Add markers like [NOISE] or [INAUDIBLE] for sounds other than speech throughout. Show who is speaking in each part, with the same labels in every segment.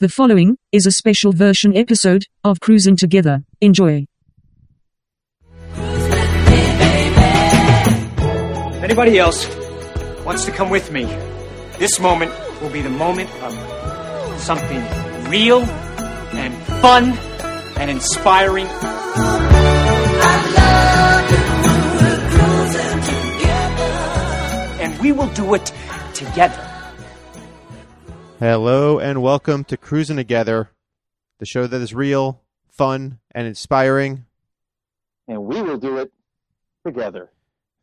Speaker 1: The following is a special version episode of Cruising Together. Enjoy.
Speaker 2: If anybody else wants to come with me, this moment will be the moment of something real and fun and inspiring. And we will do it together.
Speaker 3: Hello and welcome to Cruising Together, the show that is real, fun, and inspiring.
Speaker 4: and we will do it together.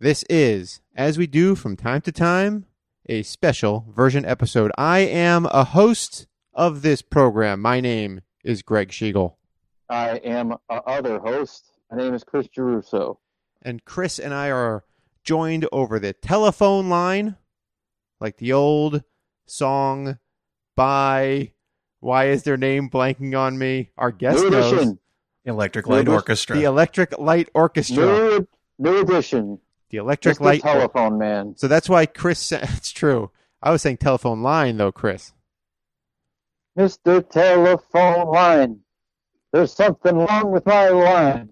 Speaker 3: This is, as we do from time to time, a special version episode. I am a host of this program. My name is Greg Schiegel.
Speaker 4: I am a other host. My name is Chris Geruso.
Speaker 3: And Chris and I are joined over the telephone line, like the old song by Why Is Their Name Blanking on Me? Our guest
Speaker 4: New
Speaker 3: knows.
Speaker 4: edition.
Speaker 5: Electric Light
Speaker 4: Well,
Speaker 5: Orchestra.
Speaker 3: The Electric Light Orchestra.
Speaker 4: New, new edition.
Speaker 3: The
Speaker 4: Just
Speaker 3: Electric
Speaker 4: the
Speaker 3: Light Orchestra.
Speaker 4: telephone man.
Speaker 3: So that's why Chris. sa- [LAUGHS] It's true. I was saying telephone line though, Chris.
Speaker 4: Mr. Telephone Line. There's something wrong with my line.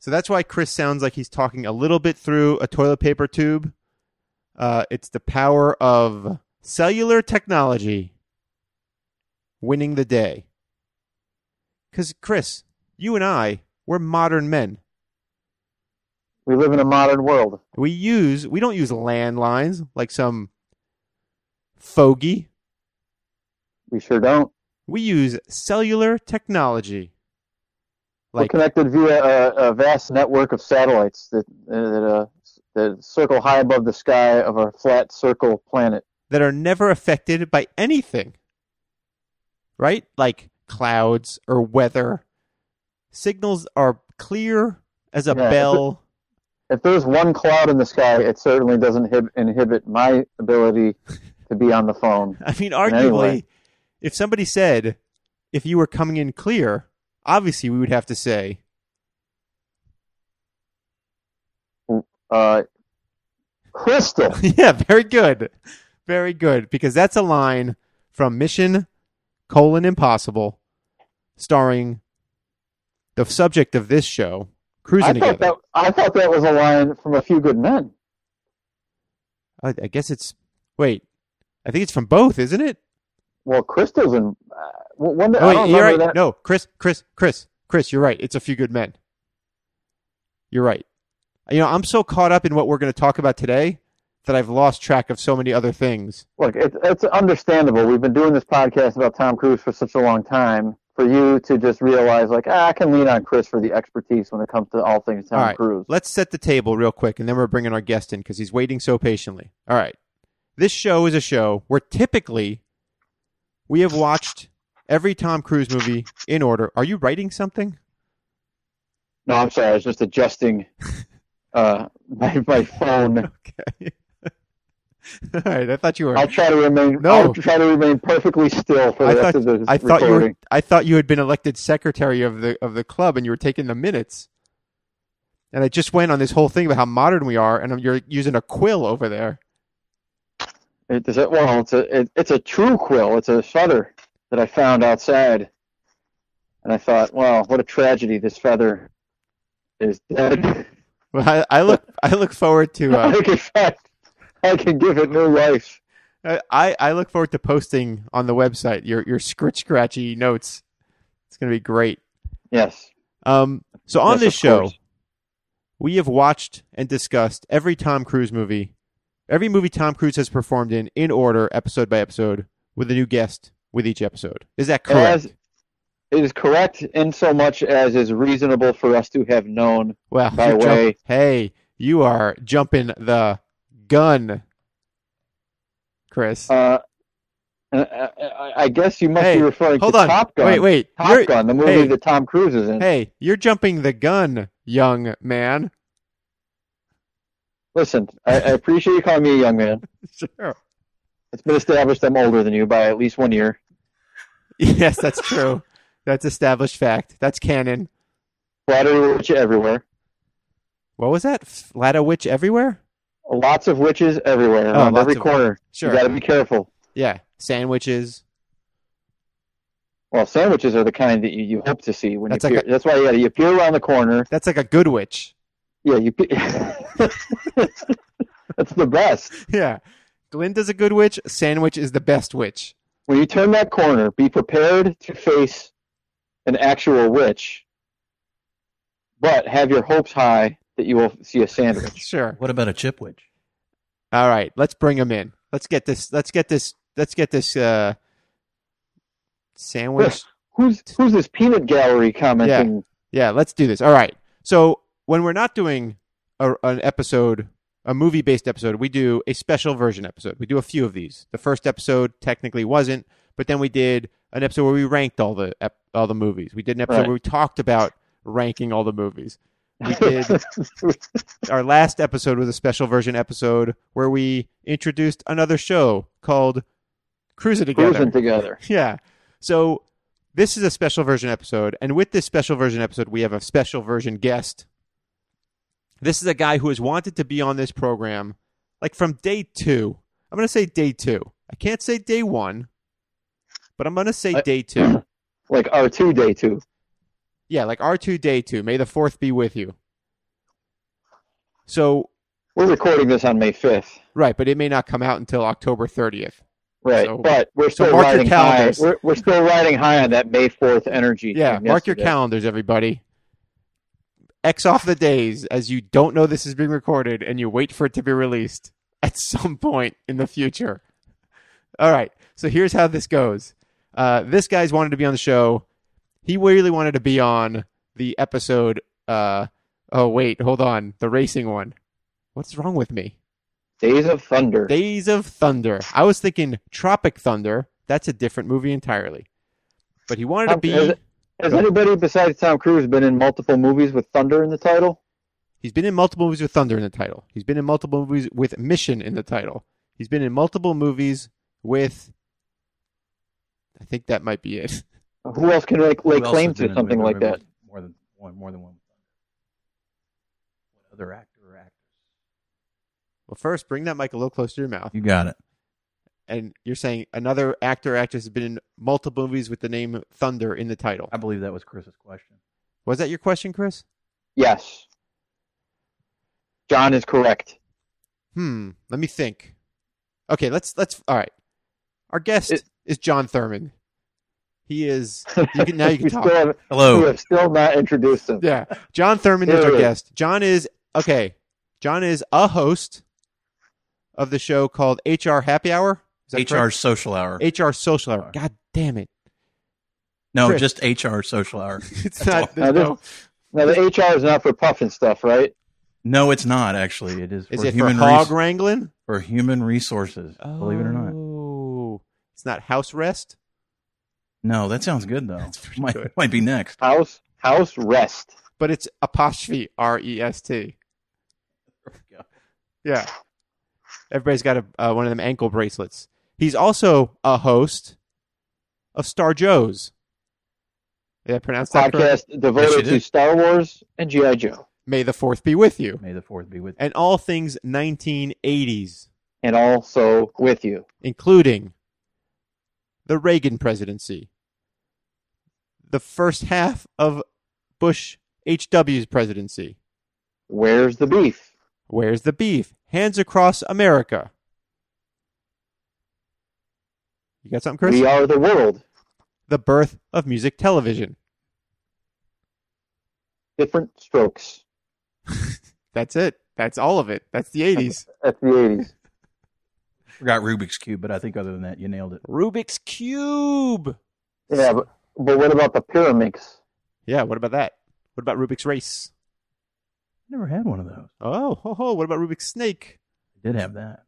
Speaker 3: So that's why Chris sounds like he's talking a little bit through a toilet paper tube. Uh, it's the power of cellular technology winning the day. Because Chris, you and I, we're modern men.
Speaker 4: We live in a modern world.
Speaker 3: We use we don't use landlines like some fogey.
Speaker 4: We sure don't.
Speaker 3: We use cellular technology.
Speaker 4: We're connected via a, a vast network of satellites that that, uh, that circle high above the sky of our flat circle planet.
Speaker 3: that are never affected by anything. Right? Like clouds or weather. Signals are clear as a
Speaker 4: Yeah,
Speaker 3: bell.
Speaker 4: if there's one cloud in the sky, it certainly doesn't hib- inhibit my ability to be on the phone.
Speaker 3: [LAUGHS] I mean,
Speaker 4: any
Speaker 3: arguably,
Speaker 4: way.
Speaker 3: if somebody said, if you were coming in clear, obviously we would have to say, [LAUGHS]
Speaker 4: Uh, Crystal,
Speaker 3: yeah, very good. Very good. Because that's a line from Mission colon impossible starring the subject of this show, Cruising
Speaker 4: I
Speaker 3: Together.
Speaker 4: thought that I thought that was a line from A Few Good Men.
Speaker 3: I, I guess it's wait. I think it's from both, isn't it?
Speaker 4: Well, Crystal's in. Uh, one that,
Speaker 3: Oh,
Speaker 4: I
Speaker 3: wait,
Speaker 4: don't
Speaker 3: you're
Speaker 4: remember
Speaker 3: right.
Speaker 4: that.
Speaker 3: No, Chris, Chris, Chris, Chris. You're right. It's a few good men. You're right. You know, I'm so caught up in what we're going to talk about today that I've lost track of so many other things.
Speaker 4: Look, it, it's understandable. We've been doing this podcast about Tom Cruise for such a long time. For you to just realize, like, ah, I can lean on Chris for the expertise when it comes to all things Tom
Speaker 3: All right.
Speaker 4: Cruise.
Speaker 3: Let's set the table real quick, and then we're bringing our guest in because he's waiting so patiently. All right. This show is a show where typically we have watched every Tom Cruise movie in order. Are you writing something?
Speaker 4: No, I'm sorry. I was just adjusting uh, [LAUGHS] my, my phone.
Speaker 3: [LAUGHS] Okay. All right. I thought you were.
Speaker 4: I'll try to remain.
Speaker 3: No.
Speaker 4: I'll try to remain perfectly still for the
Speaker 3: I
Speaker 4: rest
Speaker 3: thought,
Speaker 4: of the
Speaker 3: I thought you
Speaker 4: recording.
Speaker 3: were, I thought you had been elected secretary of the of the club and you were taking the minutes. And I just went on this whole thing about how modern we are, and you're using a quill over there.
Speaker 4: It is a, well, it's a it, it's a true quill. It's a feather that I found outside, and I thought, wow, what a tragedy! This feather is dead. [LAUGHS]
Speaker 3: Well, I, I look I look forward to uh,
Speaker 4: I can I can give it new life.
Speaker 3: I I look forward to posting on the website your your scritch scratchy notes. It's gonna be great.
Speaker 4: Yes.
Speaker 3: Um, so on
Speaker 4: Yes,
Speaker 3: this
Speaker 4: of
Speaker 3: show,
Speaker 4: course.
Speaker 3: we have watched and discussed every Tom Cruise movie, every movie Tom Cruise has performed in, in order, episode by episode, with a new guest with each episode. Is that correct?
Speaker 4: As- It is correct in so much as is reasonable for us to have known.
Speaker 3: well,
Speaker 4: by
Speaker 3: you're jump-
Speaker 4: way-
Speaker 3: hey, you are jumping the gun, Chris.
Speaker 4: Uh, and I, I, I guess you must
Speaker 3: Hey,
Speaker 4: be referring
Speaker 3: Hold
Speaker 4: to
Speaker 3: on,
Speaker 4: Top Gun.
Speaker 3: wait, wait.
Speaker 4: Top
Speaker 3: You're-
Speaker 4: Gun, the movie
Speaker 3: hey.
Speaker 4: that Tom Cruise is in.
Speaker 3: Hey, you're jumping the gun, young
Speaker 4: [LAUGHS]
Speaker 3: man.
Speaker 4: Listen, I, I appreciate you calling me a young man.
Speaker 3: Sure.
Speaker 4: It's been established I'm older than you by at least one year.
Speaker 3: Yes, that's true. that's established fact. That's canon.
Speaker 4: Flattery witch everywhere.
Speaker 3: What was that? Flat a witch everywhere?
Speaker 4: Lots of witches everywhere
Speaker 3: Oh,
Speaker 4: around
Speaker 3: lots
Speaker 4: every
Speaker 3: of-
Speaker 4: corner.
Speaker 3: Sure.
Speaker 4: You gotta be careful.
Speaker 3: Yeah, sandwiches.
Speaker 4: Well, sandwiches are the kind that you, you hope to see when
Speaker 3: That's
Speaker 4: you
Speaker 3: like
Speaker 4: peer. that's why yeah, you peer around the corner.
Speaker 3: That's like a good witch.
Speaker 4: Yeah, you. Pe- [LAUGHS] that's the best.
Speaker 3: [LAUGHS] Yeah. Glinda's a good witch. Sandwich is the best witch.
Speaker 4: When you turn that corner, be prepared to face an actual witch, but have your hopes high that you will see a sandwich.
Speaker 3: Sure.
Speaker 5: What about a chip witch?
Speaker 3: All right. Let's bring him in. Let's get this. Let's get this. Let's get this. Uh, sandwich.
Speaker 4: Who's who's this peanut gallery commenting?
Speaker 3: Yeah, let's do this. All right. So when we're not doing a, an episode, a movie based episode, we do a special version episode. We do a few of these. The first episode technically wasn't, but then we did an episode where we ranked all the ep- all the movies. We did an episode
Speaker 4: Right.
Speaker 3: where we talked about ranking all the movies.
Speaker 4: [LAUGHS]
Speaker 3: We did our last episode was a special version episode where we introduced another show called Cruising Together.
Speaker 4: Cruising together.
Speaker 3: Yeah. So this is a special version episode, and with this special version episode, we have a special version guest. This is a guy who has wanted to be on this program like from day two. I'm going to say day two. I can't say day one, but I'm going to say
Speaker 4: I-
Speaker 3: day two.
Speaker 4: [CLEARS THROAT] Like R two day two.
Speaker 3: yeah, like R2 day two. May the fourth be with you. So,
Speaker 4: We're recording this on May fifth.
Speaker 3: right, but it may not come out until October 30th.
Speaker 4: Right,
Speaker 3: So-
Speaker 4: but we're
Speaker 3: so
Speaker 4: still
Speaker 3: mark your
Speaker 4: riding high.
Speaker 3: calendars.
Speaker 4: We're, we're still riding high on that May fourth energy.
Speaker 3: Yeah,
Speaker 4: from
Speaker 3: mark your
Speaker 4: yesterday.
Speaker 3: calendars, everybody. X off the days as you don't know this is being recorded and you wait for it to be released at [LAUGHS] some point in the future. All right, so here's how this goes. Uh, this guy's wanted to be on the show. He really wanted to be on the episode. Uh, oh, wait, hold on. The racing one. What's wrong with me?
Speaker 4: Days of Thunder.
Speaker 3: Days of Thunder. I was thinking Tropic Thunder. That's a different movie entirely. But he wanted to
Speaker 4: Tom- has,
Speaker 3: be.
Speaker 4: has
Speaker 3: Go.
Speaker 4: anybody besides Tom Cruise been in multiple movies with thunder in the title?
Speaker 3: He's been in multiple movies with Thunder in the title. He's been in multiple movies with Mission in the title. He's been in multiple movies with. I think that might be it. [LAUGHS]
Speaker 4: Who else can lay, lay
Speaker 5: Who else
Speaker 4: claim
Speaker 5: has
Speaker 4: to
Speaker 5: been in-
Speaker 4: something
Speaker 5: wait,
Speaker 4: like that?
Speaker 5: wait, wait, More than one. More than one. What other actor or actress?
Speaker 3: Well, first, bring that mic a little closer to your mouth.
Speaker 5: You got it.
Speaker 3: And you're saying another actor or actress has been in multiple movies with the name Thunder in the title.
Speaker 5: I believe that was Chris's question.
Speaker 3: Was that your question, Chris?
Speaker 4: Yes. John is correct.
Speaker 3: Hmm. Let me think. Okay, let's let's. All right. Our guest is
Speaker 4: It-
Speaker 3: John Thurman. He is. You
Speaker 4: [LAUGHS]
Speaker 3: can, now you can
Speaker 4: we
Speaker 3: talk.
Speaker 4: Still have, we
Speaker 5: Hello.
Speaker 4: have still not introduced him.
Speaker 3: Yeah. John Thurman is
Speaker 4: Yeah,
Speaker 3: our
Speaker 4: yeah.
Speaker 3: guest. John is okay. John is a host of the show called HR Happy Hour. Is that
Speaker 5: HR social hour.
Speaker 3: correct? HR Social Hour. God damn it. [LAUGHS]
Speaker 5: no,
Speaker 3: Chris.
Speaker 5: just HR social hour.
Speaker 3: It's not there's
Speaker 4: all.
Speaker 3: no,
Speaker 4: Now the HR is not for puffing stuff, right?
Speaker 5: No, it's not actually. It is for
Speaker 3: Is it for
Speaker 5: human
Speaker 3: hog
Speaker 5: res-
Speaker 3: wrangling?
Speaker 5: for human resources. Believe it or not.
Speaker 3: Oh. It's not house rest?
Speaker 5: No, that sounds good though.
Speaker 3: That's pretty
Speaker 5: might
Speaker 3: good.
Speaker 5: might be next.
Speaker 4: House house rest.
Speaker 3: But it's apostrophe R E S T. Yeah. Everybody's got a, uh, one of them ankle bracelets. He's also a host of Star Joe's. Did I pronounce that correctly?
Speaker 4: Podcast devoted
Speaker 5: Yes, you
Speaker 4: to
Speaker 5: did.
Speaker 4: Star Wars and GI Joe
Speaker 3: May the Fourth be with you.
Speaker 5: May the fourth be with.
Speaker 3: And all things 1980s,
Speaker 4: and also with you.
Speaker 3: including the Reagan presidency, the first half of Bush H.W.'s presidency.
Speaker 4: Where's the beef?
Speaker 3: Where's the beef? Hands across America. You got something, Chris?
Speaker 4: We are the world.
Speaker 3: the birth of music television.
Speaker 4: Different strokes.
Speaker 3: That's it. That's all of it. That's the 80s.
Speaker 4: That's the eighties.
Speaker 5: Forgot Rubik's cube, but I think other than that, you nailed it.
Speaker 3: Rubik's Cube.
Speaker 4: Yeah, but, but what about the pyramids?
Speaker 3: Yeah, what about that? What about Rubik's Race?
Speaker 5: Never had one of those.
Speaker 3: Oh, ho, ho. What about Rubik's Snake?
Speaker 5: I did have that.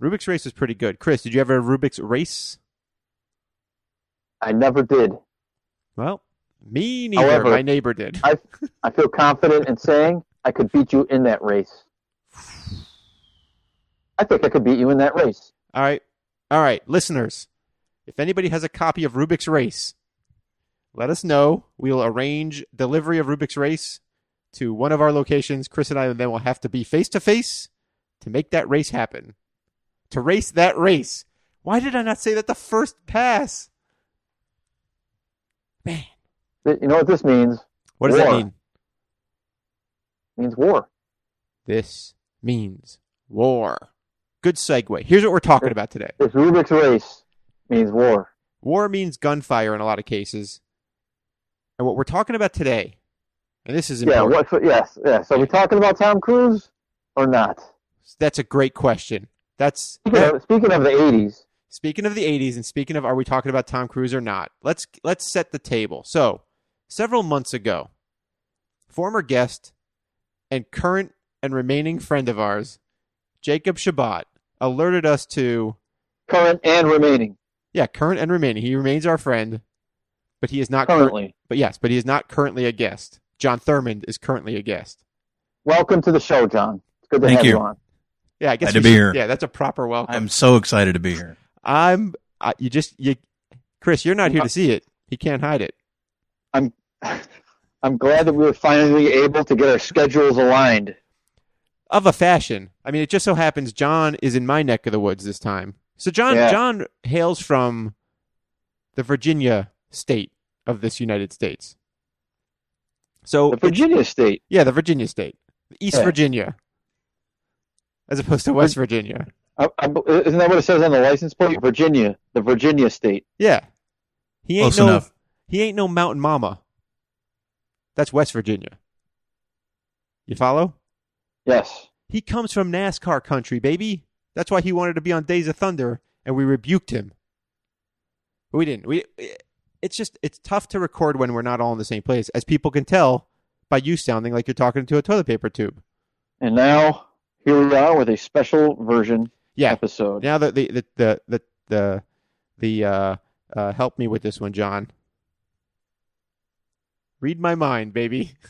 Speaker 3: Rubik's Race was pretty good. Chris, did you ever have Rubik's Race?
Speaker 4: I never did.
Speaker 3: Well, me neither.
Speaker 4: However-
Speaker 3: My neighbor did.
Speaker 4: I I feel confident in saying I could beat you in that race. I think I could beat you in that race.
Speaker 3: All right. All right, listeners. If anybody has a copy of Rubik's Race, let us know. We'll arrange delivery of Rubik's Race to one of our locations. Chris and I then will have to be face to face to make that race happen. To race that race. Why did I not say that the first pass?
Speaker 4: Th- You know what this means?
Speaker 3: What does that
Speaker 4: War.
Speaker 3: mean?
Speaker 4: It means war.
Speaker 3: This means war. Good segue. Here's what we're talking about today.
Speaker 4: This Rubik's race means war.
Speaker 3: War means gunfire in a lot of cases. And what we're talking about today, and this is
Speaker 4: Yeah.
Speaker 3: important.
Speaker 4: What? so- Yes. Yes. Are we talking about Tom Cruise or not?
Speaker 3: That's a great question. That's
Speaker 4: Speaking of, speaking of the '80s,
Speaker 3: speaking of the 80s and speaking of are we talking about Tom Cruise or not? Let's let's set the table. So, several months ago, former guest and current and remaining friend of ours, Jacob Shabbat, alerted us to
Speaker 4: current and remaining
Speaker 3: yeah, current and remaining. He remains our friend, but he is not current-
Speaker 4: currently.
Speaker 3: but yes, but he is not currently a guest. John Thurmond is currently a guest.
Speaker 4: Welcome to the show, John. It's good to
Speaker 5: Thank
Speaker 4: have
Speaker 5: you.
Speaker 4: you, on.
Speaker 3: Yeah, I guess
Speaker 5: Glad to
Speaker 3: we
Speaker 5: be
Speaker 3: should-
Speaker 5: here.
Speaker 3: yeah, that's a proper welcome.
Speaker 5: I'm so excited to be here.
Speaker 3: I'm I, you just you Chris, you're not here to see it. He can't hide it.
Speaker 4: [LAUGHS] I'm glad that we were finally able to get our schedules aligned.
Speaker 3: of a fashion. I mean, it just so happens John is in my neck of the woods this time. So John
Speaker 4: Yeah.
Speaker 3: John hails from the Virginia state of this United States. So
Speaker 4: The Virginia State.
Speaker 3: yeah, the Virginia state, East
Speaker 4: Yeah. Um,
Speaker 3: Virginia, as opposed to West Virginia.
Speaker 4: I, I, isn't that what it says on the license plate? Virginia, the Virginia State.
Speaker 3: Yeah, he ain't
Speaker 5: Close
Speaker 3: no
Speaker 5: enough.
Speaker 3: he ain't no mountain mama. That's West Virginia. You follow?
Speaker 4: Yes.
Speaker 3: He comes from NASCAR country, baby. That's why he wanted to be on Days of Thunder, and we rebuked him. But we didn't. We. It's just it's tough to record when we're not all in the same place, as people can tell by you sounding like you're talking to a toilet paper tube.
Speaker 4: And now here we are with a special version
Speaker 3: Yeah.
Speaker 4: episode.
Speaker 3: Now that the the the the the, the uh, uh, help me with this one, John. Read my mind, baby. [LAUGHS]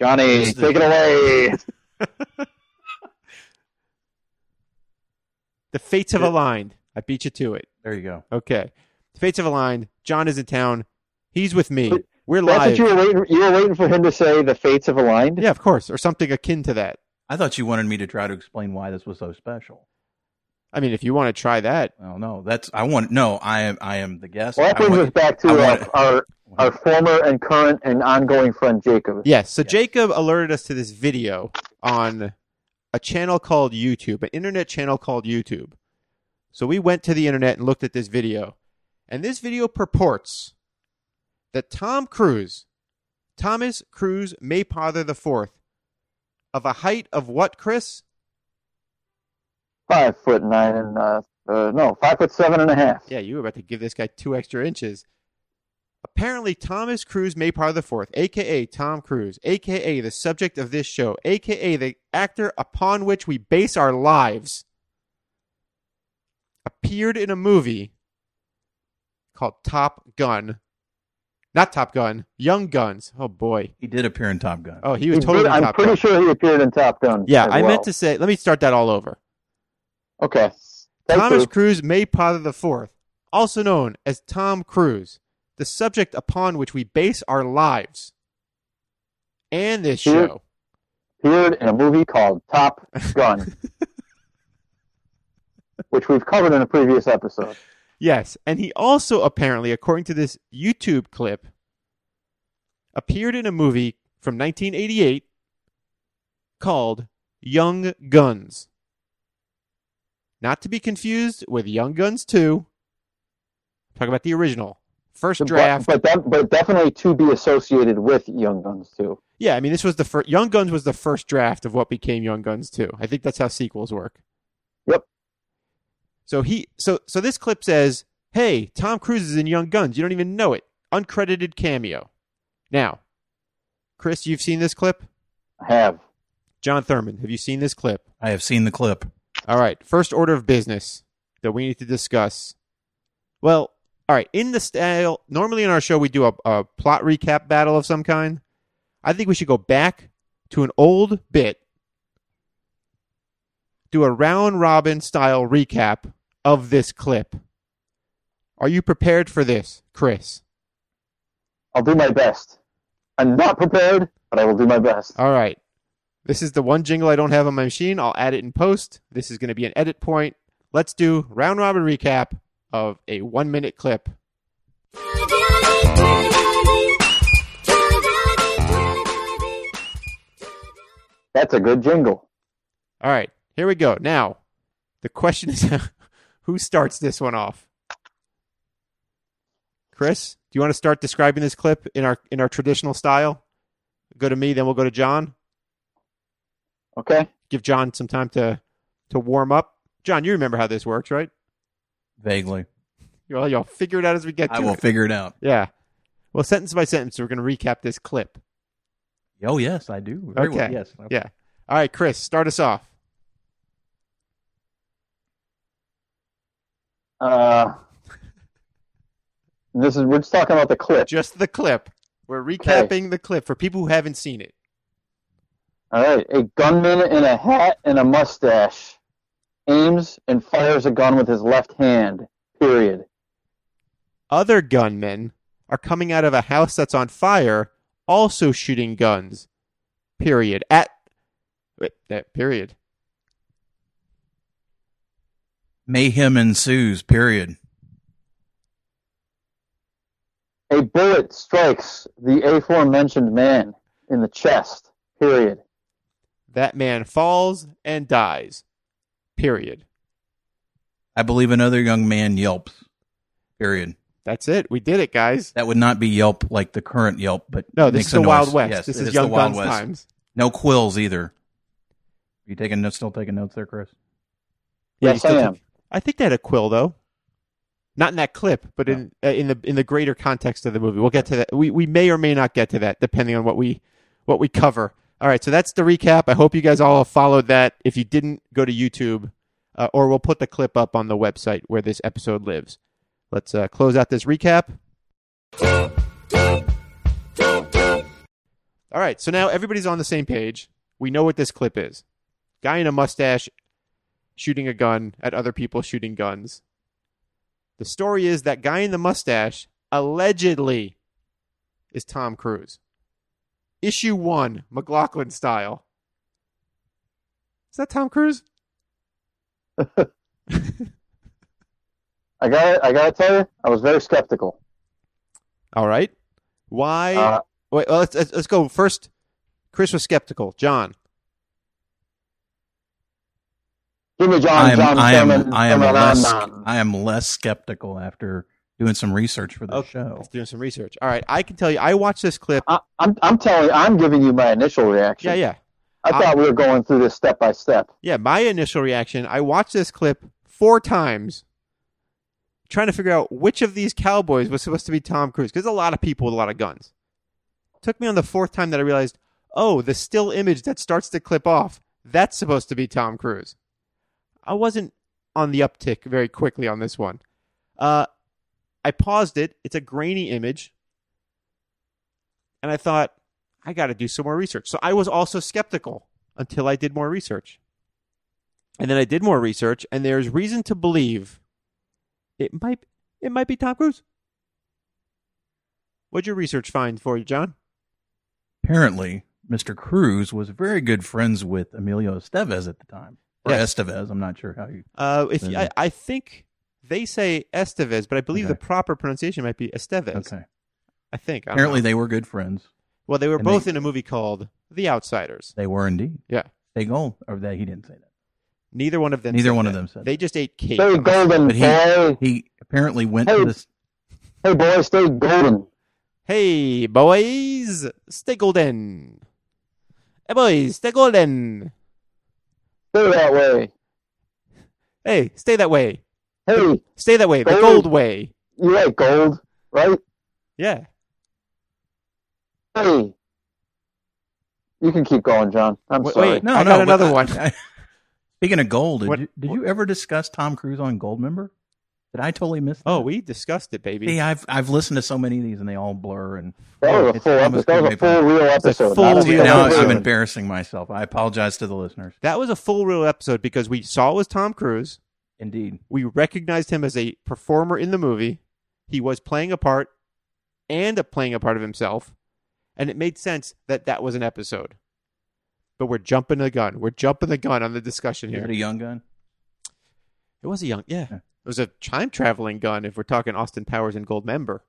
Speaker 4: Johnny,
Speaker 5: Yes,
Speaker 4: take it
Speaker 3: [LAUGHS]
Speaker 4: away.
Speaker 3: The fates have
Speaker 5: Yeah.
Speaker 3: aligned. I beat you to it.
Speaker 5: There you go.
Speaker 3: Okay. The fates have aligned. John is in town. He's with me.
Speaker 4: But
Speaker 3: We're live.
Speaker 4: That's what you were waiting. You were waiting for him to say the fates have aligned.
Speaker 3: Yeah, of course, or something akin to that.
Speaker 5: I thought you wanted me to try to explain why this was so special.
Speaker 3: I mean, if you want to try that,
Speaker 5: Well, no, that's I want no. I am I am the guest.
Speaker 4: Well, that
Speaker 5: I
Speaker 4: brings us
Speaker 5: want-
Speaker 4: back to
Speaker 5: I
Speaker 4: uh,
Speaker 5: want-
Speaker 4: our our former and current and ongoing friend Jacob.
Speaker 3: yes. So
Speaker 5: Yes.
Speaker 3: Jacob alerted us to this video on a channel called YouTube, an internet channel called YouTube. So we went to the internet and looked at this video, and this video purports that Tom Cruise, Thomas Cruise Maypother the Fourth, of a height of what, Chris?
Speaker 4: Five foot nine and uh, uh, no, five foot seven and a half.
Speaker 3: Yeah, you were about to give this guy two extra inches. Apparently, Thomas Cruise Maypar the Fourth, aka Tom Cruise, aka the subject of this show, aka the actor upon which we base our lives, appeared in a movie called Top Gun. Not Top Gun, Young Guns. Oh boy.
Speaker 5: He did appear in Top Gun.
Speaker 3: Oh, he was
Speaker 4: He
Speaker 3: totally
Speaker 4: did-
Speaker 3: in
Speaker 4: I'm
Speaker 3: Top
Speaker 4: pretty
Speaker 3: Gun.
Speaker 4: sure he appeared in Top Gun.
Speaker 3: yeah,
Speaker 4: as
Speaker 3: I
Speaker 4: well.
Speaker 3: meant to say. Let me start that all over.
Speaker 4: Okay. Take
Speaker 3: Thomas
Speaker 4: two.
Speaker 3: Cruise Maypother the Fourth, also known as Tom Cruise, the subject upon which we base our lives and this
Speaker 4: Here-
Speaker 3: show.
Speaker 4: appeared in a movie called Top
Speaker 3: [LAUGHS]
Speaker 4: Gun, which we've covered in a previous episode.
Speaker 3: Yes, and he also apparently, according to this YouTube clip, appeared in a movie from 1988 called Young Guns. Not to be confused with Young Guns 2. Talk about the original. First
Speaker 4: But-
Speaker 3: draft.
Speaker 4: but that, but definitely to be associated with Young Guns too.
Speaker 3: Yeah, I mean, this was the first. Young Guns was the first draft of what became Young Guns 2. I think that's how sequels work.
Speaker 4: Yep.
Speaker 3: So he, so so this clip says, "Hey, Tom Cruise is in Young Guns. You don't even know it. Uncredited cameo." Now, Chris, you've seen this clip.
Speaker 4: I have.
Speaker 3: John Thurman, have you seen this clip?
Speaker 5: I have seen the clip.
Speaker 3: All right. First order of business that we need to discuss. Well, all right. In the style, normally in our show, we do a, a plot recap battle of some kind. I think we should go back to an old bit, do a round robin style recap of this clip. Are you prepared for this, Chris?
Speaker 4: I'll do my best. I'm not prepared, but I will do my best.
Speaker 3: All right. This is the one jingle I don't have on my machine. I'll add it in post. This is going to be an edit point. Let's do round robin recap of a one minute clip.
Speaker 4: That's a good jingle.
Speaker 3: All right, here we go. Now, the question is [LAUGHS] who starts this one off? Chris, do you want to start describing this clip in our in our traditional style? Go to me, then we'll go to John.
Speaker 4: Okay.
Speaker 3: Give John some time to to warm up. John, you remember how this works, right?
Speaker 5: Vaguely.
Speaker 3: Y'all, y'all figure it out as we get to
Speaker 5: I will
Speaker 3: it.
Speaker 5: figure it out.
Speaker 3: yeah. Well, sentence by sentence, we're going to recap this clip.
Speaker 5: Oh, yes, I do. Very well,
Speaker 3: Okay.
Speaker 5: Yes.
Speaker 3: Yeah. All right, Chris, start us off.
Speaker 4: Uh, this is we're just talking about the clip.
Speaker 3: Just the clip. We're recapping the clip for people who haven't seen it.
Speaker 4: All right, a gunman in a hat and a mustache aims and fires a gun with his left hand. Period.
Speaker 3: Other gunmen are coming out of a house that's on fire, also shooting guns. Period. At wait, that period.
Speaker 5: Mayhem ensues, period.
Speaker 4: A bullet strikes the aforementioned man in the chest. Period.
Speaker 3: That man falls and dies. Period.
Speaker 5: I believe another young man yelps, period.
Speaker 3: That's it. We did it, guys.
Speaker 5: That would not be Yelp like the current Yelp, but
Speaker 3: No, this
Speaker 5: makes
Speaker 3: is
Speaker 5: a
Speaker 3: the
Speaker 5: noise.
Speaker 3: Wild West.
Speaker 5: Yes,
Speaker 3: this is
Speaker 5: it the
Speaker 3: Young
Speaker 5: Wild
Speaker 3: Guns
Speaker 5: West.
Speaker 3: times.
Speaker 5: No quills either. You taking notes? Still taking notes there, Chris?
Speaker 3: Yeah, you
Speaker 4: Yes,
Speaker 3: still
Speaker 4: I
Speaker 3: took-
Speaker 4: am.
Speaker 3: I think they had a quill though. Not in that clip, but in uh, in the in the greater context of the movie. We'll get to that. We we may or may not get to that depending on what we what we cover. All right, so that's the recap. I hope you guys all followed that. If you didn't, go to YouTube, uh, or we'll put the clip up on the website where this episode lives. Let's uh, close out this recap. All right, so now everybody's on the same page. We know what this clip is. Guy in a mustache shooting a gun at other people shooting guns. The story is that guy in the mustache allegedly is Tom Cruise. Issue one, McLaughlin style. Is that Tom Cruise?
Speaker 4: I got. I got to tell you, I was very skeptical.
Speaker 3: All right. Why?
Speaker 4: Uh,
Speaker 3: Wait, well, let's, let's let's go first. Chris was skeptical. John,
Speaker 4: give me John.
Speaker 5: I am.
Speaker 4: John
Speaker 5: I am.
Speaker 4: Thurman,
Speaker 5: I am
Speaker 4: Thurman,
Speaker 5: less.
Speaker 4: Thurman.
Speaker 5: I am less skeptical after doing some research for the
Speaker 3: Okay.
Speaker 5: show.
Speaker 3: let's do some research. All right, I can tell you. I watched this clip.
Speaker 4: I, I'm. I'm telling. you, I'm giving you my initial reaction.
Speaker 3: Yeah, yeah.
Speaker 4: I
Speaker 3: I-
Speaker 4: thought we were going through this step by step.
Speaker 3: Yeah, my initial reaction, I watched this clip four times trying to figure out which of these cowboys was supposed to be Tom Cruise because a lot of people with a lot of guns. took me on the fourth time that I realized, oh, the still image that starts to clip off, that's supposed to be Tom Cruise. I wasn't on the uptick very quickly on this one. Uh, I paused it. It's a grainy image. And I thought, I got to do some more research. So I was also skeptical until I did more research. And then I did more research, and there's reason to believe it might it might be Tom Cruise. What'd your research find for you, John?
Speaker 5: Apparently, Mr. Cruz was very good friends with Emilio Estevez at the time, or
Speaker 3: Yes.
Speaker 5: Estevez. I'm not sure how you.
Speaker 3: Uh, if
Speaker 5: Then-
Speaker 3: I, I think they say Estevez, but I believe
Speaker 5: Okay.
Speaker 3: the proper pronunciation might be Estevez.
Speaker 5: Okay.
Speaker 3: I think. I don't
Speaker 5: Apparently,
Speaker 3: know.
Speaker 5: they were good friends.
Speaker 3: well, they were
Speaker 5: and
Speaker 3: both
Speaker 5: they-
Speaker 3: in a movie called The Outsiders.
Speaker 5: They were indeed.
Speaker 3: Yeah.
Speaker 5: They go or that he didn't say that.
Speaker 3: Neither one of them.
Speaker 5: Neither
Speaker 3: said
Speaker 5: one of
Speaker 3: that.
Speaker 5: them said
Speaker 3: They just ate cake.
Speaker 4: Stay golden,
Speaker 5: But he-
Speaker 4: boy.
Speaker 5: He apparently went
Speaker 4: Hey.
Speaker 5: to this.
Speaker 4: Hey, boy, stay golden.
Speaker 3: Hey boys, stay golden. Hey boys, stay golden.
Speaker 4: Stay that way.
Speaker 3: Hey, stay that way.
Speaker 4: Hey,
Speaker 3: Stay that way. The
Speaker 4: Gold.
Speaker 3: gold way.
Speaker 4: you like gold, right?
Speaker 3: Yeah.
Speaker 4: Hey. You can keep going, John. I'm
Speaker 3: Wait,
Speaker 4: sorry.
Speaker 3: wait.
Speaker 5: No,
Speaker 3: I
Speaker 5: no,
Speaker 3: got
Speaker 5: but
Speaker 3: another
Speaker 5: I-
Speaker 3: one.
Speaker 5: I- speaking of gold, did,
Speaker 3: What-
Speaker 5: you, did
Speaker 3: what-
Speaker 5: you ever discuss Tom Cruise on Goldmember? Did I totally miss?
Speaker 3: Oh,
Speaker 5: that?
Speaker 3: we discussed it, baby.
Speaker 5: See, I've I've listened to so many of these and they all blur and
Speaker 4: That was a
Speaker 5: Oh, It's
Speaker 4: full, epi-
Speaker 5: almost
Speaker 4: that was a
Speaker 5: too
Speaker 4: full
Speaker 5: late.
Speaker 4: real
Speaker 3: a
Speaker 4: episode.
Speaker 3: full
Speaker 4: not a
Speaker 3: real
Speaker 4: special
Speaker 5: now
Speaker 3: episode.
Speaker 5: I'm
Speaker 4: version.
Speaker 5: embarrassing myself. I apologize to the listeners.
Speaker 3: That was a full reel episode because we saw it was Tom Cruise.
Speaker 5: Indeed.
Speaker 3: we recognized him as a performer in the movie. He was playing a part and a playing a part of himself, and it made sense that that was an episode. But we're jumping the gun. We're jumping the gun on the discussion
Speaker 5: Is
Speaker 3: here.
Speaker 5: it a young gun?
Speaker 3: It was a young, yeah.
Speaker 5: Yeah.
Speaker 3: It was a time traveling gun if we're talking Austin Powers and Gold Member.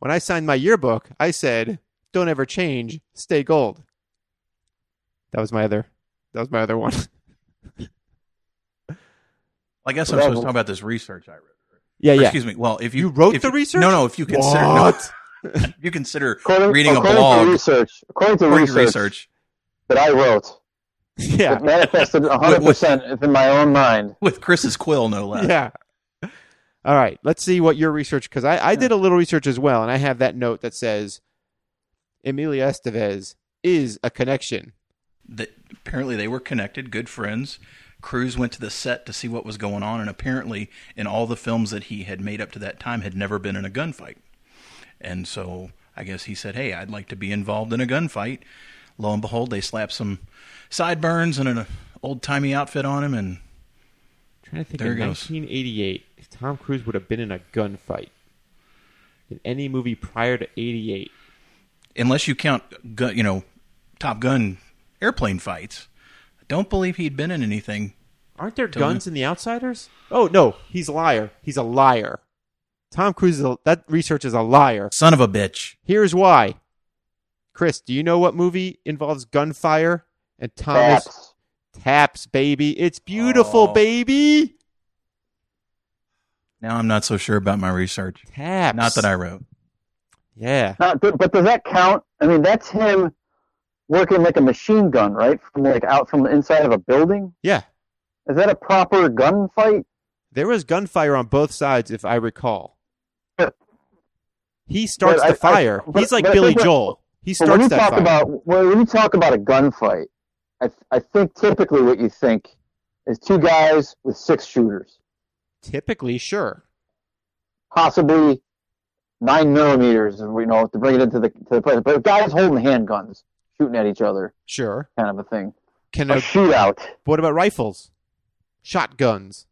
Speaker 3: When I signed my yearbook, I said, Don't ever change, stay gold. That was my other that was my other one.
Speaker 5: I guess I'm
Speaker 4: Well,
Speaker 5: supposed to talk about this research I wrote.
Speaker 3: [LAUGHS] yeah,
Speaker 5: Or
Speaker 3: yeah.
Speaker 5: Excuse me. Well, if you,
Speaker 3: You wrote
Speaker 5: if
Speaker 3: the research?
Speaker 5: no, no. If you consider, no.
Speaker 3: What?
Speaker 5: if you consider
Speaker 4: According,
Speaker 5: reading a
Speaker 4: according
Speaker 5: blog,
Speaker 4: to research, according to
Speaker 5: according to
Speaker 4: research,
Speaker 5: research
Speaker 4: that I wrote,
Speaker 3: [LAUGHS] Yeah.
Speaker 4: it manifested 100 percent in my own mind.
Speaker 5: with Chris's quill, no less.
Speaker 3: yeah. All right. Let's see what your research because I, I did a little research as well, and I have that note that says Emilio Estevez is a connection.
Speaker 5: that apparently they were connected, good friends. Cruz went to the set to see what was going on, and apparently, in all the films that he had made up to that time, had never been in a gunfight. And so, I guess he said, "Hey, I'd like to be involved in a gunfight." Lo and behold, they slapped some sideburns and an old timey outfit on him, and
Speaker 3: trying to think
Speaker 5: There
Speaker 3: in
Speaker 5: it goes.
Speaker 3: 1988, if Tom Cruise would have been in a gunfight in any movie prior to 88.
Speaker 5: unless you count, gun, you know, Top Gun airplane fights, I don't believe he'd been in anything.
Speaker 3: Aren't there guns in The Outsiders? Oh, no. He's a liar. He's a liar. Tom Cruise, is a, that research is a liar.
Speaker 5: Son of a bitch!
Speaker 3: Here's why. Chris, do you know what movie involves gunfire and Thomas
Speaker 4: Facts.
Speaker 3: Taps, baby. It's beautiful,
Speaker 5: Oh.
Speaker 3: baby.
Speaker 5: Now I'm not so sure about my research.
Speaker 3: Taps.
Speaker 5: Not that I wrote.
Speaker 3: Yeah.
Speaker 4: Now, do- but does that count? I mean, that's him working like a machine gun, right? From like out from the inside of a building.
Speaker 3: Yeah.
Speaker 4: Is that a proper gunfight?
Speaker 3: There was gunfire on both sides, if I recall. He starts
Speaker 4: I-
Speaker 3: the fire.
Speaker 4: I- but-
Speaker 3: He's like
Speaker 4: but I
Speaker 3: Billy
Speaker 4: think what-
Speaker 3: Joel. He
Speaker 4: But when
Speaker 3: starts
Speaker 4: you
Speaker 3: that
Speaker 4: talk
Speaker 3: fire.
Speaker 4: about when when you talk about a gunfight, I th- I think typically what you think is two guys with six shooters,
Speaker 3: Typically, sure.
Speaker 4: possibly nine millimeters, and you know to bring it into the to the place. But guys holding handguns, shooting at each other,
Speaker 3: Sure.
Speaker 4: kind of a thing.
Speaker 3: Can
Speaker 4: A
Speaker 3: a-
Speaker 4: shootout.
Speaker 3: what about rifles? Shotguns.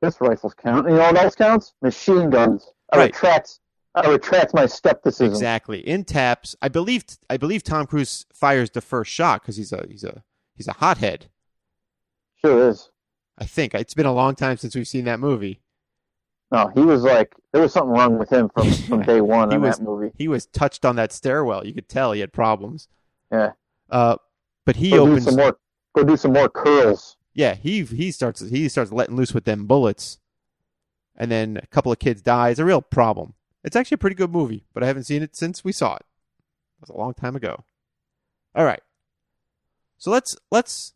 Speaker 4: This rifles count. You know what else counts? Machine guns. I
Speaker 3: Right.
Speaker 4: retract. I retract my skepticism.
Speaker 3: Exactly. In taps, I believe I believe Tom Cruise fires the first shot because he's a he's a he's a hothead.
Speaker 4: Sure is.
Speaker 3: I think it's been a long time since we've seen that movie.
Speaker 4: No, he was like there was something wrong with him
Speaker 3: [LAUGHS]
Speaker 4: from, from day one
Speaker 3: He
Speaker 4: in
Speaker 3: was-
Speaker 4: that movie.
Speaker 3: He was touched on that stairwell. You could tell he had problems.
Speaker 4: Yeah.
Speaker 3: Uh, but he
Speaker 4: Go do
Speaker 3: opens.
Speaker 4: some more. Go do some more curls.
Speaker 3: Yeah, he he starts he starts letting loose with them bullets, and then a couple of kids die. It's a real problem. It's actually a pretty good movie, but I haven't seen it since we saw it. It was a long time ago. All right, so let's let's.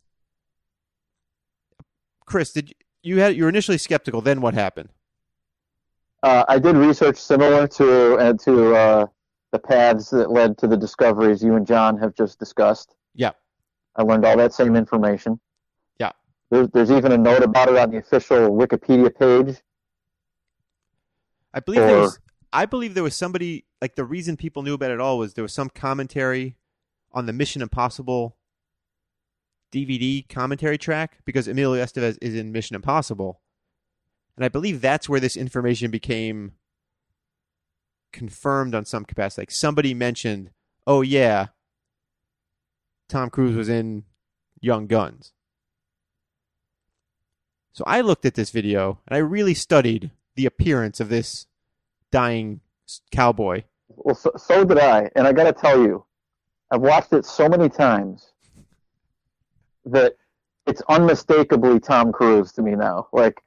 Speaker 3: Chris, did you, you had you were initially skeptical? Then what happened?
Speaker 4: Uh, I did research similar to and to uh, the paths that led to the discoveries you and John have just discussed.
Speaker 3: Yeah.
Speaker 4: I learned all that same information.
Speaker 3: Yeah.
Speaker 4: There's, there's even a note about it on the official Wikipedia page.
Speaker 3: I believe there
Speaker 4: Or-
Speaker 3: was, I believe there was somebody like the reason people knew about it all was there was some commentary on the Mission Impossible DVD commentary track because Emilio Estevez is in Mission Impossible, and I believe that's where this information became confirmed on some capacity. Like somebody mentioned, oh yeah, Tom Cruise was in Young Guns. So I looked at this video and I really studied the appearance of this dying s- cowboy.
Speaker 4: Well, so, so did I, and I got to tell you, I've watched it so many times that it's unmistakably Tom Cruise to me now. Like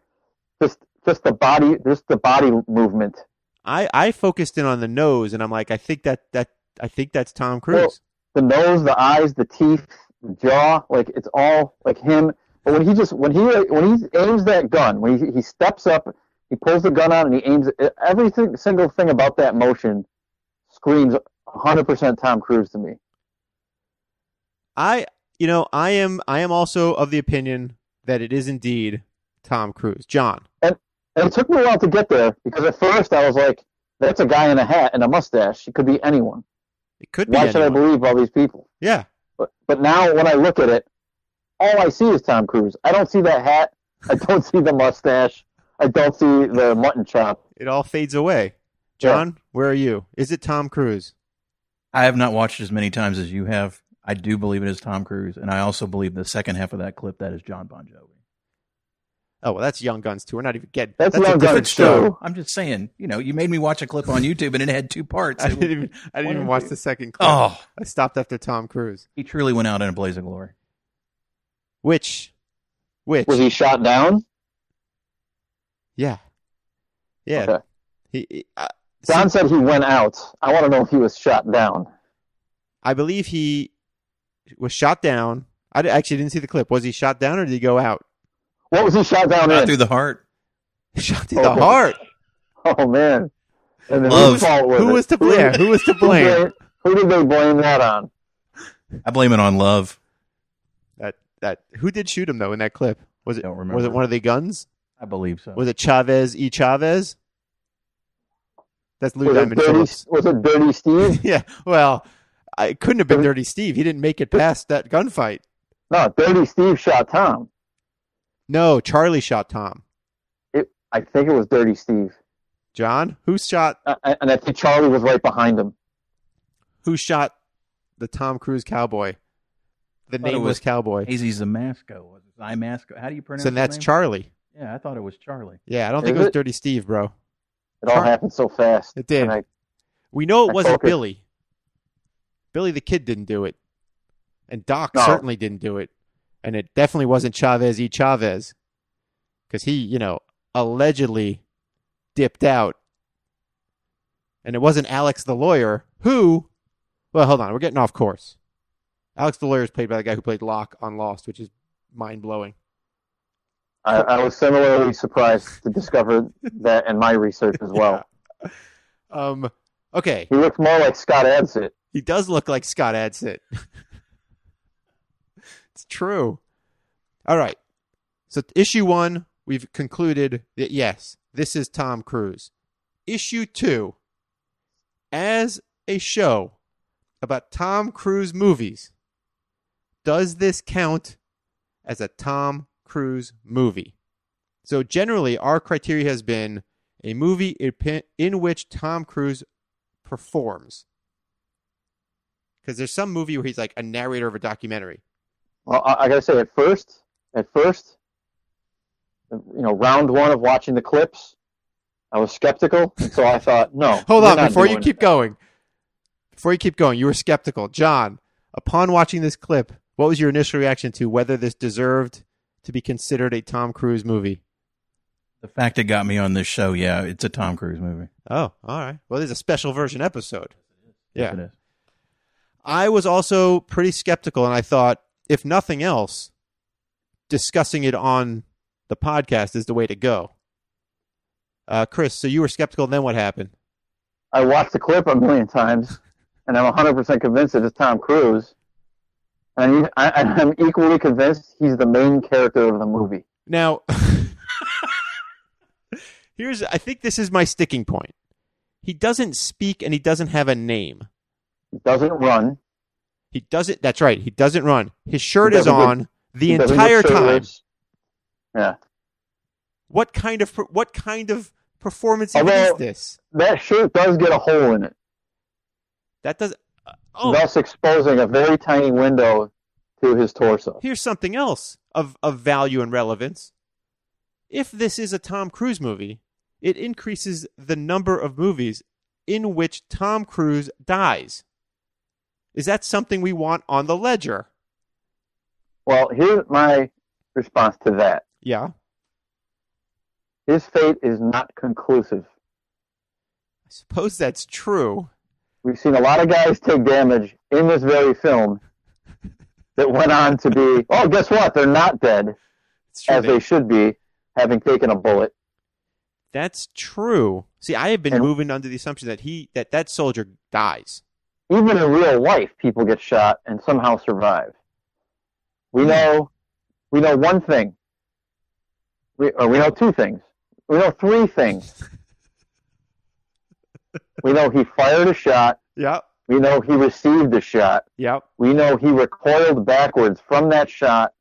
Speaker 4: just just the body, just the body movement.
Speaker 3: I, I focused in on the nose and I'm like, I think that, that I think that's Tom Cruise.
Speaker 4: Well- the nose, the eyes, the teeth, the jaw, like it's all like him. But when he just when he when he aims that gun, when he, he steps up, he pulls the gun out and he aims it- everything single thing about that motion screams 100% Tom Cruise to me.
Speaker 3: I you know, I am I am also of the opinion that it is indeed Tom Cruise. John.
Speaker 4: And it took me a while to get there because at first I was like, that's a guy in a hat and a mustache. It could be anyone.
Speaker 3: It could be
Speaker 4: Why should I
Speaker 3: anyone.
Speaker 4: believe all these people?
Speaker 3: Yeah.
Speaker 4: But but now when I look at it, all I see is Tom Cruise. I don't see that hat. I don't see the mustache. I don't see the mutton chop.
Speaker 3: It all fades away. John, where are you? Is it Tom Cruise?
Speaker 5: I have not watched as many times as you have. I do believe it is Tom Cruise, and I also believe the second half of that clip that is John Bon Jovi.
Speaker 3: Oh well, that's Young Guns too. We're not even getting.
Speaker 4: That's
Speaker 3: a
Speaker 4: Young Guns
Speaker 3: different show.
Speaker 4: too.
Speaker 5: I'm just saying, you know, you made me watch a clip on YouTube and it had two parts.
Speaker 3: I
Speaker 5: It-
Speaker 3: didn't even. I didn't even watch the second. Clip.
Speaker 5: [LAUGHS] oh,
Speaker 3: I stopped after Tom Cruise.
Speaker 5: he truly went out in a blaze of glory.
Speaker 3: Which, which,
Speaker 4: Was he shot down?
Speaker 3: yeah, yeah.
Speaker 4: Okay.
Speaker 3: He, he- I,
Speaker 4: Don said he went out. I want to know if he was shot down.
Speaker 3: I believe he was shot down. I d- actually didn't see the clip. Was he shot down or did he go out? [LAUGHS]
Speaker 4: What was he shot down
Speaker 5: Not
Speaker 4: in?
Speaker 5: through the heart.
Speaker 3: Shot through the
Speaker 4: Okay.
Speaker 3: heart.
Speaker 4: [LAUGHS] oh man! And then
Speaker 5: Love.
Speaker 4: whose fault was
Speaker 3: Who
Speaker 4: it?
Speaker 3: was to blame? Who was to blame?
Speaker 4: blame- [LAUGHS] Who did they blame that on?
Speaker 5: I blame it on love.
Speaker 3: That that who did shoot him though in that clip? Was it
Speaker 5: Don't remember.
Speaker 3: was it one of the guns?
Speaker 5: I believe so.
Speaker 3: Was it Chavez E Chavez? That's Lou
Speaker 4: Was it,
Speaker 3: Diamond
Speaker 4: dirty,
Speaker 3: Phillips. [LAUGHS]
Speaker 4: was it Dirty Steve?
Speaker 3: yeah. Well, I it couldn't have been Dirty Steve. He didn't make it past that gunfight.
Speaker 4: No, Dirty Steve shot Tom.
Speaker 3: No, Charlie shot Tom.
Speaker 4: It, I think it was Dirty Steve,
Speaker 3: John, who shot
Speaker 4: uh, and I think Charlie was right behind him.
Speaker 3: who shot the Tom Cruise cowboy? The
Speaker 5: Thought it
Speaker 3: nameless
Speaker 5: was-
Speaker 3: cowboy.
Speaker 5: Hazy Zamasco. Was it Zamasco? How do you pronounce
Speaker 3: So
Speaker 5: his
Speaker 3: that's
Speaker 5: name?
Speaker 3: Charlie.
Speaker 5: Yeah, I thought it was Charlie.
Speaker 3: Yeah, I don't think
Speaker 4: Is
Speaker 3: it was
Speaker 4: it?
Speaker 3: Dirty Steve, bro.
Speaker 4: It all
Speaker 3: Char-
Speaker 4: happened so fast.
Speaker 3: It did.
Speaker 4: And I,
Speaker 3: We know it
Speaker 4: I
Speaker 3: wasn't
Speaker 4: focused.
Speaker 3: Billy. Billy the Kid didn't do it. And Doc
Speaker 4: No.
Speaker 3: certainly didn't do it. And it definitely wasn't Chavez E. Chavez. Because he, you know, allegedly dipped out. And it wasn't Alex the lawyer who. Well, hold on. We're getting off course. Alex the lawyer is played by the guy who played Locke on Lost, which is mind blowing.
Speaker 4: I, I was similarly surprised to discover that in my research
Speaker 3: [LAUGHS]
Speaker 4: as well.
Speaker 3: Um, okay.
Speaker 4: He looked more like Scott Adsit.
Speaker 3: He does look like Scott Adsit. [LAUGHS] it's true. All right. So issue one, we've concluded that yes, this is Tom Cruise. Issue two, as a show about Tom Cruise movies, does this count as a Tom Cruise movie? So generally, our criteria has been a movie in- in which Tom Cruise performs because there's some movie where he's like a narrator of a documentary.
Speaker 4: Well, I, I gotta say, at first, at first, you know, round one of watching the clips, I was skeptical, and so I thought, no.
Speaker 3: [LAUGHS] Hold
Speaker 4: we're
Speaker 3: on,
Speaker 4: not
Speaker 3: before you
Speaker 4: doing
Speaker 3: keep going, before you keep going, you were skeptical, John. Upon watching this clip, what was your initial reaction to whether this deserved to be considered a Tom Cruise movie?
Speaker 5: The fact it got me on this show, yeah, it's a Tom Cruise movie.
Speaker 3: Oh, all right. Well, there's a special version episode.
Speaker 5: Yes,
Speaker 3: Yeah.
Speaker 5: it is.
Speaker 3: I was also pretty skeptical, and I thought, if nothing else, discussing it on the podcast is the way to go. Uh, Chris, so you were skeptical, and then what happened?
Speaker 4: I watched the clip a million times, and I'm 100% convinced that it's Tom Cruise. And he, I, and I'm equally convinced he's the main character of the movie.
Speaker 3: Now, [LAUGHS] here's I think this is my sticking point. He doesn't speak and he doesn't have a name.
Speaker 4: He doesn't run.
Speaker 3: He doesn't. That's right. He doesn't run. His shirt
Speaker 4: He
Speaker 3: is
Speaker 4: doesn't look-
Speaker 3: on the
Speaker 4: he doesn't
Speaker 3: entire
Speaker 4: look
Speaker 3: time.
Speaker 4: shirtless. Yeah.
Speaker 3: What kind of per- what kind of performance even
Speaker 4: Although-
Speaker 3: is this?
Speaker 4: That shirt does get a hole in it,
Speaker 3: That does. Uh, oh,
Speaker 4: thus exposing a very tiny window to his torso.
Speaker 3: here's something else of of value and relevance. If this is a Tom Cruise movie, it increases the number of movies in which Tom Cruise dies. Is that something we want on the ledger?
Speaker 4: Well, here's my response to that.
Speaker 3: Yeah.
Speaker 4: His fate is not conclusive.
Speaker 3: I suppose that's true.
Speaker 4: We've seen a lot of guys take damage in this very film that went on to be, oh, guess what? They're not dead.
Speaker 3: It's true.
Speaker 4: as
Speaker 3: that-
Speaker 4: they should be, having taken a bullet.
Speaker 3: that's true. See, I have been
Speaker 4: And-
Speaker 3: moving under the assumption that he that that soldier dies.
Speaker 4: Even in real life, people get shot and somehow survive. We know, we know one thing. We, or we know two things. We know three things. we know he fired a shot.
Speaker 3: Yep.
Speaker 4: We know he received a shot.
Speaker 3: Yep.
Speaker 4: We know he recoiled backwards from that shot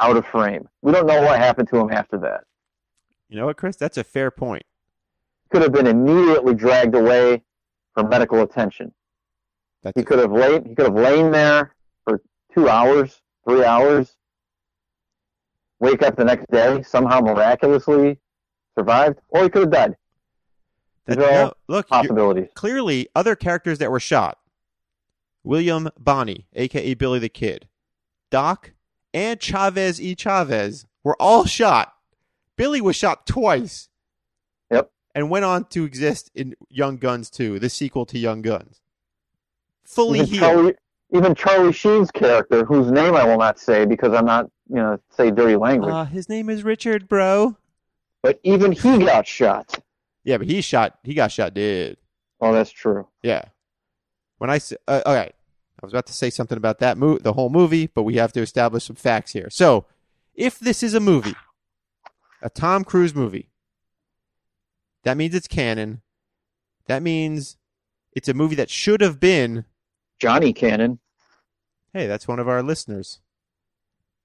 Speaker 4: out of frame. We don't know what happened to him after that.
Speaker 3: You know what, Chris? That's a fair point.
Speaker 4: Could have been immediately dragged away for medical attention.
Speaker 3: That's
Speaker 4: He
Speaker 3: a-
Speaker 4: could have laid. He could have lain there for two hours, three hours. wake up the next day, somehow miraculously survived, or he could have died.
Speaker 3: That-
Speaker 4: These are all
Speaker 3: no, look, you-
Speaker 4: Possibilities.
Speaker 3: clearly other characters that were shot William Bonney, aka Billy the Kid, Doc, and Chavez E. Chavez were all shot. Billy was shot twice.
Speaker 4: Yep.
Speaker 3: And went on to exist in Young Guns 2, the sequel to Young Guns. Fully
Speaker 4: Even
Speaker 3: healed.
Speaker 4: Charlie, even Charlie Sheen's character, whose name I will not say because I'm not, you know, say dirty language,
Speaker 3: Uh, his name is Richard, bro.
Speaker 4: but even he got shot.
Speaker 3: Yeah, but he shot. He got shot dead.
Speaker 4: Oh, that's true.
Speaker 3: Yeah. When I s- uh, all right, I was about to say something about that mo- the whole movie, but we have to establish some facts here. So, if this is a movie, a Tom Cruise movie, that means it's canon. That means it's a movie that should have been.
Speaker 4: Johnny Cannon.
Speaker 3: Hey, that's one of our listeners.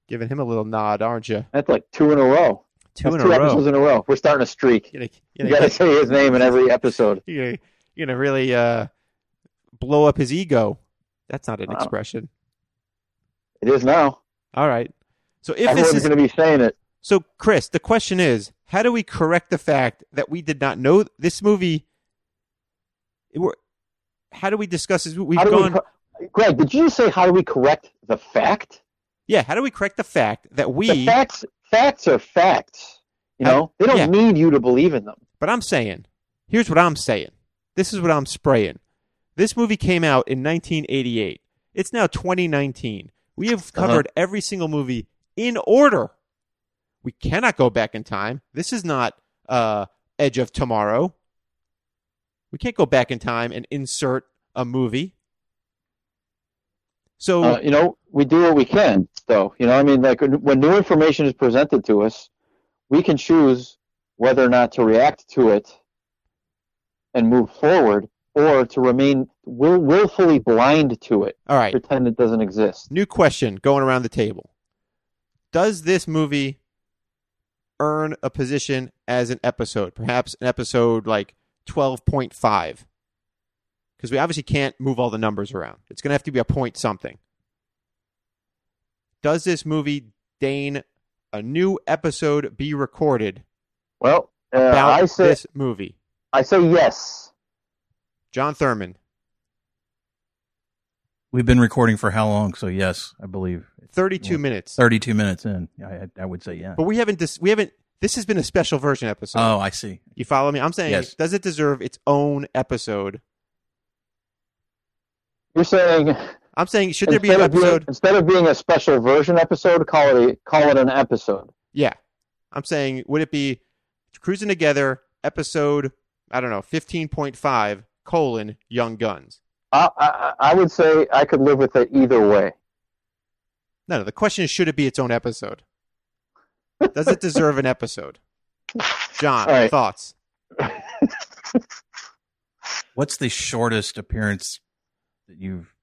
Speaker 3: Giving him a little nod, aren't you?
Speaker 4: That's like two in a row.
Speaker 3: Two in
Speaker 4: That's
Speaker 3: a
Speaker 4: two
Speaker 3: row.
Speaker 4: episodes in a row. We're starting a streak.
Speaker 3: You're gonna,
Speaker 4: You
Speaker 3: you're
Speaker 4: got to
Speaker 3: gonna,
Speaker 4: say his name in every episode.
Speaker 3: you're gonna- you're gonna really uh, blow up his ego. That's not an
Speaker 4: Wow.
Speaker 3: expression.
Speaker 4: It is now.
Speaker 3: All right. So if this
Speaker 4: Everyone's
Speaker 3: is
Speaker 4: going to be saying it.
Speaker 3: So, Chris, the question is, how do we correct the fact that we did not know this movie? It were, how do we discuss this? We've
Speaker 4: How do
Speaker 3: gone.
Speaker 4: we, cor- Greg, did you say how do we correct the fact?
Speaker 3: yeah, how do we correct the fact that
Speaker 4: The
Speaker 3: we?
Speaker 4: facts, facts are facts. You
Speaker 3: How-
Speaker 4: know, they don't
Speaker 3: yeah.
Speaker 4: need you to believe in them.
Speaker 3: But I'm saying, here's what I'm saying. This is what I'm spraying. This movie came out in 1988. It's now 2019. We have
Speaker 4: Uh-huh.
Speaker 3: covered every single movie in order. We cannot go back in time. This is not uh, Edge of Tomorrow. We can't go back in time and insert a movie. So,
Speaker 4: Uh, you know, we do what we can, though. You know, I mean, like when new information is presented to us, we can choose whether or not to react to it and move forward, or to remain will, willfully blind to it,
Speaker 3: all right.
Speaker 4: pretend it doesn't exist.
Speaker 3: New question going around the table. Does this movie earn a position as an episode? Perhaps an episode like 12.5? Because we obviously can't move all the numbers around. It's going to have to be a point something. Does this movie deign a new episode be recorded
Speaker 4: Well, uh,
Speaker 3: about
Speaker 4: I say
Speaker 3: this movie?
Speaker 4: I say yes.
Speaker 3: John Thurman,
Speaker 5: We've been recording for how long? So yes, I believe
Speaker 3: 32
Speaker 5: Yeah.
Speaker 3: minutes.
Speaker 5: thirty-two minutes in. I I would say yeah.
Speaker 3: But we haven't dis- we haven't this has been a special version episode.
Speaker 5: Oh, I see.
Speaker 3: You follow me? I'm saying,
Speaker 5: Yes.
Speaker 3: does it deserve its own episode?
Speaker 4: You're saying
Speaker 3: I'm saying, should there be an
Speaker 4: instead of being-
Speaker 3: episode?
Speaker 4: instead of being a special version episode, call it a, call it an episode.
Speaker 3: Yeah. I'm saying, would it be Cruising Together, episode, I don't know, 15.5, colon, Young Guns?
Speaker 4: I, I, I would say I could live with it either way. [LAUGHS]
Speaker 3: No, no, the question is, should it be its own episode? Does it deserve an episode? John,
Speaker 4: All right.
Speaker 3: thoughts?
Speaker 5: What's the shortest appearance that you've?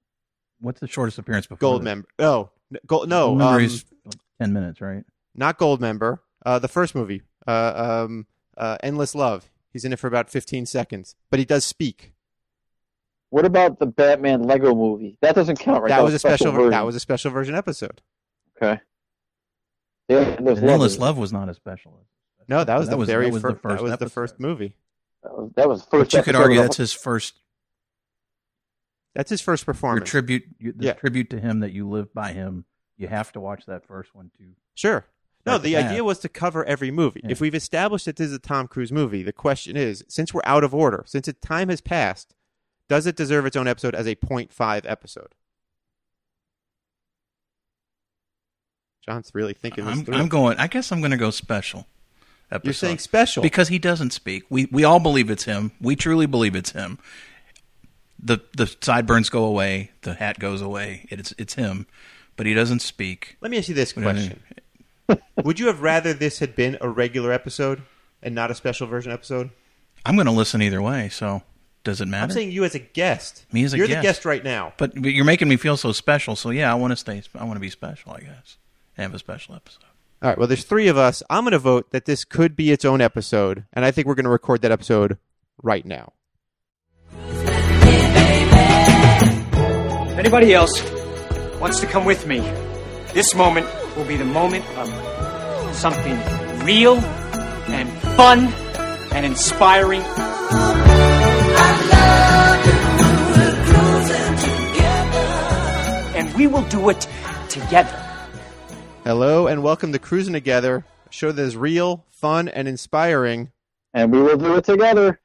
Speaker 5: What's the shortest appearance before
Speaker 3: Gold
Speaker 5: this?
Speaker 3: member. Oh, n- gold, no, um,
Speaker 5: Memories, ten minutes, right?
Speaker 3: not gold member. Uh, the first movie, uh, um, uh, Endless Love. He's in it for about 15 seconds, but he does speak.
Speaker 4: What about the Batman Lego movie? That doesn't count, right?
Speaker 3: that was a special.
Speaker 4: version.
Speaker 3: That was a special version episode.
Speaker 4: okay. Yeah, and there's
Speaker 5: And Endless
Speaker 4: Lovers.
Speaker 5: Love was not as special.
Speaker 3: No, that was
Speaker 5: That
Speaker 3: the
Speaker 5: was-
Speaker 3: very
Speaker 5: that was the
Speaker 3: fir-
Speaker 5: first
Speaker 3: That was the
Speaker 5: episode.
Speaker 3: first movie.
Speaker 4: That was, that was the first.
Speaker 5: But you could
Speaker 4: episode
Speaker 5: argue
Speaker 4: of the
Speaker 5: that's his first
Speaker 3: That's his first
Speaker 5: your
Speaker 3: performance.
Speaker 5: tribute. You, the
Speaker 3: Yeah.
Speaker 5: tribute to him that you live by him. You have to watch that first one too.
Speaker 3: sure. No,
Speaker 5: That's
Speaker 3: the
Speaker 5: bad.
Speaker 3: idea was to cover every movie.
Speaker 5: Yeah.
Speaker 3: If we've established that this is a Tom Cruise movie, the question is, since we're out of order, since it, time has passed, does it deserve its own episode as a 0.5 episode? John's really thinking this
Speaker 5: I'm,
Speaker 3: through.
Speaker 5: I'm going. I guess I'm going to go special. Episode.
Speaker 3: You're saying special
Speaker 5: because he doesn't speak. We we all believe it's him. We truly believe it's him. The the sideburns go away. The hat goes away. It's it's him, but he doesn't speak.
Speaker 3: Let me ask you this
Speaker 5: What do you
Speaker 3: question: [LAUGHS] Would you have rather this had been a regular episode and not a special version episode?
Speaker 5: I'm going to listen either way. So does it matter?
Speaker 3: I'm saying you as a guest.
Speaker 5: Me as a
Speaker 3: You're
Speaker 5: guest.
Speaker 3: the guest right now.
Speaker 5: but, but you're making me feel so special. So yeah, I want to stay. I want to be special. I guess and have a special episode.
Speaker 3: All right. Well, there's three of us. I'm going to vote that this could be its own episode, and I think we're going to record that episode right now.
Speaker 2: If anybody else wants to come with me, this moment will be the moment of something real and fun and inspiring. And we will do it together.
Speaker 3: Hello and welcome to Cruising Together, a show that is real, fun, and inspiring.
Speaker 4: and we will do it together.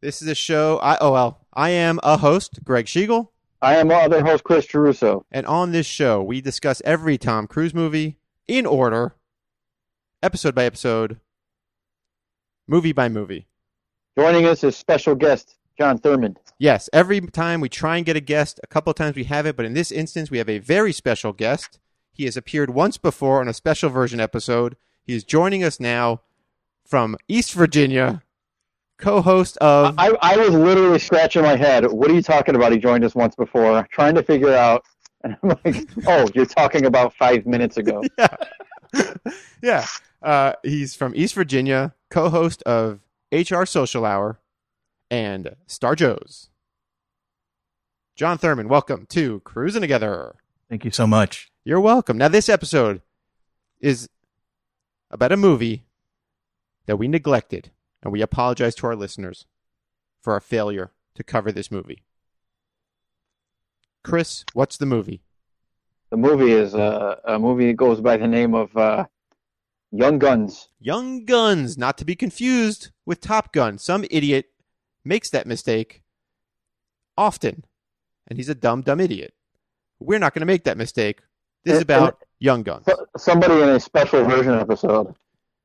Speaker 3: This is a show. I oh well, I am a host, Greg Schiegel,
Speaker 4: I am our other host Chris Caruso.
Speaker 3: and on this show we discuss every Tom Cruise movie in order, episode by episode, movie by movie.
Speaker 4: Joining us is special guest John Thurmond.
Speaker 3: Yes, every time we try and get a guest, a couple of times we have it, but in this instance we have a very special guest. He has appeared once before on a special version episode. He is joining us now from East Virginia, co-host of
Speaker 4: I, I was literally scratching my head. What are you talking about? He joined us once before, trying to figure out. [LAUGHS] And I'm like, oh, you're talking about five
Speaker 3: [LAUGHS]
Speaker 4: minutes ago.
Speaker 3: yeah. Uh, he's from East Virginia, co host of HR Social Hour and Star Joe's. John Thurman, welcome to Cruising Together.
Speaker 5: Thank you so much.
Speaker 3: You're welcome. Now, this episode is about a movie that we neglected, and we apologize to our listeners for our failure to cover this movie. Chris, what's the movie?
Speaker 4: The movie is uh, a movie that goes by the name of uh, Young Guns.
Speaker 3: Young Guns, not to be confused with Top Gun. Some idiot makes that mistake often, and he's a dumb, dumb idiot. We're not going to make that mistake. This is
Speaker 4: Uh,
Speaker 3: about Young Guns.
Speaker 4: So- Somebody in a special version episode,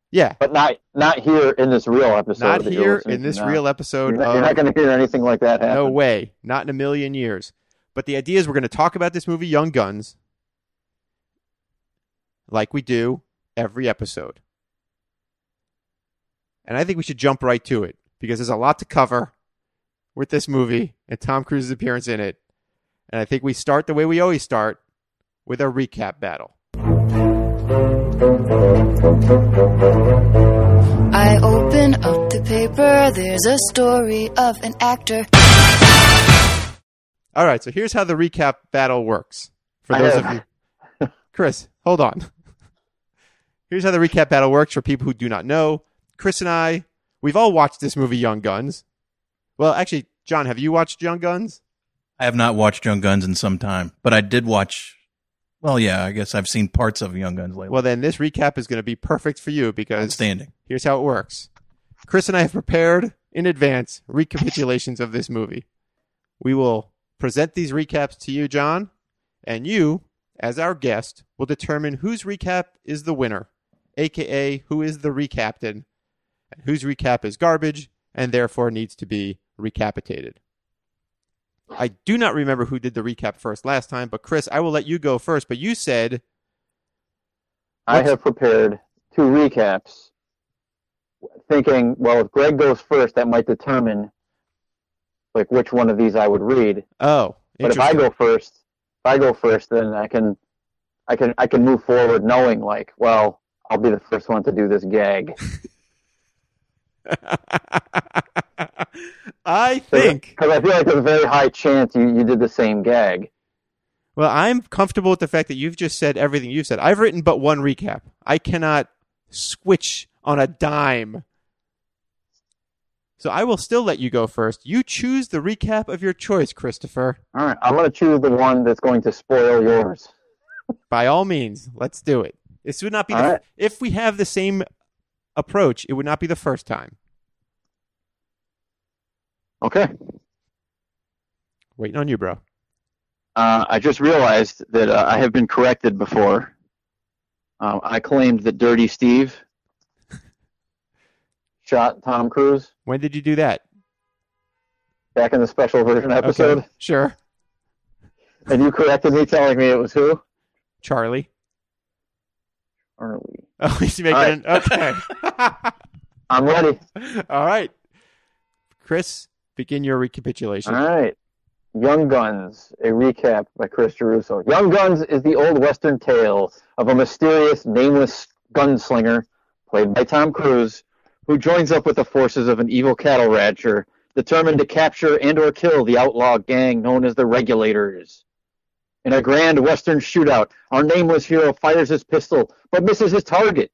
Speaker 3: Yeah,
Speaker 4: but not not here in this real episode.
Speaker 3: not
Speaker 4: that you're
Speaker 3: here
Speaker 4: listening
Speaker 3: in
Speaker 4: to
Speaker 3: this
Speaker 4: now.
Speaker 3: real
Speaker 4: You're
Speaker 3: episode
Speaker 4: not,
Speaker 3: of
Speaker 4: going to hear anything like that happen.
Speaker 3: No way. Not in a million years. But the idea is we're going to talk about this movie, Young Guns, like we do every episode. And I think we should jump right to it because there's a lot to cover with this movie and Tom Cruise's appearance in it. And I think we start the way we always start with a recap battle.
Speaker 6: I open up the paper, there's a story of an actor.
Speaker 3: All right, so here's how the recap battle works. For
Speaker 4: I
Speaker 3: those
Speaker 4: have-
Speaker 3: of you, [LAUGHS] Chris, hold on. [LAUGHS] Here's how the recap battle works for people who do not know. Chris and I, we've all watched this movie, Young Guns. Well, actually, John, have you watched Young Guns?
Speaker 5: I have not watched Young Guns in some time, but I did watch. Well, yeah, I guess I've seen parts of Young Guns lately.
Speaker 3: Well, then this recap is going to be perfect for you because
Speaker 5: Outstanding.
Speaker 3: here's how it works. Chris and I have prepared in advance recapitulations of this movie. We will present these recaps to you, John, and you, as our guest, will determine whose recap is the winner, aka who is the recaptain, and whose recap is garbage and therefore needs to be recapitated. I do not remember who did the recap first last time, but Chris, I will let you go first. But you said
Speaker 4: I have prepared two recaps, thinking, well, if Greg goes first, that might determine like which one of these I would read.
Speaker 3: Oh,
Speaker 4: But if I
Speaker 3: interesting.
Speaker 4: go first, if I go first, then I can, I can, I can move forward, knowing like, well, I'll be the first one to do this
Speaker 3: [LAUGHS]
Speaker 4: gag.
Speaker 3: I think.
Speaker 4: because [LAUGHS] I feel like there's a very high chance you, you did the same gag.
Speaker 3: Well, I'm comfortable with the fact that you've just said everything you've said. I've written but one recap. I cannot switch on a dime. So I will still let you go first. You choose the recap of your choice, Christopher.
Speaker 4: All right, I'm gonna choose the one that's going to spoil yours.
Speaker 3: By all means, let's do it. This would not be the,
Speaker 4: All right.
Speaker 3: if we have the same approach, it would not be the first time.
Speaker 4: Okay.
Speaker 3: Waiting on you, bro.
Speaker 4: Uh, I just realized that uh, I have been corrected before. Um, I claimed that Dirty Steve [LAUGHS] shot Tom Cruise
Speaker 3: When did you do that?
Speaker 4: back in the special version episode,
Speaker 3: Okay, sure.
Speaker 4: and you corrected me, telling me it was who?
Speaker 3: Charlie. [LAUGHS]
Speaker 4: Early.
Speaker 3: Oh, he's making
Speaker 4: All
Speaker 3: an okay.
Speaker 4: [LAUGHS] I'm ready.
Speaker 3: [LAUGHS] All right. Chris, begin your recapitulation.
Speaker 4: All right. Young Guns, a recap by Chris Caruso. Young Guns is the old Western tale of a mysterious, nameless gunslinger, played by Tom Cruise, who joins up with the forces of an evil cattle rancher determined to capture and or kill the outlaw gang known as the Regulators. In a grand Western shootout, our nameless hero fires his pistol but misses his target.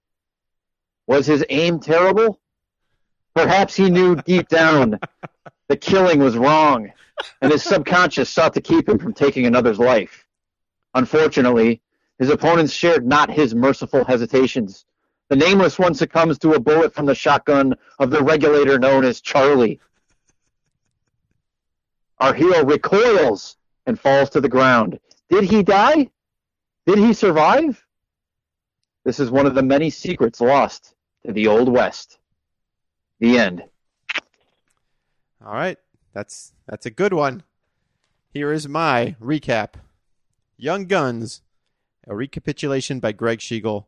Speaker 4: Was his aim terrible? Perhaps he knew deep down the killing was wrong, and his subconscious sought to keep him from taking another's life. Unfortunately, his opponents shared not his merciful hesitations. The nameless one succumbs to a bullet from the shotgun of the regulator known as Charlie. Our hero recoils and falls to the ground. Did he die? Did he survive? This is one of the many secrets lost to the Old West. The end.
Speaker 3: All right. That's that's a good one. Here is my recap. Young Guns, a recapitulation by Greg Schiegel.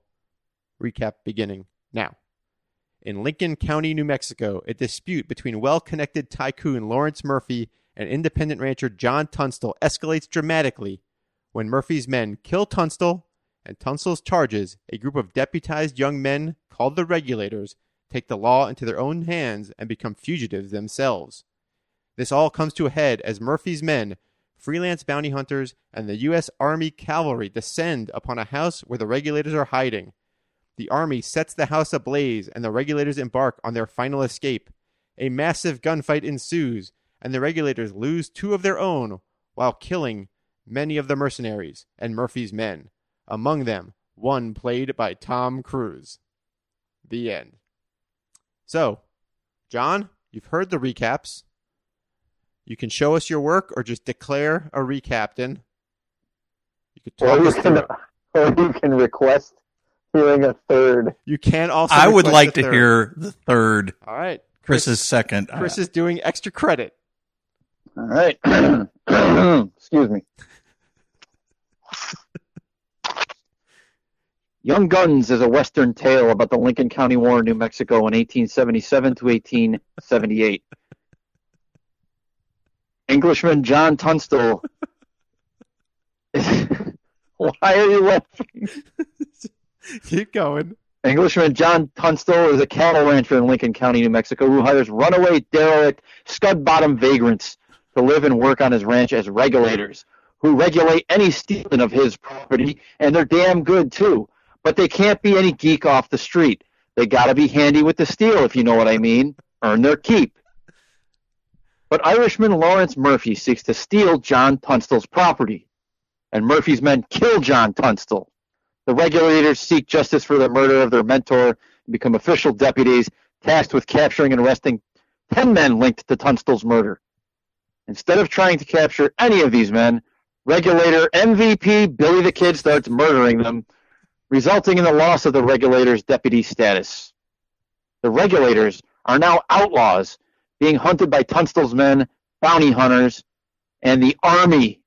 Speaker 3: Recap beginning now. In Lincoln County, New Mexico, a dispute between well-connected tycoon Lawrence Murphy and independent rancher John Tunstall escalates dramatically when Murphy's men kill Tunstall and Tunstall's charges, a group of deputized young men called the Regulators take the law into their own hands and become fugitives themselves. This all comes to a head as Murphy's men, freelance bounty hunters, and the U.S. Army cavalry descend upon a house where the regulators are hiding. The Army sets the house ablaze, and the regulators embark on their final escape. A massive gunfight ensues, and the regulators lose two of their own while killing many of the mercenaries and Murphy's men, among them one played by Tom Cruise. The end. So, John, you've heard the recaps. You can show us your work or just declare a recaptain. You could
Speaker 4: Or
Speaker 3: talk
Speaker 4: you,
Speaker 3: us through
Speaker 4: can,
Speaker 3: it.
Speaker 4: [LAUGHS] or you can request hearing a third.
Speaker 3: You can also.
Speaker 5: I would
Speaker 3: request
Speaker 5: like
Speaker 3: a
Speaker 5: to
Speaker 3: third.
Speaker 5: hear the third.
Speaker 3: All right.
Speaker 5: Chris, is second. uh,
Speaker 3: Chris is doing extra credit.
Speaker 4: All right. [CLEARS THROAT] Excuse me. Young Guns is a Western tale about the Lincoln County War in New Mexico in 1877 to 1878. Englishman John Tunstall. [LAUGHS] Why are you laughing?
Speaker 3: [LAUGHS] Keep going.
Speaker 4: Englishman John Tunstall is a cattle rancher in Lincoln County, New Mexico, who hires runaway, derelict, scud bottom vagrants to live and work on his ranch as regulators, who regulate any stealing of his property, and they're damn good too. But they can't be any geek off the street. They gotta be handy with the steel, if you know what I mean. Earn their keep. But Irishman Lawrence Murphy seeks to steal John Tunstall's property, and Murphy's men kill John Tunstall. The regulators seek justice for the murder of their mentor and become official deputies tasked with capturing and arresting 10 men linked to Tunstall's murder. Instead of trying to capture any of these men, regulator MVP Billy the Kid starts murdering them, resulting in the loss of the regulator's deputy status. The regulators are now outlaws, being hunted by Tunstall's men, bounty hunters, and the army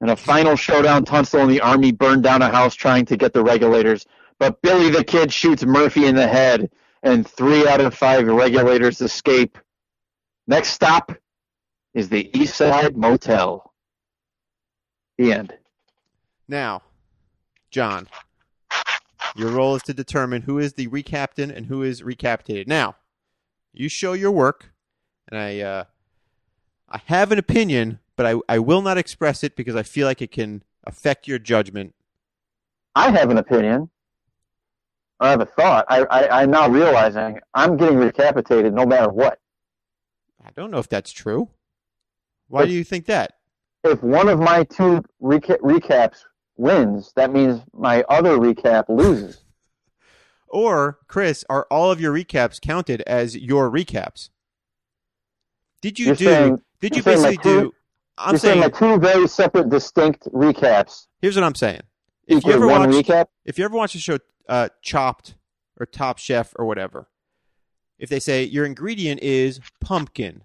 Speaker 4: in a final showdown, Tunstall and the army burn down a house trying to get the regulators, but Billy the Kid shoots Murphy in the head, and three out of five regulators escape. Next stop is the East Side Motel. The end.
Speaker 3: Now, John, your role is to determine who is the recaptain and who is recapitated. Now, you show your work, and I, uh, I have an opinion, but I, I will not express it because I feel like it can affect your judgment.
Speaker 4: I have an opinion. I have a thought. I, I, I'm now realizing I'm getting recapitated no matter what.
Speaker 3: I don't know if that's true. Why do you think that?
Speaker 4: If one of my two reca- recaps wins, that means my other recap loses.
Speaker 3: Or, Chris, are all of your recaps counted as your recaps? Did you
Speaker 4: You're
Speaker 3: do?
Speaker 4: saying-
Speaker 3: did you
Speaker 4: you're saying my
Speaker 3: basically do?
Speaker 4: two-
Speaker 3: I'm
Speaker 4: You're saying,
Speaker 3: saying.
Speaker 4: like two very separate, distinct recaps.
Speaker 3: here's what I'm saying. If you
Speaker 4: equal
Speaker 3: ever
Speaker 4: one
Speaker 3: watched,
Speaker 4: recap,
Speaker 3: if you ever watch the show uh, Chopped or Top Chef or whatever, if they say your ingredient is pumpkin,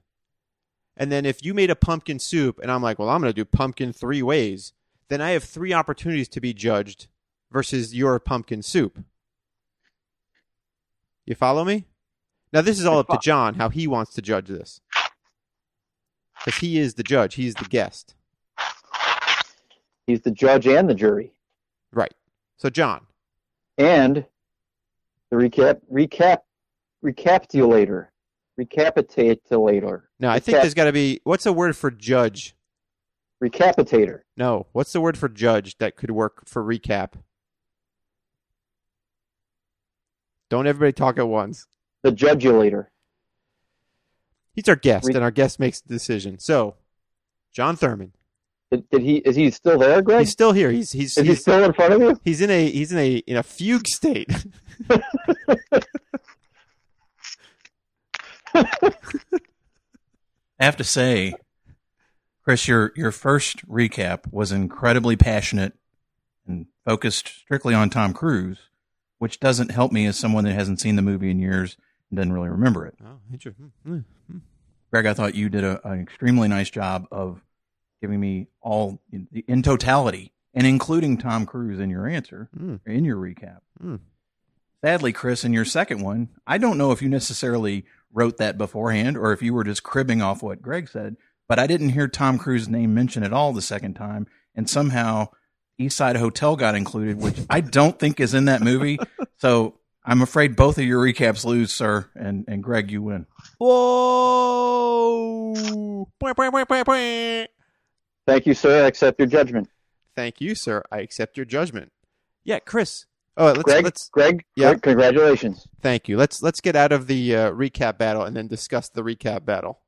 Speaker 3: and then if you made a pumpkin soup, and I'm like, well, I'm going to do pumpkin three ways, then I have three opportunities to be judged versus your pumpkin soup. You follow me? Now this is all up to John how he wants to judge this, because he is the judge, he's the guest,
Speaker 4: he's the judge and the jury,
Speaker 3: right? So John,
Speaker 4: and the recap, recap, recapitulator, recapitulator.
Speaker 3: now I think
Speaker 4: Recap-
Speaker 3: there's got to be what's a word for judge
Speaker 4: recapitator,
Speaker 3: No. What's the word for judge that could work for recap? Don't everybody talk at once.
Speaker 4: The judgulator.
Speaker 3: He's our guest,
Speaker 4: Re-
Speaker 3: and our guest makes the decision. So, John Thurman,
Speaker 4: Did, did he? Is he still there, Greg?
Speaker 3: he's still here. He's he's
Speaker 4: is he
Speaker 3: he's,
Speaker 4: still in front of you?
Speaker 3: he's in a he's in a in a fugue state. [LAUGHS]
Speaker 5: I have to say, Chris, your your first recap was incredibly passionate and focused strictly on Tom Cruise, which doesn't help me as someone that hasn't seen the movie in years and doesn't really remember it.
Speaker 3: oh, interesting. Hmm, hmm.
Speaker 5: Greg, I thought you did a, an extremely nice job of giving me all in, in totality and including Tom Cruise in your answer,
Speaker 3: Mm.
Speaker 5: in your recap.
Speaker 3: Mm.
Speaker 5: Sadly, Chris, in your second one, I don't know if you necessarily wrote that beforehand or if you were just cribbing off what Greg said, but I didn't hear Tom Cruise's name mentioned at all the second time. And somehow East Side Hotel got included, which I don't think is in that movie. So I'm afraid both of your recaps lose, sir. And, and Greg, you win.
Speaker 3: Whoa! Bwah, bwah, bwah, bwah, bwah.
Speaker 4: Thank you, sir. I accept your judgment.
Speaker 3: Thank you, sir. I accept your judgment. Yeah, Chris. Oh, let's
Speaker 4: Greg,
Speaker 3: let's
Speaker 4: Greg,
Speaker 3: Yeah.
Speaker 4: Greg, congratulations.
Speaker 3: thank you. Let's let's get out of the uh, recap battle and then discuss the recap battle.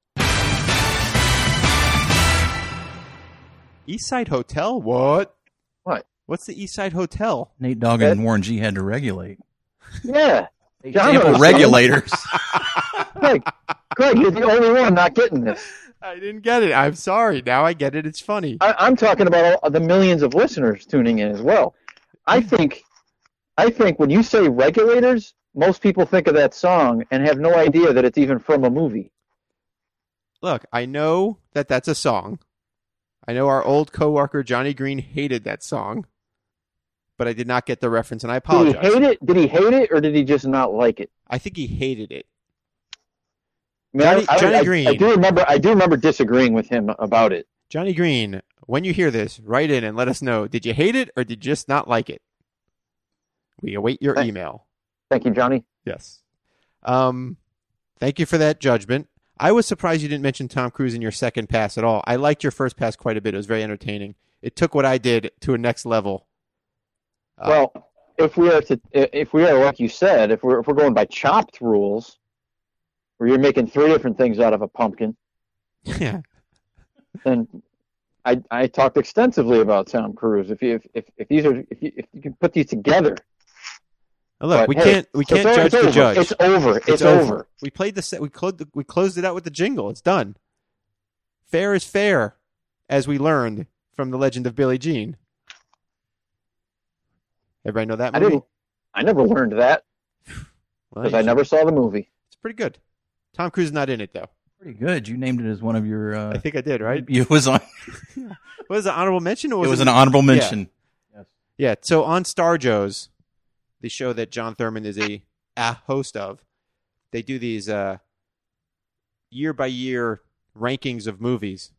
Speaker 3: East Side Hotel. What?
Speaker 4: What?
Speaker 3: What's the East Side Hotel?
Speaker 5: Nate Doggan
Speaker 4: That-
Speaker 5: and Warren G had to regulate.
Speaker 4: Yeah. John
Speaker 5: Sample
Speaker 4: knows
Speaker 5: regulators. [LAUGHS]
Speaker 4: something. Greg, Greg, you're the only one not getting this.
Speaker 3: I didn't get it. I'm sorry. Now I get it. It's funny.
Speaker 4: I, I'm talking about all the millions of listeners tuning in as well. I think, I think when you say regulators, most people think of that song and have no idea that it's even from a movie.
Speaker 3: Look, I know that that's a song. I know our old coworker Johnny Green hated that song, but I did not get the reference, and I
Speaker 4: Did he
Speaker 3: apologize.
Speaker 4: hate it? Did he hate it, or did he just not like it?
Speaker 3: I think he hated it.
Speaker 4: I mean, I-
Speaker 3: Johnny-
Speaker 4: I,
Speaker 3: Johnny
Speaker 4: I- I
Speaker 3: Green.
Speaker 4: do remember. I do remember disagreeing with him about it.
Speaker 3: Johnny Green, when you hear this, write in and let us know. Did you hate it or did you just not like it? We await your
Speaker 4: Thank-
Speaker 3: email.
Speaker 4: Thank you, Johnny.
Speaker 3: Yes. Um, thank you for that judgment. I was surprised you didn't mention Tom Cruise in your second pass at all. I liked your first pass quite a bit. It was very entertaining. It took what I did to a next level. Uh,
Speaker 4: well, if we are to, if we are like you said, if we're if we're going by chopped rules, where you're making three different things out of a pumpkin,
Speaker 3: [LAUGHS] yeah.
Speaker 4: then I I talked extensively about Tom Cruise. If you if if, if these are if you if you can put these together,
Speaker 3: Look,
Speaker 4: But
Speaker 3: we
Speaker 4: hey,
Speaker 3: can't we
Speaker 4: it's
Speaker 3: can't
Speaker 4: o-
Speaker 3: judge
Speaker 4: it's
Speaker 3: the
Speaker 4: over.
Speaker 3: judge.
Speaker 4: It's over. It's, over.
Speaker 3: We played the set. We closed. The, we closed it out with the jingle. It's done. Fair is fair, as we learned from the legend of Billie Jean. Everybody know that
Speaker 4: I
Speaker 3: movie?
Speaker 4: didn't. I never learned that
Speaker 3: Well,
Speaker 4: because
Speaker 3: you
Speaker 4: I
Speaker 3: should-
Speaker 4: never saw the movie.
Speaker 3: It's pretty good. Tom Cruise is not in it though.
Speaker 5: Pretty good. You named it as one of your.
Speaker 3: I
Speaker 5: Uh,
Speaker 3: think I did right.
Speaker 5: [LAUGHS] it was on.
Speaker 3: Was it honorable mention? Or
Speaker 5: It
Speaker 3: was
Speaker 5: was an honorable mention.
Speaker 3: Yeah. So on Star Joe's, the show that John Thurman is a, a host of, they do these uh, year by year rankings of movies.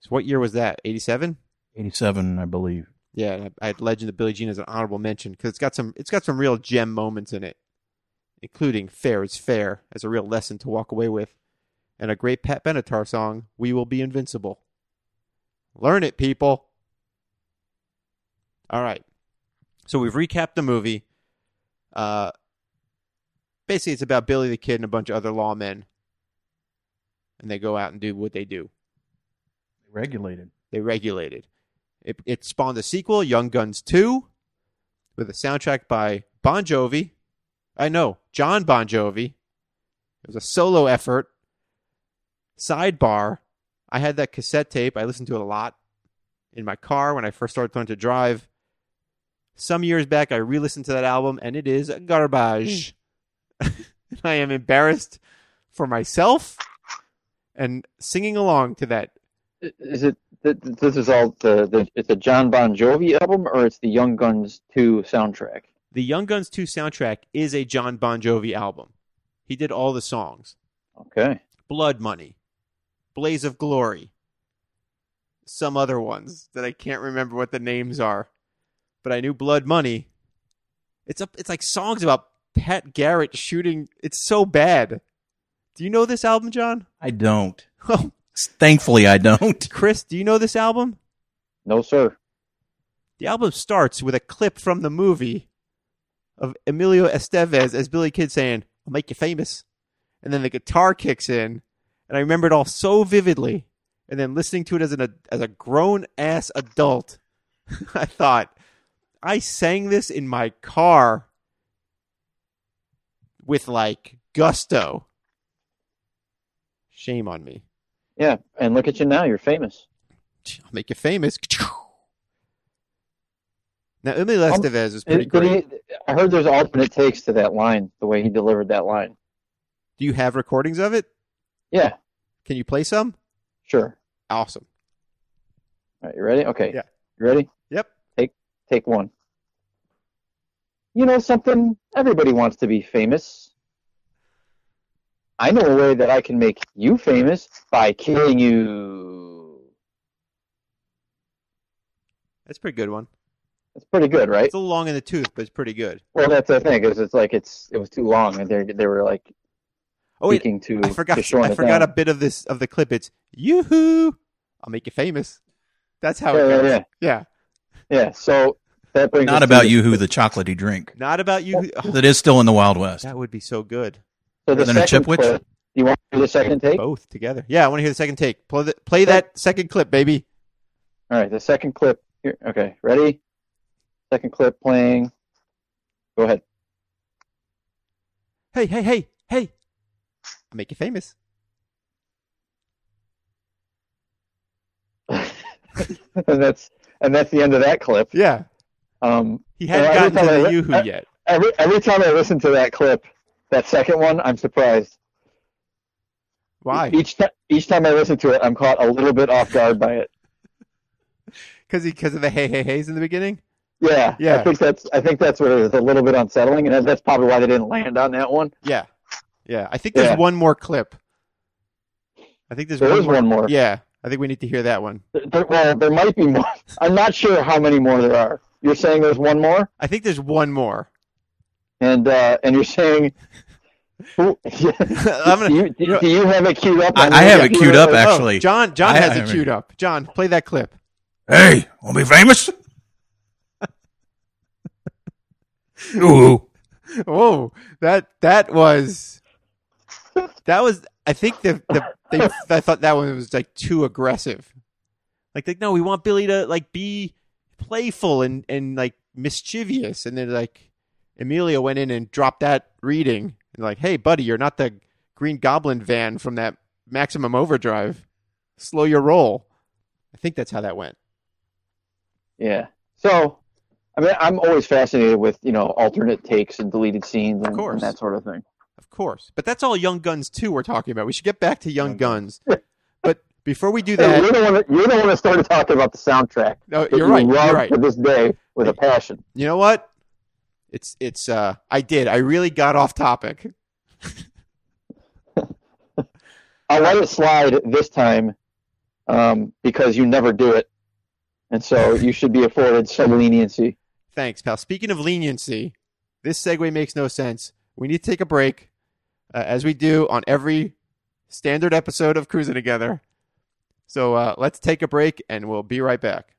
Speaker 3: So what year was that? Eighty seven.
Speaker 5: Eighty-seven, I believe.
Speaker 3: Yeah, and I, I had Legend of Billie Jean as an honorable mention because it's got some it's got some real gem moments in it, including "Fair is Fair" as a real lesson to walk away with, and a great Pat Benatar song, "We Will Be Invincible." Learn it, people. All right, so we've recapped the movie. Uh, basically, it's about Billy the Kid and a bunch of other lawmen, and they go out and do what they do
Speaker 5: Regulated.
Speaker 3: they regulated. It, it spawned a sequel, Young Guns 2, with a soundtrack by Bon Jovi. I know, John Bon Jovi. It was a solo effort. Sidebar, I had that cassette tape. I listened to it a lot in my car when I first started learning to drive. Some years back, I re listened to that album, and it is garbage. [LAUGHS] I am embarrassed for myself and singing along to that
Speaker 4: I- Is it? th- th- This is all the, the it's a John Bon Jovi album or it's the Young Guns two soundtrack.
Speaker 3: the Young Guns 2 soundtrack is a John Bon Jovi album. He did all the songs
Speaker 4: Okay.
Speaker 3: Blood Money, Blaze of Glory, some other ones that I can't remember what the names are. But I knew Blood Money. It's, a, it's like songs about Pat Garrett shooting. It's so bad. Do you know this album, John? [LAUGHS] Oh,
Speaker 5: I don't. Thankfully, I don't.
Speaker 3: Chris, do you know this album?
Speaker 4: No sir.
Speaker 3: The album starts with a clip from the movie of Emilio Estevez as Billy Kid saying, I'll make you famous. And then the guitar kicks in, and I remember it all so vividly. And then listening to it as an as a grown ass adult, [LAUGHS] I thought, I sang this in my car with like gusto. Shame on me.
Speaker 4: Yeah, and look at you now. You're famous.
Speaker 3: I'll make you famous. [LAUGHS] Now, Emilio Estevez is pretty
Speaker 4: Um, It- but
Speaker 3: great.
Speaker 4: he- I heard there's alternate takes to that line, the way he delivered that line.
Speaker 3: Do you have recordings of it?
Speaker 4: Yeah,
Speaker 3: Can you play some?
Speaker 4: sure.
Speaker 3: Awesome.
Speaker 4: All right, you ready? Okay.
Speaker 3: Yeah.
Speaker 4: You ready?
Speaker 3: Yep.
Speaker 4: Take one. You know something? Everybody wants to be famous. I know a way that I can make you famous by killing you.
Speaker 3: That's a pretty good one.
Speaker 4: That's pretty good, right?
Speaker 3: It's a little long in the tooth, but it's pretty good.
Speaker 4: Well, that's the thing is, it's like it's it was too long, and they they were like
Speaker 3: Oh wait,
Speaker 4: speaking to
Speaker 3: I forgot.
Speaker 4: to shorten
Speaker 3: I
Speaker 4: it
Speaker 3: forgot a
Speaker 4: down.
Speaker 3: bit of this of the clip. It's yoo-hoo, I'll make you famous. That's how it
Speaker 4: Yeah, yeah,
Speaker 3: goes.
Speaker 4: yeah.
Speaker 3: Yeah.
Speaker 4: Yeah, so that brings us
Speaker 5: Not
Speaker 4: to
Speaker 5: about
Speaker 4: the-
Speaker 5: you, who the chocolatey drink
Speaker 3: Not about you. Oh,
Speaker 5: that is still in the Wild West.
Speaker 3: that would be so good.
Speaker 4: So the
Speaker 5: Than a
Speaker 4: second
Speaker 5: chipwich?
Speaker 4: clip- Do you want to do the second take? All
Speaker 3: Both together. Yeah, I want to hear the second take. Play, the, play that second clip, baby.
Speaker 4: right, the second clip. Here, okay, ready? Second clip playing. Go ahead.
Speaker 3: Hey, hey, hey, hey. I'll make you famous.
Speaker 4: [LAUGHS] and that's and that's the end of that clip.
Speaker 3: Yeah.
Speaker 4: Um,
Speaker 3: He
Speaker 4: and
Speaker 3: hadn't
Speaker 4: every
Speaker 3: gotten
Speaker 4: time
Speaker 3: to the
Speaker 4: I li-
Speaker 3: yoo-hoo
Speaker 4: I-
Speaker 3: yet.
Speaker 4: Every every time I listen to that clip, that second one, I'm surprised. [LAUGHS]
Speaker 3: Why?
Speaker 4: Each time each time I listen to it, I'm caught a little bit off guard by it.
Speaker 3: Because because of the hey hey hey's in the beginning.
Speaker 4: Yeah,
Speaker 3: Yeah.
Speaker 4: I think that's I think that's what it is. A little bit unsettling, and that's probably why they didn't land on that one.
Speaker 3: Yeah, yeah. I think there's
Speaker 4: Yeah.
Speaker 3: one more clip. I think there's
Speaker 4: There
Speaker 3: one
Speaker 4: is
Speaker 3: more.
Speaker 4: one more.
Speaker 3: Yeah, I think we need to hear that one.
Speaker 4: There- there- well, there might be more. [LAUGHS] I'm not sure how many more there are. You're saying there's one more,
Speaker 3: I think there's one more. [LAUGHS]
Speaker 4: and uh, and you're saying. Who, [LAUGHS]
Speaker 3: I'm gonna-
Speaker 4: do, you, do, do you have it queued up?
Speaker 5: I-
Speaker 4: I'm
Speaker 5: I
Speaker 4: gonna
Speaker 5: have it
Speaker 4: get-
Speaker 5: queued up,
Speaker 4: Oh,
Speaker 5: Actually,
Speaker 3: oh, John John
Speaker 5: I-
Speaker 3: has
Speaker 5: I
Speaker 3: it
Speaker 5: remember.
Speaker 3: queued up. John, play that clip.
Speaker 5: Hey, want to be famous? Ooh.
Speaker 3: Whoa, Oh, that that was that was. I think the the they, I thought that one was like too aggressive. Like, like no, we want Billy to like be playful and and like mischievous, and then like Emilio went in and dropped that reading and like, hey buddy, you're not the Green Goblin van from that Maximum Overdrive. Slow your roll. I think that's how that went.
Speaker 4: Yeah. So, I mean, I'm always fascinated with you know alternate takes and deleted scenes and,
Speaker 3: course.
Speaker 4: and that sort of thing.
Speaker 3: Of course, but that's all Young Guns too. We're talking about. We should get back to Young Guns, but before [LAUGHS] we do
Speaker 4: Hey,
Speaker 3: that.
Speaker 4: you're the one. That, you're the one that started talking about the soundtrack.
Speaker 3: No,
Speaker 4: that
Speaker 3: you're
Speaker 4: you
Speaker 3: right.
Speaker 4: love
Speaker 3: You're right.
Speaker 4: To this day, with a passion.
Speaker 3: You know what? It's it's uh I did. I really got off topic.
Speaker 4: I'll let it slide this time, um, because you never do it, and so you should be afforded some leniency.
Speaker 3: Thanks, pal. Speaking of leniency, this segue makes no sense. We need to take a break, uh, as we do on every standard episode of Cruising Together. So uh, let's take a break, and we'll be right back.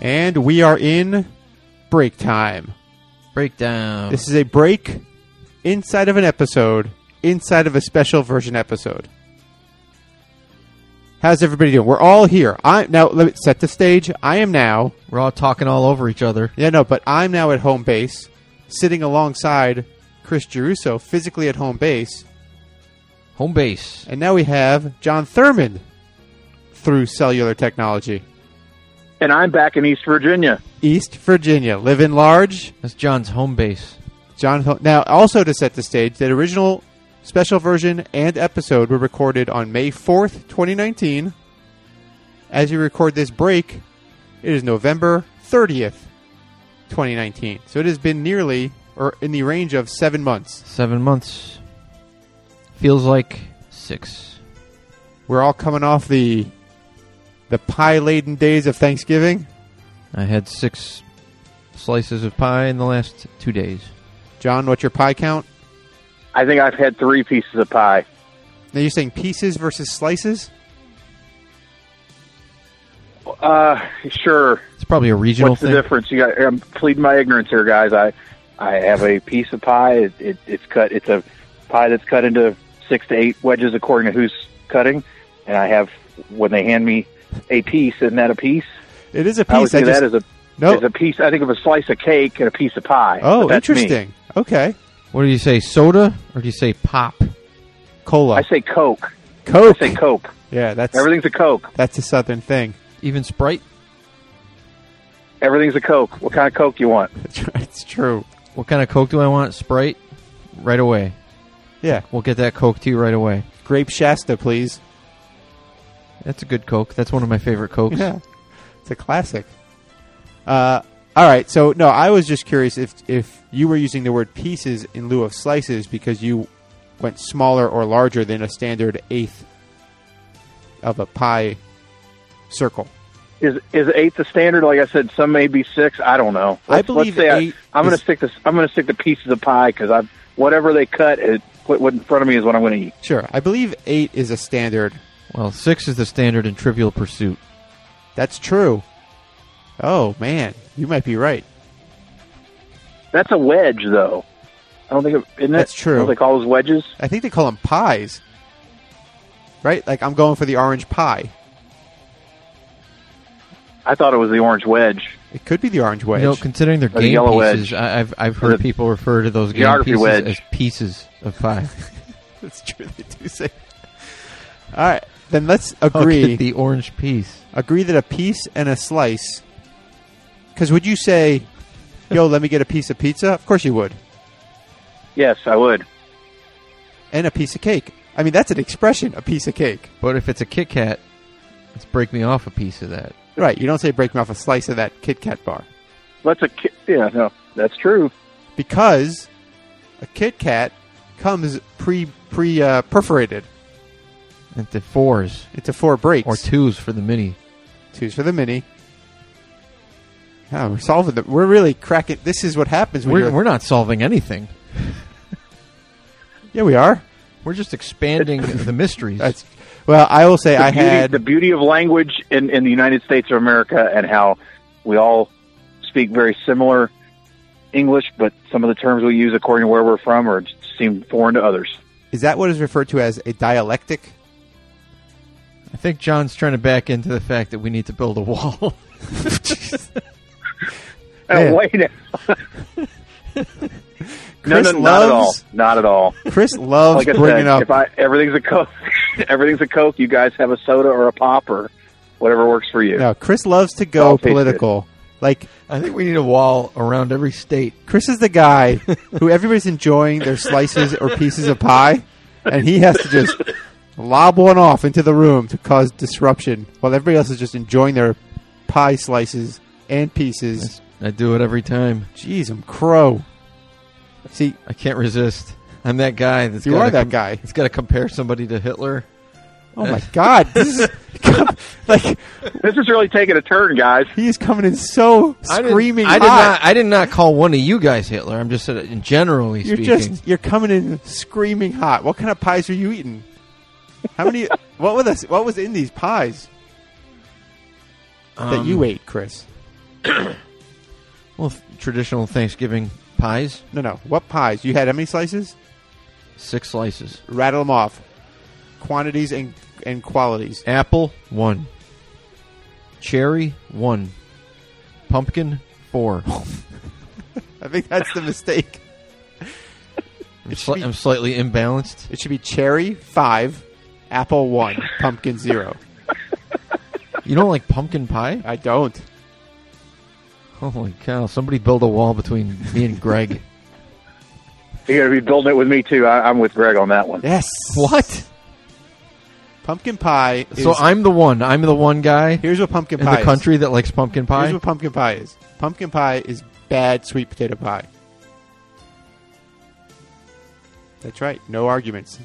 Speaker 3: And we are in break time.
Speaker 4: Uh-huh.
Speaker 7: Breakdown.
Speaker 3: This is a break inside of an episode, inside of a special version episode. How's everybody doing? We're all here. I now let me set the stage. I am now.
Speaker 7: We're all talking all over each other.
Speaker 3: Yeah, no, but I'm now at home base, sitting alongside Chris Geruso, physically at home base,
Speaker 7: Home base.
Speaker 3: and now we have John Thurmond through cellular technology.
Speaker 8: and I'm back in East Virginia.
Speaker 3: East Virginia, living large.
Speaker 7: That's John's home base.
Speaker 3: John Ho- now also to set the stage, that original special version and episode were recorded on May 4th, 2019. As you record this break, it is November 30th, 2019. So it has been nearly or in the range of 7 months.
Speaker 7: Seven months. Feels like six.
Speaker 3: We're all coming off the the pie-laden days of Thanksgiving.
Speaker 7: I had six slices of pie in the last two days.
Speaker 3: John, what's your pie count?
Speaker 8: I think I've had three pieces of pie.
Speaker 3: Now you're saying pieces versus slices?
Speaker 8: Uh, sure.
Speaker 7: It's probably a regional
Speaker 8: What's the
Speaker 7: thing.
Speaker 8: difference? You got. I'm pleading my ignorance here, guys. I, I have a piece of pie. It, it, it's cut. It's a pie that's cut into six to eight wedges, according to who's cutting. And I have when they hand me a piece, isn't that a piece?
Speaker 3: It is a
Speaker 8: I would
Speaker 3: piece.
Speaker 8: see
Speaker 3: I just,
Speaker 8: that as a
Speaker 3: no.
Speaker 8: as a piece. I think of a slice of cake and a piece of pie. But
Speaker 3: oh,
Speaker 8: that's Me.
Speaker 3: interesting. Okay,
Speaker 7: What do you say, soda or do you say pop?
Speaker 3: cola,
Speaker 8: I say Coke.
Speaker 3: Coke.
Speaker 8: I say Coke.
Speaker 3: yeah, that's
Speaker 8: Everything's a Coke.
Speaker 3: that's a southern thing. [LAUGHS]
Speaker 7: Even Sprite?
Speaker 8: Everything's a Coke. What kind of Coke you want?
Speaker 3: it's true.
Speaker 7: What kind of Coke do I want? Sprite? Right away.
Speaker 3: Yeah,
Speaker 7: We'll get that Coke to you right away.
Speaker 3: grape Shasta, please.
Speaker 7: That's a good Coke. That's one of my favorite Cokes.
Speaker 3: Yeah, it's a classic. Uh, all right. So no, I was just curious if if you were using the word pieces in lieu of slices because you went smaller or larger than a standard eighth of a pie circle.
Speaker 8: Is is eight the standard? Like I said, some may be six. I don't know.
Speaker 3: I
Speaker 8: Let's-
Speaker 3: believe
Speaker 8: let's say
Speaker 3: eight
Speaker 8: I, I'm going
Speaker 3: is-
Speaker 8: to stick this. I'm going to stick the pieces of pie because I whatever they cut, it, what, what in front of me is what I'm going to eat.
Speaker 3: Sure, I believe eight is a standard.
Speaker 7: Well, six is the standard in Trivial Pursuit.
Speaker 3: That's true. Oh man, you might be right.
Speaker 8: That's a wedge, though. I don't think it, isn't it?
Speaker 3: That's true.
Speaker 8: Don't they call those wedges?
Speaker 3: I think they call them pies. Right? Like I'm going for the orange pie.
Speaker 8: I thought it was the orange wedge.
Speaker 3: It could be the orange wedge.
Speaker 7: You
Speaker 3: [LAUGHS]
Speaker 7: know, considering they're
Speaker 8: Or the
Speaker 7: game
Speaker 8: yellow
Speaker 7: pieces,
Speaker 8: wedge.
Speaker 7: I, I've I've
Speaker 8: Or
Speaker 7: heard
Speaker 8: the
Speaker 7: people refer to those game
Speaker 8: geography
Speaker 7: pieces
Speaker 8: wedge.
Speaker 7: as pieces
Speaker 8: [LAUGHS]
Speaker 7: of pie. [LAUGHS]
Speaker 3: That's true. They do say. All right, then let's
Speaker 7: I'll
Speaker 3: agree
Speaker 7: get the orange piece.
Speaker 3: agree that a piece and a slice. Because would you say, "Yo, let me get a piece of pizza"? Of course you would,
Speaker 8: Yes, I would.
Speaker 3: and a piece of cake. I mean, that's an expression, a piece of cake,
Speaker 7: But if it's a Kit Kat, let's break me off a piece of that.
Speaker 3: right? You don't say "break me off a slice of that Kit Kat bar"
Speaker 8: Let's a ki- yeah no that's true.
Speaker 3: because a Kit Kat comes pre pre uh, perforated
Speaker 7: Into fours
Speaker 3: into four breaks
Speaker 7: or twos for the mini.
Speaker 3: Two's for the mini. Yeah, we're solving the. We're really cracking. This is what happens when
Speaker 7: We're,
Speaker 3: you're.
Speaker 7: we're not solving anything.
Speaker 3: yeah, we are.
Speaker 7: We're just
Speaker 3: [LAUGHS]
Speaker 7: expanding the mysteries.
Speaker 3: That's. Well, I will say
Speaker 8: The
Speaker 3: I
Speaker 8: beauty,
Speaker 3: had.
Speaker 8: the beauty of language in, in the United States of America and how we all speak very similar English, but some of the terms we use according to where we're from or just seem foreign to others.
Speaker 3: is that what is referred to as a dialectic?
Speaker 7: I think John's trying to back into the fact that we need to build a wall. [LAUGHS]
Speaker 3: Man.
Speaker 8: Oh, Uh, wait.
Speaker 7: [LAUGHS]
Speaker 8: a- no,
Speaker 3: Chris
Speaker 8: no, not at all.
Speaker 3: loves-
Speaker 8: Not at all.
Speaker 3: Chris [LAUGHS] loves
Speaker 8: Like I
Speaker 3: bringing
Speaker 8: said,
Speaker 3: up.
Speaker 8: if I everything's a coke, [LAUGHS] everything's a coke. You guys have a soda or a pop or whatever works for you.
Speaker 3: no, Chris loves to go
Speaker 8: I'll taste it.
Speaker 3: political. Like
Speaker 7: I think we need a wall around every state.
Speaker 3: Chris is the guy who everybody's enjoying their slices or pieces of pie, and he has to just lob one off into the room to cause disruption, while everybody else is just enjoying their pie slices and pieces.
Speaker 7: I do it every time.
Speaker 3: Jeez, I'm crow. See,
Speaker 7: I can't resist. I'm that guy. That's
Speaker 3: You
Speaker 7: gotta
Speaker 3: are that guy.
Speaker 7: It's got to compare somebody to Hitler.
Speaker 3: oh my god, this
Speaker 7: [LAUGHS]
Speaker 3: is like
Speaker 8: This is really taking a turn, guys.
Speaker 3: he is coming in so screaming
Speaker 7: I did,
Speaker 3: hot.
Speaker 7: not. I did not call one of you guys Hitler. I'm just uh, generally
Speaker 3: you're
Speaker 7: speaking.
Speaker 3: just you're coming in screaming hot. What kind of pies are you eating? How many? [LAUGHS] what were the, What was in these pies that
Speaker 7: Um,
Speaker 3: you ate, Chris?
Speaker 7: well, traditional Thanksgiving pies,
Speaker 3: No, no. What pies? You had how many slices?
Speaker 7: six slices.
Speaker 3: Rattle them off. Quantities and and qualities.
Speaker 7: Apple one, cherry one, pumpkin
Speaker 3: [LAUGHS]
Speaker 7: four.
Speaker 3: I think that's the
Speaker 7: [LAUGHS]
Speaker 3: mistake.
Speaker 7: I'm,
Speaker 3: It should
Speaker 7: sli-
Speaker 3: be-
Speaker 7: I'm slightly imbalanced.
Speaker 3: It should be cherry five, apple one, pumpkin zero.
Speaker 7: You don't like pumpkin pie?
Speaker 3: I don't.
Speaker 7: Holy cow! Somebody build a wall between me and
Speaker 3: [LAUGHS]
Speaker 7: Greg.
Speaker 8: You're going to be building it with me too. I, I'm with Greg on that one.
Speaker 3: Yes.
Speaker 7: what?
Speaker 3: Pumpkin pie. Is,
Speaker 7: So I'm the one. I'm the one guy
Speaker 3: here's what pumpkin
Speaker 7: in
Speaker 3: pie
Speaker 7: the country that likes pumpkin
Speaker 3: Is.
Speaker 7: pie.
Speaker 3: Here's what pumpkin pie is. Pumpkin pie is bad sweet potato pie. That's right. No arguments.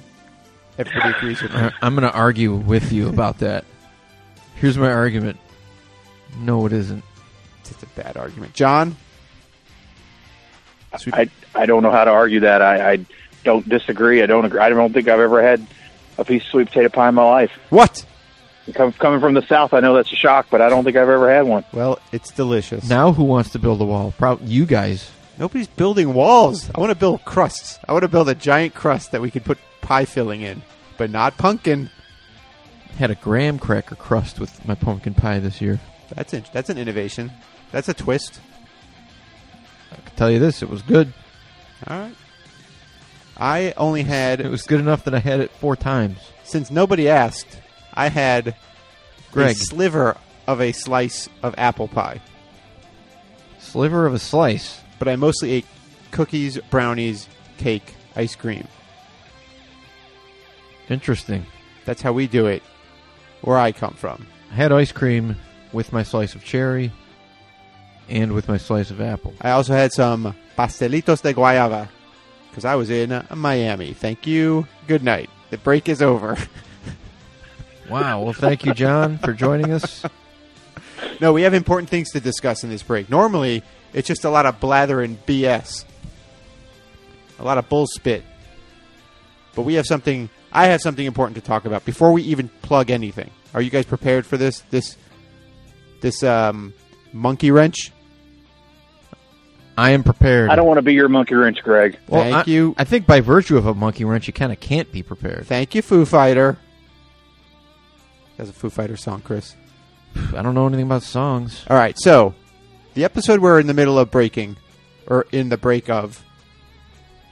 Speaker 3: Everybody agrees with me.
Speaker 7: I- I'm going to argue with you about that. Here's my argument. No, it isn't.
Speaker 3: It's a bad argument. John. Sweet-
Speaker 8: I I don't know how to argue that. I, I don't disagree. I don't agree. I don't think I've ever had a piece of sweet potato pie in my life.
Speaker 3: what?
Speaker 8: Come, coming from the south, I know that's a shock, but I don't think I've ever had one.
Speaker 3: Well, it's delicious.
Speaker 7: Now who wants to build a wall? Probably you guys.
Speaker 3: Nobody's building walls. I want to build crusts. I want to build a giant crust that we could put pie filling in, but not pumpkin.
Speaker 7: Had a graham cracker crust with my pumpkin pie this year.
Speaker 3: That's in- that's an innovation. That's a twist.
Speaker 7: I can tell you this, it was good.
Speaker 3: All right. I only
Speaker 7: It
Speaker 3: had
Speaker 7: was good enough that I had it four times.
Speaker 3: since nobody asked. I had a
Speaker 7: Greg,
Speaker 3: sliver of a slice of apple pie,
Speaker 7: sliver of a slice.
Speaker 3: but I mostly ate cookies, brownies, cake, ice cream.
Speaker 7: Interesting.
Speaker 3: That's how we do it where I come from.
Speaker 7: I had ice cream with my slice of cherry and with my slice of apple.
Speaker 3: I also had some pastelitos de guayaba because I was in Miami. Thank you. Good night. The break is over. [LAUGHS]
Speaker 7: Wow. Well, thank you, John, for joining us.
Speaker 3: no, we have important things to discuss in this break. Normally, it's just a lot of blather and BS, a lot of bull spit. But we have something. I have something important to talk about before we even plug anything. Are you guys prepared for this? This this um, monkey wrench.
Speaker 7: I am prepared.
Speaker 8: I don't want to be your monkey wrench, Greg.
Speaker 7: Well,
Speaker 3: Thank
Speaker 7: I-
Speaker 3: you.
Speaker 7: I think by virtue of a monkey wrench, you kind of can't be prepared.
Speaker 3: Thank you, Foo Fighter. That's a Foo Fighter song, Chris.
Speaker 7: I don't know anything about songs.
Speaker 3: All right, so the episode we're in the middle of breaking, or in the break of,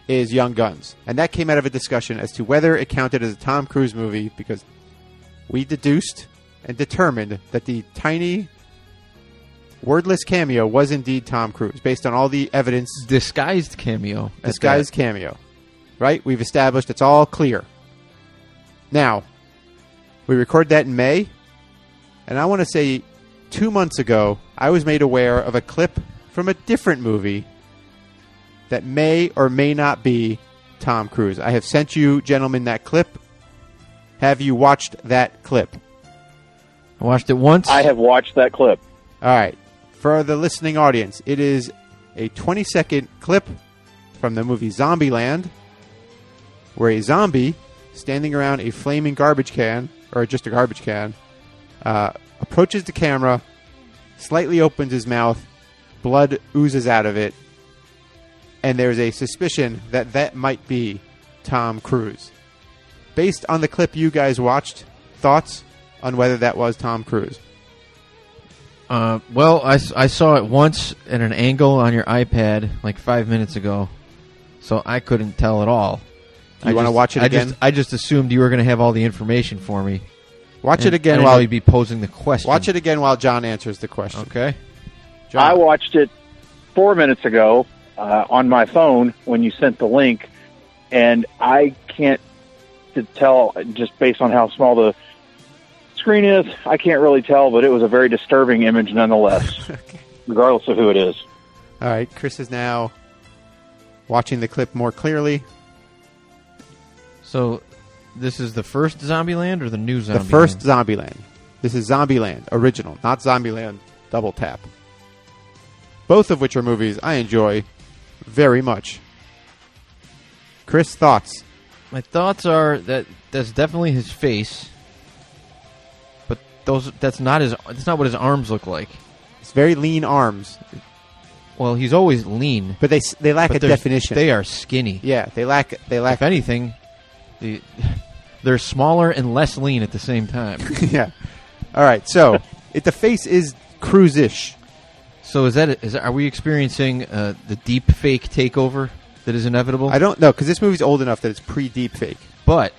Speaker 3: is Young Guns. And that came out of a discussion as to whether it counted as a Tom Cruise movie because we deduced and determined that the tiny, wordless cameo was indeed Tom Cruise based on all the evidence,
Speaker 7: Disguised cameo. at
Speaker 3: disguised cameo. Right? We've established it's all clear. Now, we record that in May, and I want to say two months ago, I was made aware of a clip from a different movie that may or may not be Tom Cruise. I have sent you, gentlemen, that clip. Have you watched that clip?
Speaker 7: that. I watched it once.
Speaker 8: I have watched that clip.
Speaker 3: All right. For the listening audience, it is a 20 second clip from the movie Zombieland where a zombie standing around a flaming garbage can, or just a garbage can, uh, approaches the camera, slightly opens his mouth, blood oozes out of it, and there's a suspicion that that might be Tom Cruise. Based on the clip you guys watched, thoughts on whether that was Tom Cruise?
Speaker 7: Uh, well, I, s- I saw it once at an angle on your iPad like five minutes ago, so I couldn't tell at all.
Speaker 3: Do you
Speaker 7: I
Speaker 3: wanna
Speaker 7: just-
Speaker 3: watch it
Speaker 7: I
Speaker 3: again?
Speaker 7: Just, I just assumed you were going to have all the information for me.
Speaker 3: Watch
Speaker 7: And
Speaker 3: it
Speaker 7: I
Speaker 3: again
Speaker 7: didn't
Speaker 3: while
Speaker 7: know you'd be posing the question.
Speaker 3: Watch it again while John answers the question.
Speaker 7: Okay.
Speaker 3: John,
Speaker 8: I watched it four minutes ago uh, on my phone when you sent the link, and I can't to tell just based on how small the screen is. I can't really tell, but it was a very disturbing image nonetheless, regardless of who it is.
Speaker 3: All right, Chris is now watching the clip more clearly.
Speaker 7: [LAUGHS] So, this is the first Zombieland or the new Zombieland?
Speaker 3: the first Zombieland. This is Zombieland original, not Zombieland Double Tap. Both of which are movies I enjoy very much. Chris, thoughts?
Speaker 7: My thoughts are that that's definitely his face, but those that's not his. That's not what his arms look like.
Speaker 3: It's very lean arms,
Speaker 7: Well, he's always lean.
Speaker 3: but they s- they lack
Speaker 7: but
Speaker 3: a
Speaker 7: they're-
Speaker 3: definition.
Speaker 7: They are skinny.
Speaker 3: yeah, they lack they lack
Speaker 7: If anything, the, they're smaller and less lean at the
Speaker 3: [LAUGHS]
Speaker 7: same time.
Speaker 3: yeah. All right, [LAUGHS] so it, the face is cruise-ish.
Speaker 7: so is that is are we experiencing uh, the deep fake takeover that is inevitable?
Speaker 3: I don't know because this movie's old enough that it's pre-deep fake.
Speaker 7: but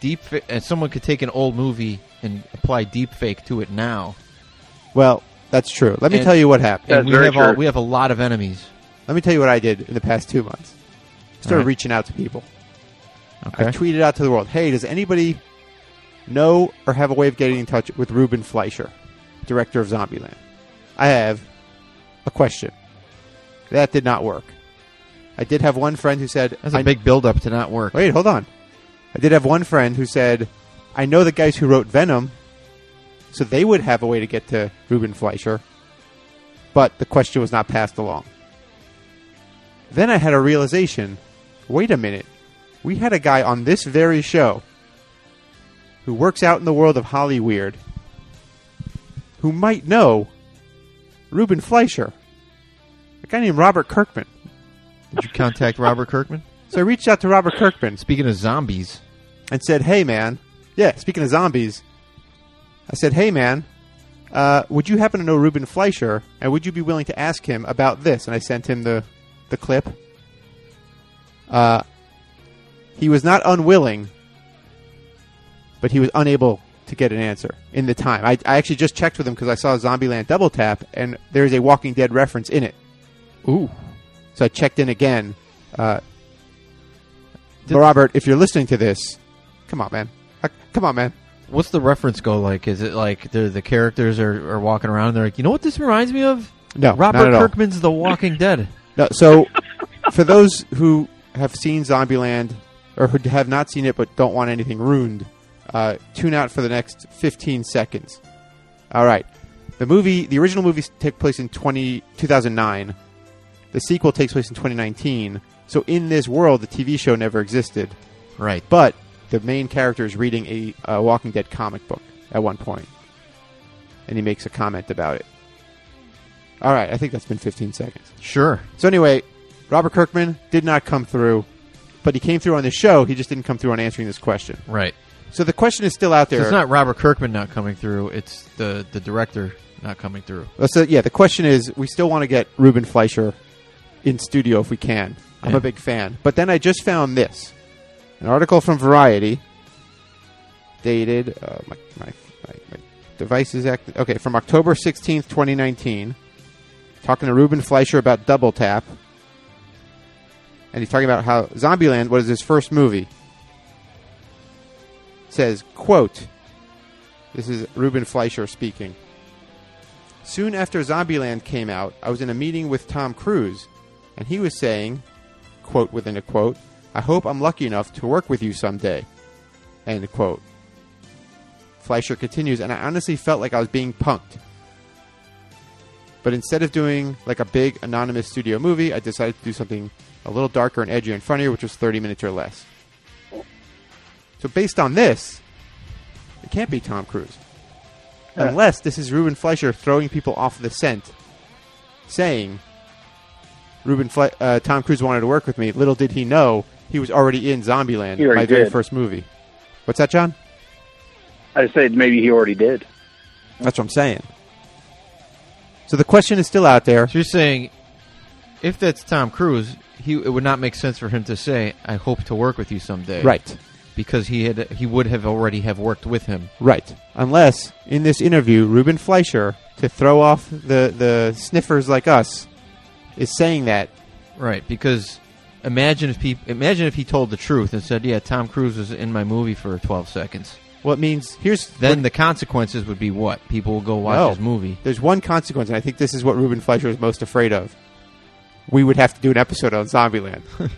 Speaker 7: deep fa- and someone could take an old movie and apply deep fake to it now.
Speaker 3: Well, that's true. Let me
Speaker 7: And-
Speaker 3: tell you what happened.
Speaker 7: And we
Speaker 8: very
Speaker 7: have all,
Speaker 8: true.
Speaker 7: we have a lot of enemies.
Speaker 3: Let me tell you what I did in the past two months. Started
Speaker 7: All right.
Speaker 3: reaching out to people.
Speaker 7: Okay.
Speaker 3: I tweeted out to the world, "Hey, does anybody know or have a way of getting in touch with Ruben Fleischer, director of Zombieland? I have a question." That did not work. I did have one friend who said,
Speaker 7: That's a
Speaker 3: I-
Speaker 7: big buildup to not work.
Speaker 3: Wait, hold on. I did have one friend who said, I know the guys who wrote Venom, so they would have a way to get to Ruben Fleischer, but the question was not passed along. Then I had a realization wait a minute. We had a guy on this very show who works out in the world of Holly Weird, who might know Ruben Fleischer, a guy named Robert Kirkman.
Speaker 7: Did you contact Robert Kirkman?
Speaker 3: So I reached out to Robert Kirkman
Speaker 7: Speaking of zombies,
Speaker 3: and said, "Hey, man, yeah." Speaking of zombies, I said, "Hey, man, uh, would you happen to know Ruben Fleischer, and would you be willing to ask him about this?" And I sent him the the clip. Uh, he was not unwilling, but he was unable to get an answer in the time. I, I actually just checked with him because I saw Zombieland Double Tap, and there is a Walking Dead reference in it.
Speaker 7: ooh,
Speaker 3: So I checked in again. Uh, Robert, if you're listening to this, come on, man. Uh, come on, man.
Speaker 7: what's the reference go like? Is it like the the characters are, are walking around and they're like, you know what this reminds me of?
Speaker 3: No,
Speaker 7: Robert
Speaker 3: not at all.
Speaker 7: Kirkman's The Walking Dead.
Speaker 3: No, so, [LAUGHS] for those who have seen Zombieland or who have not seen it but don't want anything ruined, uh, tune out for the next 15 seconds. All right. The movie, the original movie, took place in 20, 2009. The sequel takes place in 2019. So, in this world, the TV show never existed.
Speaker 7: [LAUGHS] Right.
Speaker 3: but the main character is reading a, uh Walking Dead comic book at one point, and he makes a comment about it. All right, I think that's been 15 seconds.
Speaker 7: Sure.
Speaker 3: So anyway, Robert Kirkman did not come through, but he came through on the show. He just didn't come through on answering this question.
Speaker 7: Right.
Speaker 3: So the question is still out
Speaker 7: So
Speaker 3: there.
Speaker 7: it's not Robert Kirkman not coming through. It's the the director not coming through.
Speaker 3: Uh, So yeah, the question is, we still want to get Ruben Fleischer in studio if we can. I'm
Speaker 7: Yeah.
Speaker 3: a big fan. But then I just found this, an article from Variety, dated uh, my, my my my device is act- okay from October 16th, 2019, talking to Ruben Fleischer about Double Tap, and he's talking about how Zombieland was his first movie. Says quote. This is Ruben Fleischer speaking. Soon after Zombieland came out, I was in a meeting with Tom Cruise, and he was saying, quote within a quote, I hope I'm lucky enough to work with you someday, end quote. Fleischer continues, and I honestly felt like I was being punked. But instead of doing like a big anonymous studio movie, I decided to do something a little darker and edgier and funnier, which was 30 minutes or less. So based on this, it can't be Tom Cruise. Unless this is Ruben Fleischer throwing people off the scent, saying, Ruben Fle- uh, Tom Cruise wanted to work with me. Little did he know he was already in Zombieland,
Speaker 8: He already
Speaker 3: my very
Speaker 8: did.
Speaker 3: first movie. What's that, John?
Speaker 8: I said maybe he already did.
Speaker 3: That's what I'm saying. So the question is still out there.
Speaker 7: So you're saying if that's Tom Cruise, he it would not make sense for him to say, "I hope to work with you someday."
Speaker 3: Right.
Speaker 7: Because he had he would have already have worked with him.
Speaker 3: Right. Unless in this interview, Ruben Fleischer, to throw off the, the sniffers like us, is saying that.
Speaker 7: Right. Because imagine if he imagine if he told the truth and said, "Yeah, Tom Cruise was in my movie for 12 seconds."
Speaker 3: Well, it means here's
Speaker 7: Then the consequences would be what? People will go watch
Speaker 3: No.
Speaker 7: his movie.
Speaker 3: There's one consequence, and I think this is what Ruben Fleischer is most afraid of. We would have to do an episode on Zombieland. [LAUGHS]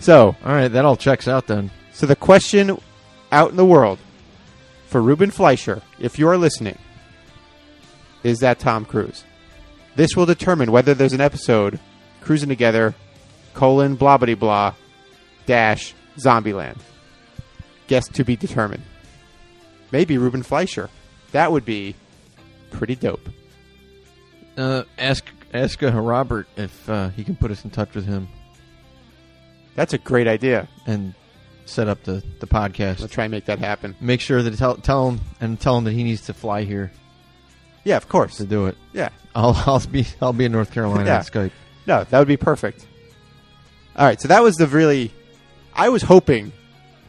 Speaker 3: so,
Speaker 7: All right, that all checks out then.
Speaker 3: so the question out in the world for Ruben Fleischer, if you are listening, is that Tom Cruise? This will determine whether there's an episode cruising together, colon blah blah blah, dash Zombieland. Guess to be determined. Maybe Ruben Fleischer. That would be pretty dope.
Speaker 7: Uh, ask ask uh, Robert if uh, he can put us in touch with him
Speaker 3: That's a great idea.
Speaker 7: and set up the the
Speaker 3: Let's
Speaker 7: podcast.
Speaker 3: try and make that happen.
Speaker 7: Make sure that tell tell him and tell him that he needs to fly here
Speaker 3: Yeah, of course.
Speaker 7: to do it.
Speaker 3: Yeah.
Speaker 7: I'll [LAUGHS] I'll be I'll be in North Carolina
Speaker 3: Yeah.
Speaker 7: on Skype.
Speaker 3: No, that would be perfect. All right, so that was the really. I was hoping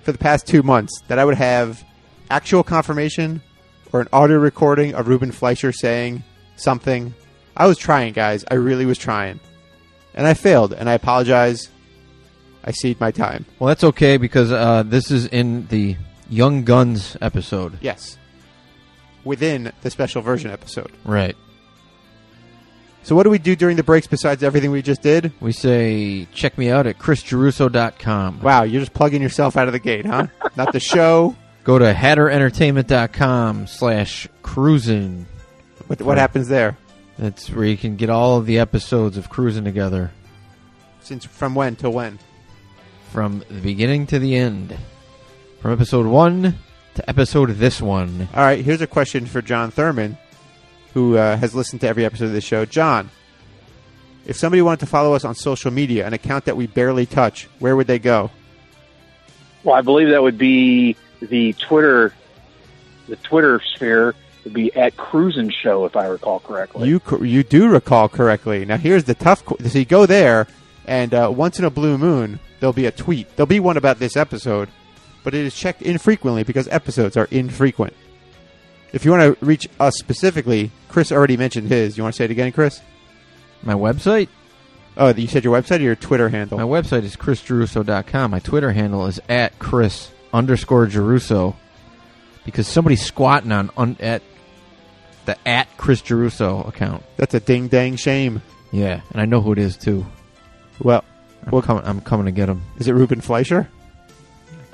Speaker 3: for the past two months that I would have actual confirmation or an audio recording of Ruben Fleischer saying something. I was trying, guys. I really was trying. And I failed, and I apologize. I cede my time.
Speaker 7: Well, that's okay because uh, this is in the Young Guns episode,
Speaker 3: Yes. Within the special version episode.
Speaker 7: right?
Speaker 3: So, what do we do during the breaks besides everything we just did?
Speaker 7: We say check me out at chrisjeruso.com.
Speaker 3: Wow, you're just plugging yourself out of the gate, huh? Not the show.
Speaker 7: Go to hatterentertainment.com slash cruisin.
Speaker 3: What, what happens there?
Speaker 7: That's where you can get all of the episodes of Cruising Together
Speaker 3: Since from when till when?
Speaker 7: from the beginning to the end. From episode one to episode this one.
Speaker 3: All right, here's a question for John Thurman, who uh, has listened to every episode of this show. John, if somebody wanted to follow us on social media, an account that we barely touch, where would they go?
Speaker 8: Well, I believe that would be the Twitter, the Twitter sphere would be at Cruisin' Show, if I recall correctly.
Speaker 3: You cor- you do recall correctly. Now here's the tough. Qu- so you go there, and uh, once in a blue moon, there'll be a tweet. There'll be one about this episode, but it is checked infrequently because episodes are infrequent. If you want to reach us specifically, Chris already mentioned his. You want to say it again, Chris?
Speaker 7: My website?
Speaker 3: Oh, you said your website or your Twitter handle?
Speaker 7: My website is chrisgeruso.com. My Twitter handle is at chris underscore geruso because somebody's squatting on un- at the at chris geruso account.
Speaker 3: That's a ding dang shame.
Speaker 7: Yeah, and I know who it is too.
Speaker 3: Well,
Speaker 7: I'm
Speaker 3: Well-
Speaker 7: coming. I'm coming to get him.
Speaker 3: is it Ruben Fleischer?
Speaker 7: [LAUGHS]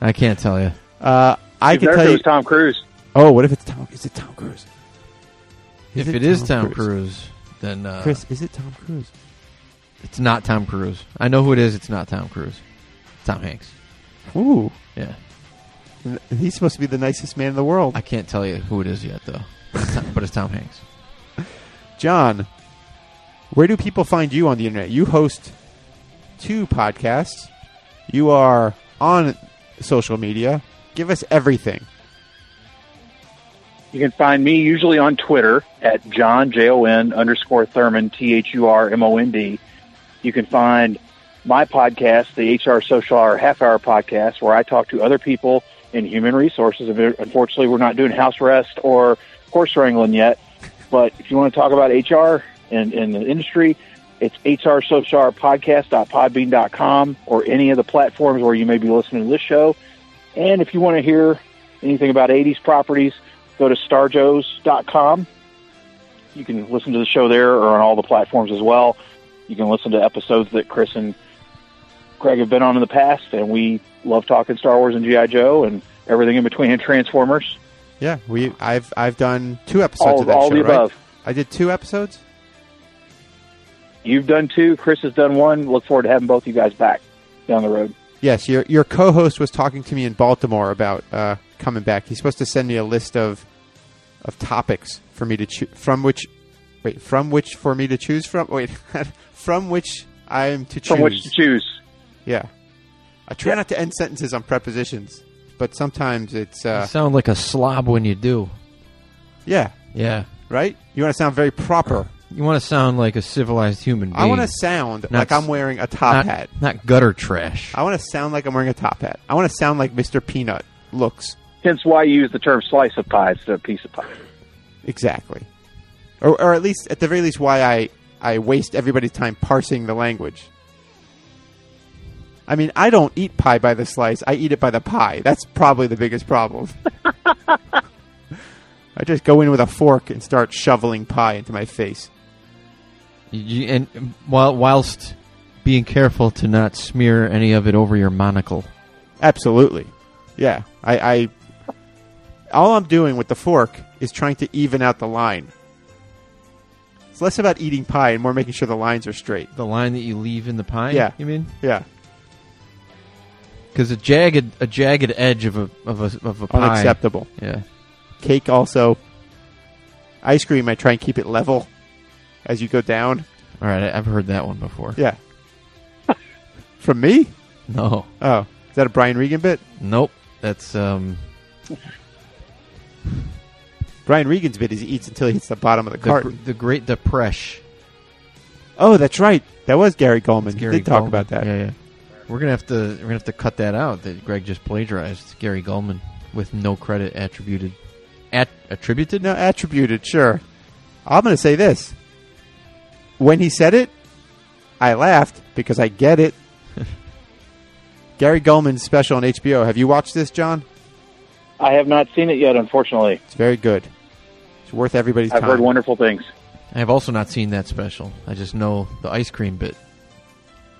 Speaker 7: I can't tell you.
Speaker 3: Uh, I
Speaker 8: If
Speaker 3: can
Speaker 8: there
Speaker 3: tell
Speaker 8: goes
Speaker 3: you.
Speaker 8: Tom Cruise.
Speaker 3: Oh, what if it's Tom? Is it Tom Cruise?
Speaker 7: if it is Tom Cruise, then uh,
Speaker 3: Chris, is it Tom Cruise?
Speaker 7: it's not Tom Cruise. I know who it is. It's not Tom Cruise. It's Tom Hanks.
Speaker 3: Ooh,
Speaker 7: Yeah,
Speaker 3: and he's supposed to be the nicest man in the world.
Speaker 7: I can't tell you who it is yet though. But it's Tom, but it's Tom Hanks.
Speaker 3: John, where do people find you on the internet? You host two podcasts. You are on social media. Give us everything.
Speaker 8: You can find me usually on Twitter at John J O N underscore Thurman T H U R M O N D. You can find my podcast, the HR Social Hour Half Hour Podcast, where I talk to other people in human resources. Unfortunately, we're not doing house arrest or horse wrangling yet. But if you want to talk about HR and, and the industry, it's HR Social Hour Podcast.podbean.com or any of the platforms where you may be listening to this show. And if you want to hear anything about 80s properties, go to starjoes.com. You can listen to the show there or on all the platforms as well. You can listen to episodes that Chris and Greg have been on in the past, and we love talking Star Wars and G.I. Joe and everything in between and Transformers.
Speaker 3: Yeah, we. I've I've done two episodes
Speaker 8: all
Speaker 3: of that
Speaker 8: all
Speaker 3: show.
Speaker 8: the
Speaker 3: right?
Speaker 8: above.
Speaker 3: I did two episodes.
Speaker 8: You've done two, Chris has done one. Look forward to having both you guys back down the road.
Speaker 3: Yes, your your co-host was talking to me in Baltimore about uh, coming back. He's supposed to send me a list of of topics for me to choo- from which wait from which for me to choose from [LAUGHS] wait from which I am to choose
Speaker 8: From which to choose.
Speaker 3: Yeah. I try not to end sentences on prepositions, but sometimes it's
Speaker 7: you
Speaker 3: uh,
Speaker 7: sound like a slob when you do.
Speaker 3: yeah,
Speaker 7: Yeah,
Speaker 3: right. You want to sound very proper.
Speaker 7: you want to sound like a civilized human being.
Speaker 3: I want to sound like
Speaker 7: s-
Speaker 3: I'm wearing a top
Speaker 7: not,
Speaker 3: hat.
Speaker 7: not gutter trash.
Speaker 3: I want to sound like I'm wearing a top hat. I want to sound like Mr. Peanut looks
Speaker 8: Hence why you use the term slice of pie instead of piece of pie.
Speaker 3: exactly, or or at least at the very least why I I waste everybody's time parsing the language. I mean, I don't eat pie by the slice. I eat it by the pie. That's probably the
Speaker 8: [LAUGHS]
Speaker 3: biggest problem. I just go in with a fork and start shoveling pie into my face.
Speaker 7: You, and while whilst being careful to not smear any of it over your monocle.
Speaker 3: Absolutely. Yeah. I, I all I'm doing with the fork is trying to even out the line. It's less about eating pie and more making sure the lines are straight.
Speaker 7: The line that you leave in the pie.
Speaker 3: Yeah.
Speaker 7: you mean
Speaker 3: Yeah.
Speaker 7: because a jagged a jagged edge of a of a of a pie.
Speaker 3: Unacceptable.
Speaker 7: Yeah,
Speaker 3: Cake also. Ice cream I try and keep it level as you go down.
Speaker 7: all right. I, I've heard that one before. [LAUGHS]
Speaker 3: Yeah. From me?
Speaker 7: No,
Speaker 3: Oh. Is that a Brian Regan bit?
Speaker 7: nope. That's um
Speaker 3: Brian Regan's bit is he eats until he hits the bottom of the
Speaker 7: the,
Speaker 3: carton.
Speaker 7: gr- the Great Depression.
Speaker 3: oh, that's right. That was Gary Goldman. He
Speaker 7: It's Gary
Speaker 3: did talk
Speaker 7: Goldman.
Speaker 3: about that.
Speaker 7: Yeah, yeah. We're gonna have to we're gonna have to cut that out. That Greg just plagiarized Gary Goldman with no credit attributed. At attributed?
Speaker 3: No, attributed, sure. I'm going to say this. When he said it, I laughed because I get
Speaker 7: [LAUGHS]
Speaker 3: it. Gary Goldman's special on HBO. Have you watched this, John?
Speaker 8: I have not seen it yet, unfortunately.
Speaker 3: It's very good. It's worth everybody's
Speaker 8: I've
Speaker 3: time.
Speaker 8: heard wonderful things.
Speaker 7: I have also not seen that special. I just know the ice cream bit.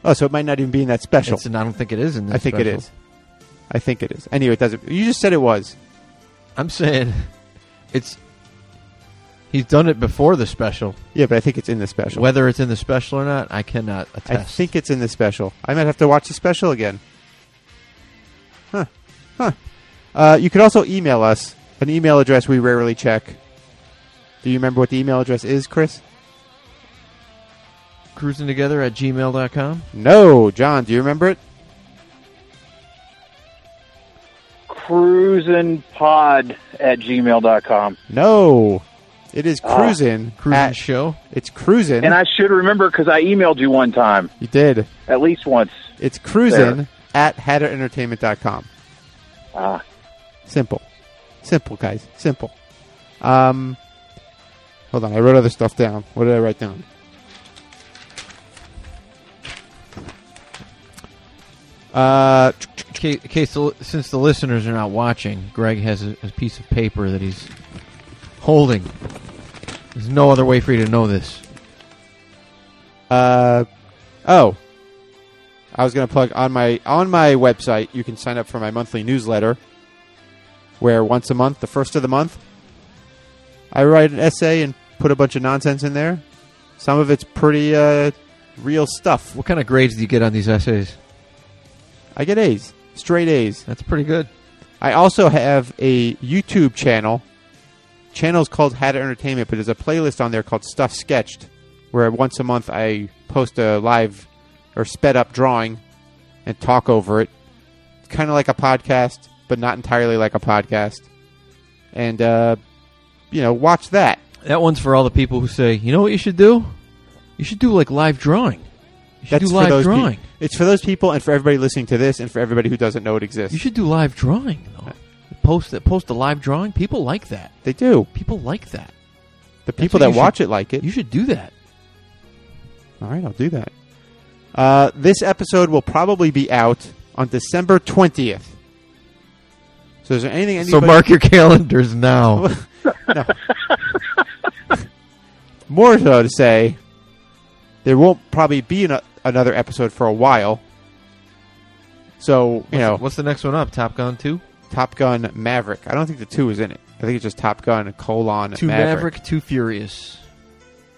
Speaker 3: Oh, so it might not even be in that special.
Speaker 7: It's, and I don't think it is in this
Speaker 3: I think it
Speaker 7: special.
Speaker 3: is. I think it is. Anyway, it doesn't. You just said it was.
Speaker 7: I'm saying [LAUGHS] it's. He's done it before the special.
Speaker 3: Yeah, but I think it's in the special.
Speaker 7: Whether it's in the special or not, I cannot attest.
Speaker 3: I think it's in the special. I might have to watch the special again. Uh, you could also email us, an email address we rarely check. Do you remember what the email address is, Chris?
Speaker 7: Cruising together at gmail.com.
Speaker 3: No. John, do you remember it?
Speaker 4: Cruisinpod at gmail.com.
Speaker 3: No. It is
Speaker 4: Ah.
Speaker 3: cruisin.
Speaker 7: Cruising
Speaker 3: at-
Speaker 7: show.
Speaker 3: it's cruisin.
Speaker 4: And I should remember because I emailed you one time,
Speaker 3: you did.
Speaker 4: at least once.
Speaker 3: It's cruisin at hatterentertainment.com.
Speaker 4: Ah,
Speaker 3: Simple. Simple, guys. Simple. Um, hold on. I wrote other stuff down. What did I write down? Uh,
Speaker 7: Okay, okay so li- since the listeners are not watching, Greg has a, a piece of paper that he's holding. There's no other way for you to know this.
Speaker 3: Uh, oh, I was going to plug on my on my website. You can sign up for my monthly newsletter, where once a month, the first of the month, I write an essay and put a bunch of nonsense in there. Some of it's pretty uh, real stuff.
Speaker 7: What kind of grades do you get on these essays?
Speaker 3: I get A's, straight A's.
Speaker 7: That's pretty good.
Speaker 3: I also have a YouTube channel. Channel's called Hatter Entertainment, but there's a playlist on there called Stuff Sketched, where once a month I post a live or sped up drawing and talk over it. It's kind of like a podcast, but not entirely like a podcast. And, uh, you know, watch that.
Speaker 7: That one's for all the people who say, you know what you should do? You should do like live drawing. You should
Speaker 3: That's
Speaker 7: do
Speaker 3: for
Speaker 7: live
Speaker 3: those peo-
Speaker 7: drawing.
Speaker 3: It's for those people and for everybody listening to this and for everybody who doesn't know it exists.
Speaker 7: You should do live drawing though. Post that post a live drawing. People like that.
Speaker 3: they do.
Speaker 7: People like that.
Speaker 3: The people
Speaker 7: what
Speaker 3: that
Speaker 7: you
Speaker 3: watch
Speaker 7: should-
Speaker 3: it like it.
Speaker 7: You should do that.
Speaker 3: All right, I'll do that. Uh, this episode will probably be out on December 20th. So is there anything anybody...
Speaker 7: So mark your
Speaker 3: [LAUGHS]
Speaker 7: calendars now.
Speaker 3: More so to say, there won't probably be an, another episode for a while. So, you know,
Speaker 7: What's the next one up? Top Gun 2?
Speaker 3: Top Gun Maverick. I don't think the 2 is in it. I think it's just Top Gun colon
Speaker 7: Two
Speaker 3: Maverick.
Speaker 7: Maverick, Two Furious.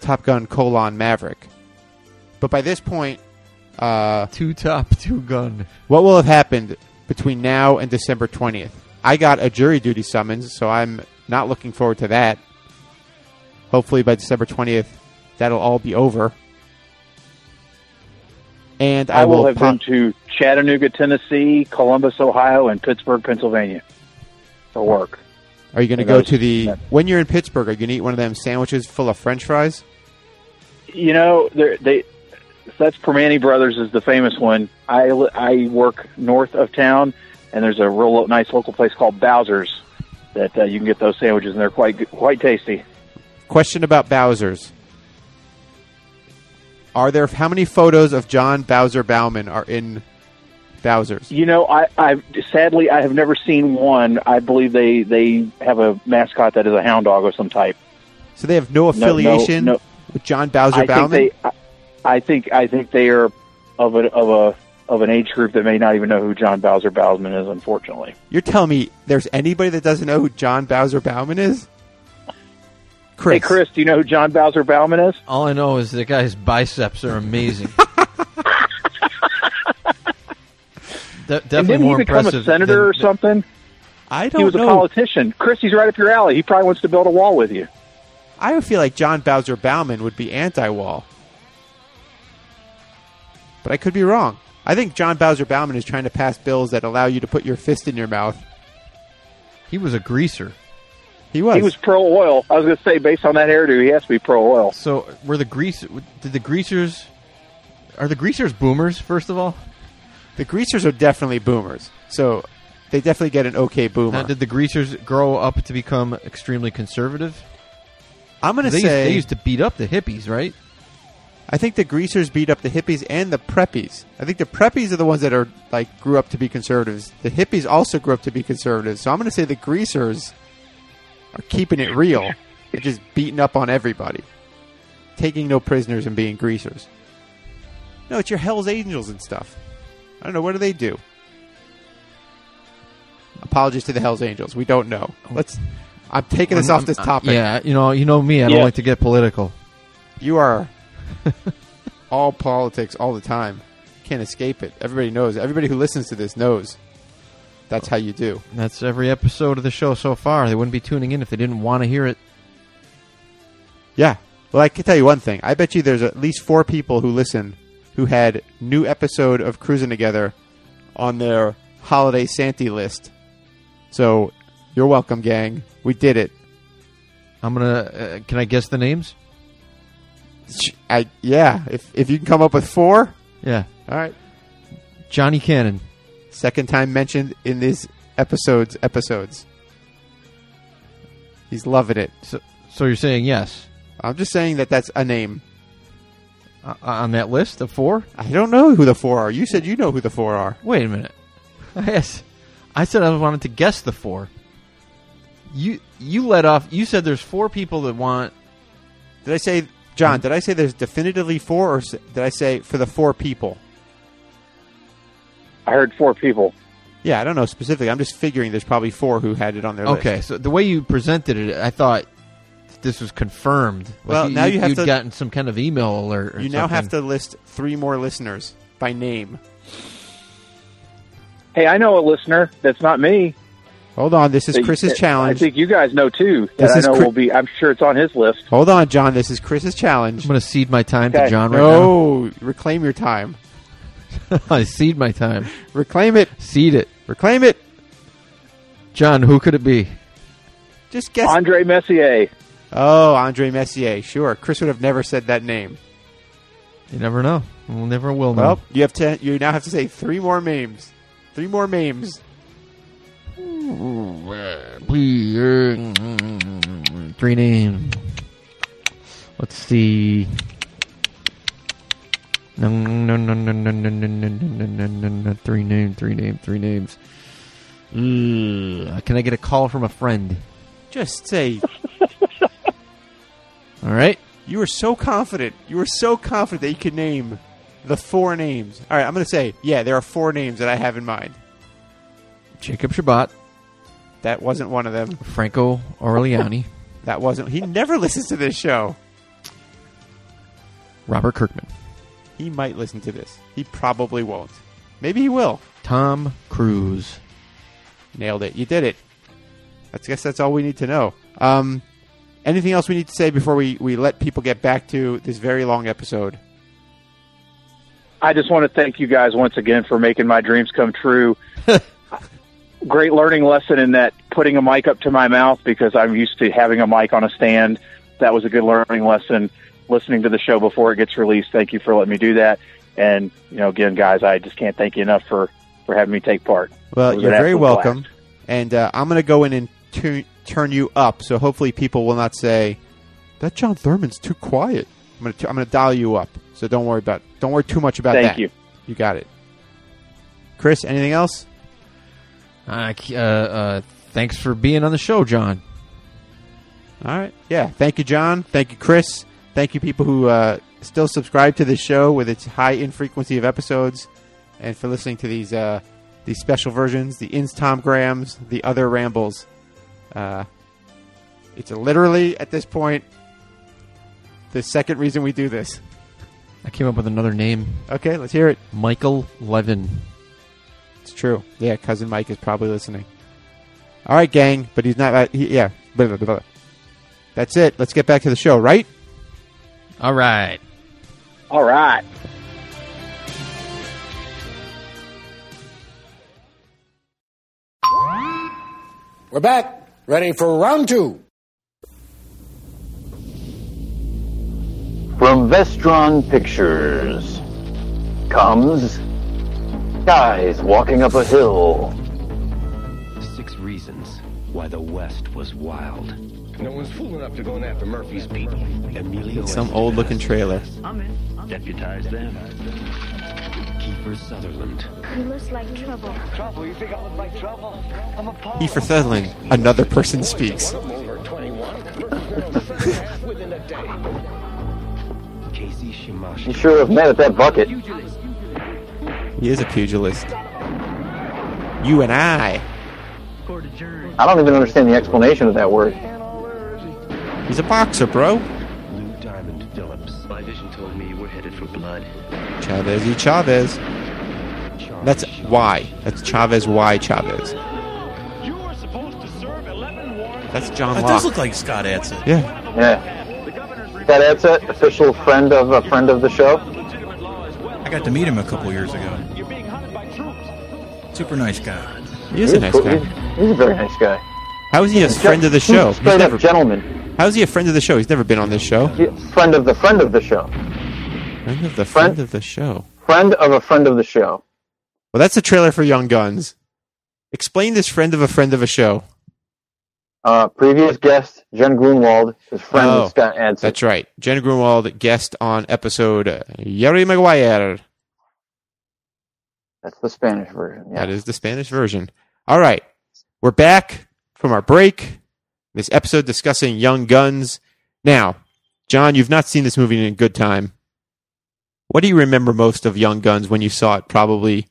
Speaker 3: Top Gun colon Maverick. But by this point, uh,
Speaker 7: Two Top, [LAUGHS] Two Gun.
Speaker 3: What will have happened between now and December 20th? I got a jury duty summons, so I'm not looking forward to that. Hopefully by December 20th, that'll all be over. And I,
Speaker 4: I will have
Speaker 3: pop-
Speaker 4: been to Chattanooga, Tennessee, Columbus, Ohio, and Pittsburgh, Pennsylvania for work.
Speaker 3: Are you going to
Speaker 4: I
Speaker 3: go
Speaker 4: was-
Speaker 3: to the.
Speaker 4: yeah.
Speaker 3: When you're in Pittsburgh, are you going to eat one of them sandwiches full of french fries?
Speaker 4: You know, there- they that's Permani Brothers is the famous one. I, li- I work north of town, and there's a real lo- nice local place called Bowser's that uh, you can get those sandwiches, and they're quite good- quite tasty.
Speaker 3: Question about Bowser's. Are there. How many photos of John Bowser Bauman are in Bowser's?
Speaker 4: You know, I, I sadly I have never seen one. I believe they they have a mascot that is a hound dog of some type.
Speaker 3: So they have no
Speaker 4: no,
Speaker 3: affiliation
Speaker 4: no.
Speaker 3: with John Bowser
Speaker 4: I
Speaker 3: Bauman?
Speaker 4: think they, I, I think I think they are of a of a of an age group that may not even know who John Bowser Bowsman is. Unfortunately,
Speaker 3: You're telling me there's anybody that doesn't know who John Bowser Bauman is? Chris.
Speaker 4: hey Chris, do you know who John Bowser Bowman is?
Speaker 7: All I know is the guy's biceps
Speaker 4: [LAUGHS]
Speaker 7: are amazing. De-
Speaker 4: and
Speaker 7: definitely
Speaker 4: didn't he
Speaker 7: more
Speaker 4: become a
Speaker 7: impressive
Speaker 4: senator
Speaker 7: than-
Speaker 4: or something?
Speaker 3: I
Speaker 4: He
Speaker 3: don't
Speaker 4: was a
Speaker 3: know.
Speaker 4: politician. Chris, he's right up your alley. He probably wants to build a wall with you.
Speaker 3: I feel like John Bowser Bauman would be anti-wall. But I could be wrong. I think John Bowser Bauman is trying to pass bills that allow you to put your fist in your mouth.
Speaker 7: He was a greaser.
Speaker 3: He was.
Speaker 4: He was pro oil. I was going to say, based on that hairdo, he has to be pro oil.
Speaker 7: So were the grease? Did the greasers? Are the greasers boomers? First of all,
Speaker 3: the greasers are definitely boomers. So they definitely get an okay boomer.
Speaker 7: now, did the greasers grow up to become extremely conservative?
Speaker 3: I'm going
Speaker 7: They
Speaker 3: to
Speaker 7: used,
Speaker 3: say
Speaker 7: they used to beat up the hippies, right?
Speaker 3: I think the greasers beat up the hippies and the preppies. I think the preppies are the ones that are like grew up to be conservatives. The hippies also grew up to be conservatives. So I'm going to say the greasers are keeping it
Speaker 7: [LAUGHS]
Speaker 3: real. They're just beating up on everybody, taking no prisoners and being greasers. No, it's your Hell's Angels and stuff. I don't know what do they do. Apologies to the Hell's Angels. We don't know. Let's. I'm taking this off
Speaker 7: Oh. I'm-
Speaker 3: this
Speaker 7: I'm-
Speaker 3: topic.
Speaker 7: Um, uh, Yeah, you know, you know me. I don't
Speaker 4: Yeah.
Speaker 7: like to get political.
Speaker 3: You are [LAUGHS] all politics all the time. Can't escape it. Everybody knows. Everybody who listens to this knows. That's how you do.
Speaker 7: That's every episode of the show so far. They wouldn't be tuning in if they didn't want to hear it.
Speaker 3: Yeah. Well, I can tell you one thing. I bet you there's at least four people who listen who had new episode of Cruising Together on their holiday Santy list. So you're welcome, gang. We did it.
Speaker 7: I'm gonna. Uh, can I guess the names?
Speaker 3: Sh- I yeah. If if you can come up with four,
Speaker 7: Yeah,
Speaker 3: all right.
Speaker 7: Johnny Cannon,
Speaker 3: Second time mentioned in these episodes. Episodes. He's loving it.
Speaker 7: So, so you're saying yes
Speaker 3: I'm just saying that that's a name.
Speaker 7: uh, on that list of four?
Speaker 3: I don't know who the four are. You said you know who the four are.
Speaker 7: Wait a minute. [LAUGHS] Yes, I said I wanted to guess the four. You you let off. You said there's four people that want.
Speaker 3: Did I say John? Did I say there's definitively four, or s- did I say for the four people?
Speaker 8: I heard four people.
Speaker 3: Yeah, I don't know specifically. I'm just figuring there's probably four who had it on their list.
Speaker 7: Okay, so the way you presented it, I thought this was confirmed. Like
Speaker 3: Well, now you have
Speaker 7: you'd
Speaker 3: to-
Speaker 7: gotten some kind of email alert. Or
Speaker 3: You now have
Speaker 7: something.
Speaker 3: to list three more listeners by name.
Speaker 8: Hey, I know a listener that's not me.
Speaker 3: Hold on, this is
Speaker 8: that-
Speaker 3: Chris's
Speaker 8: I
Speaker 3: challenge.
Speaker 8: think you guys know too. That
Speaker 3: This
Speaker 8: I
Speaker 3: is
Speaker 8: know
Speaker 3: Chris-
Speaker 8: will be. I'm sure it's on his list.
Speaker 3: Hold on, John. This is Chris's challenge.
Speaker 7: I'm going to cede my time to
Speaker 8: Okay.
Speaker 7: John right
Speaker 3: No, reclaim your time.
Speaker 7: now. [LAUGHS] I cede my time.
Speaker 3: Reclaim it.
Speaker 7: Cede it.
Speaker 3: Reclaim it.
Speaker 7: John, who could it be?
Speaker 3: Just guess.
Speaker 8: Andre Messier.
Speaker 3: oh, Andre Messier. Sure, Chris would have never said that name.
Speaker 7: You never know. We'll never will know.
Speaker 3: Well, you have to. You now have to say three more names. Three more names.
Speaker 7: Three names. Let's see. No, no, no, no, no, no, no, no, no, no, no, no. Three names, three names, three names. Ugh. Can I get a call from a friend?
Speaker 3: Just say
Speaker 7: All right.
Speaker 3: You were so confident. You were so confident that you could name the four names. All right, I'm going to say, yeah, there are four names that I have in mind.
Speaker 7: Jacob Shabbat,
Speaker 3: That wasn't one of them.
Speaker 7: Franco Orleani,
Speaker 3: That wasn't. He never [LAUGHS] listens to this show.
Speaker 7: Robert Kirkman,
Speaker 3: He might listen to this. He probably won't. Maybe he will.
Speaker 7: Tom Cruise.
Speaker 3: Nailed it. You did it. I guess that's all we need to know. Um, anything else we need to say before we, we let people get back to this very long episode?
Speaker 8: I just want to thank you guys once again for making my dreams come true. Great learning lesson in that putting a mic up to my mouth because I'm used to having a mic on a stand. That was a good learning lesson. Listening to the show before it gets released. Thank you for letting me do that. And you know, again, guys, I just can't thank you enough for for having me take part. It
Speaker 3: Well,
Speaker 8: was
Speaker 3: you're
Speaker 8: an
Speaker 3: very
Speaker 8: absolute
Speaker 3: welcome.
Speaker 8: blast.
Speaker 3: And uh, I'm going to go in and tu- turn you up. So hopefully people will not say that John Thurman's too quiet. I'm going to I'm going to dial you up. So don't worry about don't worry too much about
Speaker 8: Thank
Speaker 3: that.
Speaker 8: you.
Speaker 3: You got it. Chris, anything else?
Speaker 7: Uh, uh, uh, thanks for being on the show, John.
Speaker 3: All right. Yeah. Thank you, John. Thank you, Chris. Thank you, people who uh, still subscribe to this show with its high infrequency of episodes, and for listening to these uh, these special versions, the Instagrams, the other rambles. Uh, it's literally at this point the second reason we do this.
Speaker 7: I came up with another name.
Speaker 3: Okay, let's hear it.
Speaker 7: Michael Levin.
Speaker 3: It's true. Yeah, cousin Mike is probably listening. All right, gang, but he's not. Uh, he, yeah, blah, blah, blah, blah. that's it. Let's get back to the show, right?
Speaker 7: All right.
Speaker 8: All right.
Speaker 9: We're back. Ready for round two.
Speaker 4: From Vestron Pictures comes guys walking up a hill.
Speaker 10: Six reasons why the West was wild. No one's fool enough to go after Murphy's people. Emilio
Speaker 3: Some old looking trailer.
Speaker 10: deputized them. Kiefer Sutherland.
Speaker 11: He looks like trouble.
Speaker 10: Trouble? You think I look like trouble? I'm a punk.
Speaker 3: He for Sutherland, another person speaks.
Speaker 10: over 21. Murphy's girl second half [LAUGHS] within a day. Casey
Speaker 4: You
Speaker 10: Shimash.
Speaker 4: sure have met at that bucket.
Speaker 3: He is a pugilist. You and I.
Speaker 4: I don't even understand the explanation of that word.
Speaker 3: He's a boxer, bro.
Speaker 10: Lou Diamond Phillips. My vision told me we're headed for blood.
Speaker 3: Chavez y Chavez. That's why. That's Chavez. Why Chavez? That's John
Speaker 5: It
Speaker 3: Locke.
Speaker 5: does look like Scott Adsit.
Speaker 3: yeah.
Speaker 4: Yeah. That that's it. Official friend of a friend of the show.
Speaker 5: I got to meet him a couple years ago. Super nice guy.
Speaker 3: He is a nice
Speaker 4: cool-
Speaker 3: guy.
Speaker 4: He's, he's a very nice guy.
Speaker 3: How is he a friend of the show? He's
Speaker 4: Straight up
Speaker 3: never,
Speaker 4: gentleman.
Speaker 3: how is he a friend of the show? He's never been on this show.
Speaker 4: He- Friend of the friend of the show.
Speaker 3: Friend of the friend of the show.
Speaker 4: Friend of a friend of the show.
Speaker 3: Well, that's a trailer for Young Guns. Explain this friend of a friend of a show.
Speaker 4: Uh, previous guest Jen Grunwald is friend
Speaker 3: Oh,
Speaker 4: of Scott Adsit.
Speaker 3: That's right. Jen Grunwald guest on episode uh, Yeri Maguire.
Speaker 4: That's the Spanish version. Yeah.
Speaker 3: That is the Spanish version. All right. We're back from our break. This episode discussing Young Guns. Now, John, you've not seen this movie in a good time. What do you remember most of Young Guns when you saw it probably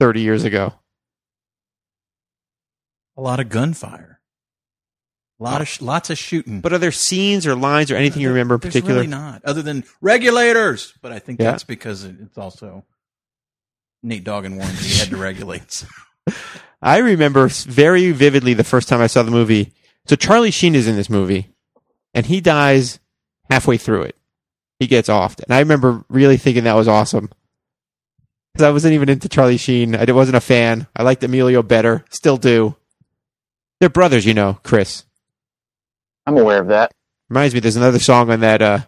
Speaker 3: 30 years ago?
Speaker 5: A lot of gunfire. A lot of sh- lots of shooting.
Speaker 3: But are there scenes or lines or anything you remember in
Speaker 5: There's
Speaker 3: particular?
Speaker 5: Really not, other than regulators. But I think
Speaker 3: Yeah.
Speaker 5: that's because it- it's also Nate Doggan warned he had
Speaker 3: [LAUGHS]
Speaker 5: to regulate. So
Speaker 3: I remember s- very vividly the first time I saw the movie. So Charlie Sheen is in this movie, and he dies halfway through it. He gets offed, and I remember really thinking that was awesome because I wasn't even into Charlie Sheen. I d- wasn't a fan. I liked Emilio better. Still do. They're brothers, you know. Chris
Speaker 4: I'm aware of that.
Speaker 3: reminds me. There's another song on that uh,